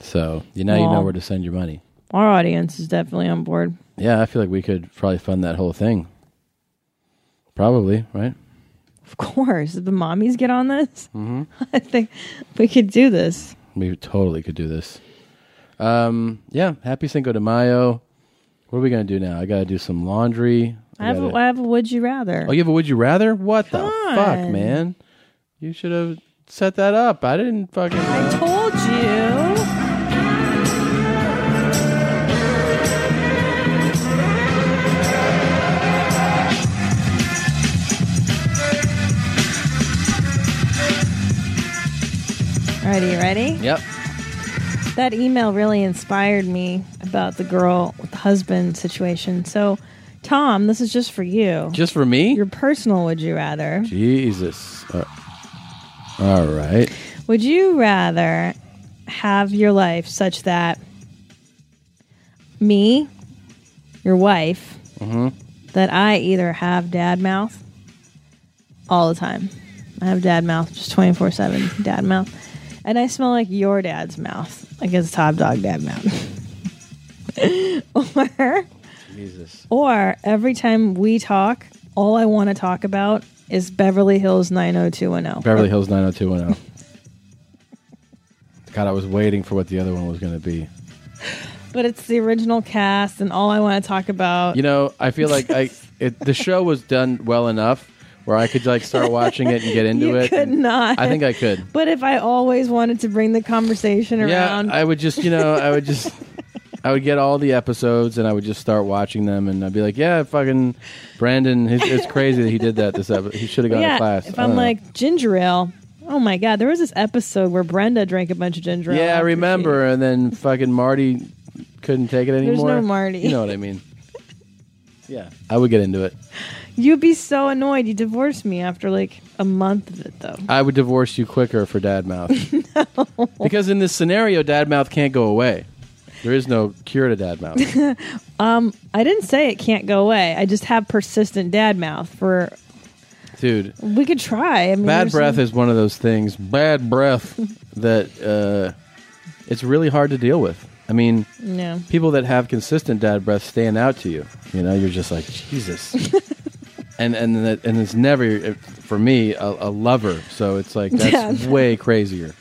Speaker 2: So you now you know
Speaker 4: Well.
Speaker 2: where to send your money.
Speaker 4: Our audience is definitely on board.
Speaker 2: Yeah, I feel like we could probably fund that whole thing. Probably, right?
Speaker 4: Of course, if the mommies get on this,
Speaker 2: Mhm.
Speaker 4: I think we could do this.
Speaker 2: We totally could do this. Um, yeah, happy Cinco de Mayo. What are we gonna do now? I gotta do some laundry.
Speaker 4: I have,
Speaker 2: gotta-
Speaker 4: a, I have a would you rather.
Speaker 2: Oh, you have a would you rather? What the
Speaker 4: Come
Speaker 2: fuck,
Speaker 4: on.
Speaker 2: man? You should have set that up. I didn't fucking. I
Speaker 4: told you. Alrighty, you ready?
Speaker 2: Yep.
Speaker 4: That email really inspired me about the girl with the husband situation. So, Tom, this is just for you.
Speaker 2: Just for me?
Speaker 4: Your personal would you rather.
Speaker 2: Jesus. Uh, all right.
Speaker 4: Would you rather have your life such that me, your wife,
Speaker 2: Mm-hmm.
Speaker 4: that I either have dad mouth all the time? I have dad mouth just 24 7, dad mouth. And I smell like your dad's mouth, like his top dog dad mouth. or,
Speaker 2: Jesus.
Speaker 4: or every time we talk, all I want to talk about is Beverly Hills 90210.
Speaker 2: Beverly Hills 90210. God, I was waiting for what the other one was going to be.
Speaker 4: But it's the original cast, and all I want to talk about.
Speaker 2: You know, I feel like I it, the show was done well enough where I could like start watching it and get into
Speaker 4: You
Speaker 2: it.
Speaker 4: could not.
Speaker 2: I think I could.
Speaker 4: But if I always wanted to bring the conversation
Speaker 2: Yeah,
Speaker 4: around,
Speaker 2: I would just, you know, I would just I would get all the episodes and I would just start watching them and I'd be like, yeah, fucking Brandon, his, it's crazy that he did that this episode. He should have gone
Speaker 4: yeah,
Speaker 2: to class. Uh,
Speaker 4: if
Speaker 2: I
Speaker 4: I'm
Speaker 2: don't know.
Speaker 4: like ginger ale, oh my god, there was this episode where Brenda drank a bunch of ginger ale.
Speaker 2: Yeah, I remember. And then fucking Marty couldn't take it anymore.
Speaker 4: no Marty.
Speaker 2: You know what I mean? yeah. I would get into it.
Speaker 4: You'd be so annoyed. You divorced me after like a month of it, though.
Speaker 2: I would divorce you quicker for dad mouth. Because in this scenario, dad mouth can't go away. There is no cure to dad mouth.
Speaker 4: Um, I didn't say it can't go away. I just have persistent dad mouth for.
Speaker 2: Dude,
Speaker 4: We could try. I mean,
Speaker 2: bad
Speaker 4: there's some-
Speaker 2: breath is one of those things, bad breath, that uh, it's really hard to deal with. I mean,
Speaker 4: Yeah.
Speaker 2: people that have consistent dad breath stand out to you. You know, you're just like, Jesus. and and that, and it's never it- for me a, a lover. So it's like that's
Speaker 4: Yeah.
Speaker 2: way crazier.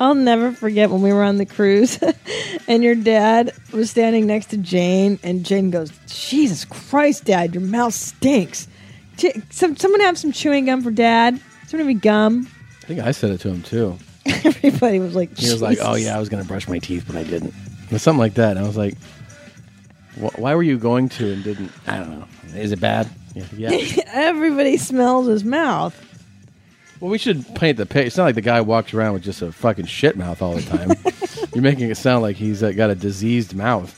Speaker 4: I'll never forget when we were on the cruise and your dad was standing next to Jane and Jane goes, Jesus Christ, Dad, your mouth stinks. J- Some, someone have some chewing gum for Dad. Someone have gum.
Speaker 2: I think I said it to him too.
Speaker 4: Everybody was like,
Speaker 2: He was like,
Speaker 4: "Jesus."
Speaker 2: "Oh yeah, I was gonna brush my teeth, but I didn't," or something like that. And I was like, "Wh- "Why were you going to and didn't?" I don't know. Is it bad? Yeah. yeah.
Speaker 4: Everybody smells his mouth.
Speaker 2: well, we should paint the picture. It's not like the guy walks around with just a fucking shit mouth all the time. You're making it sound like he's uh, got a diseased mouth.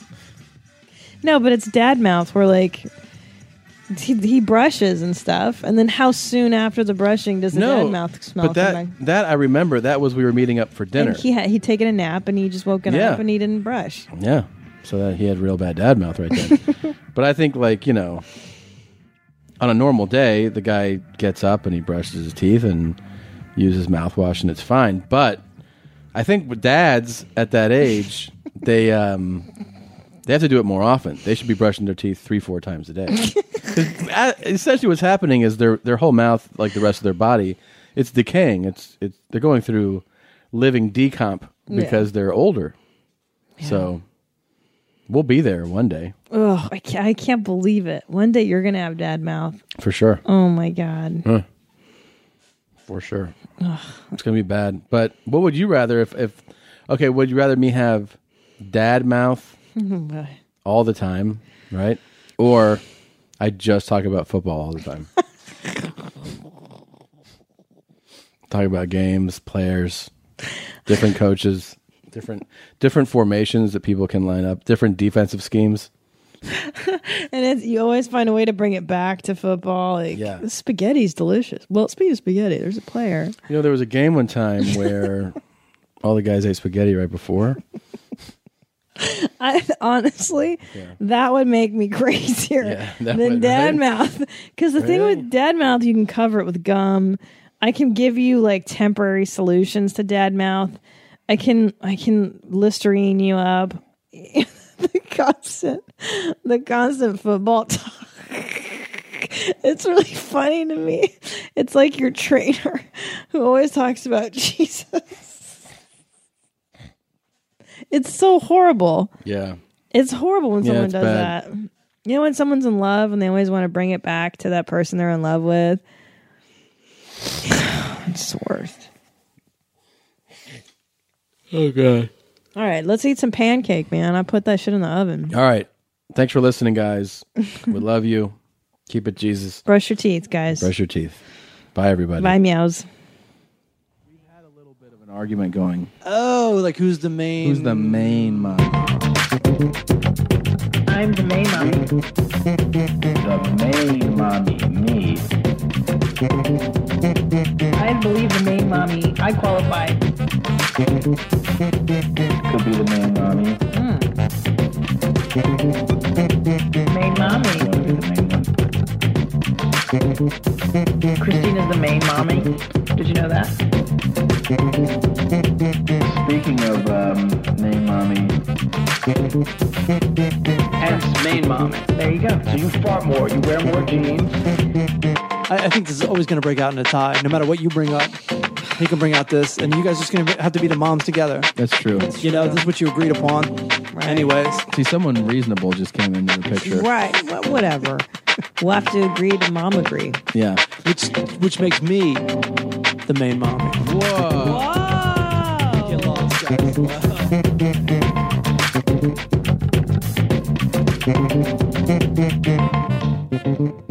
Speaker 4: No, but it's dad mouth where like he, he brushes and stuff. And then how soon after the brushing does the
Speaker 2: no,
Speaker 4: dad mouth smell
Speaker 2: but
Speaker 4: come
Speaker 2: that
Speaker 4: back?
Speaker 2: that I remember. That was we were meeting up for dinner.
Speaker 4: And he had, he'd taken a nap and he just woken
Speaker 2: Yeah.
Speaker 4: up and he didn't brush.
Speaker 2: Yeah. So that he had real bad dad mouth right then. but I think like, you know, on a normal day, the guy gets up and he brushes his teeth and uses mouthwash and it's fine. But I think with dads at that age, they um they have to do it more often. They should be brushing their teeth three, four times a day. 'Cause a- essentially, what's happening is their their whole mouth, like the rest of their body, it's decaying. It's it's they're going through living decomp
Speaker 4: Yeah.
Speaker 2: because they're older. So We'll be there one day
Speaker 4: Ugh, I can't, I can't believe it. One day you're going to have dad mouth.
Speaker 2: for sure.
Speaker 4: Oh my God.
Speaker 2: Huh. For sure.
Speaker 4: Ugh.
Speaker 2: It's gonna be bad. But what would you rather if if okay, would you rather me have dad mouth all the time, right? Or I just talk about football all the time. talk about games, players, different coaches, different different formations that people can line up, different defensive schemes.
Speaker 4: and it's, you always find a way to bring it back to football. Like,
Speaker 2: Yeah.
Speaker 4: Spaghetti's delicious. Well, speaking of spaghetti, there's a player.
Speaker 2: You know, there was a game one time where all the guys ate spaghetti right before.
Speaker 4: I honestly, that would make me crazier
Speaker 2: Yeah, that
Speaker 4: than
Speaker 2: would,
Speaker 4: dad
Speaker 2: right?
Speaker 4: mouth. Because the thing with dad mouth, you can cover it with gum. I can give you like temporary solutions to dad mouth. I can I can listerine you up. the constant, the constant football talk. It's really funny to me. It's like your trainer who always talks about Jesus. It's so horrible.
Speaker 2: Yeah.
Speaker 4: It's horrible when
Speaker 2: Yeah,
Speaker 4: someone
Speaker 2: it's
Speaker 4: does
Speaker 2: bad.
Speaker 4: that. You know, when someone's in love and they always want to bring it back to that person they're in love with. it's the worst.
Speaker 2: Oh god.
Speaker 4: All right, let's eat some pancake, man. I put that shit in the oven.
Speaker 2: All right. Thanks for listening, guys. we love you. Keep it Jesus.
Speaker 4: Brush your teeth, guys.
Speaker 2: Brush your teeth. Bye, everybody.
Speaker 4: Bye, meows.
Speaker 2: An argument going.
Speaker 5: Oh, like who's the main?
Speaker 2: Who's the main mom?
Speaker 4: I'm the main mommy.
Speaker 2: The main mommy, me.
Speaker 4: I believe the main mommy. I qualify.
Speaker 19: Could be the main mommy.
Speaker 4: Main
Speaker 19: Christina's the main mommy. Did you know that? Speaking of um, main mommy. Hence, main mommy. There you go. So you fart more, you wear more jeans.
Speaker 5: I, I think this is always going to break out in a tie, no matter what you bring up. He can bring out this, and you guys are just going to have to be the moms together.
Speaker 2: That's true.
Speaker 5: You know, this is what you agreed upon. Anyways,
Speaker 2: See, someone reasonable just came into the picture.
Speaker 4: Right. wh- Whatever. we'll have to agree to mom agree.
Speaker 2: Yeah.
Speaker 5: Which which makes me the main mommy. Whoa. Whoa.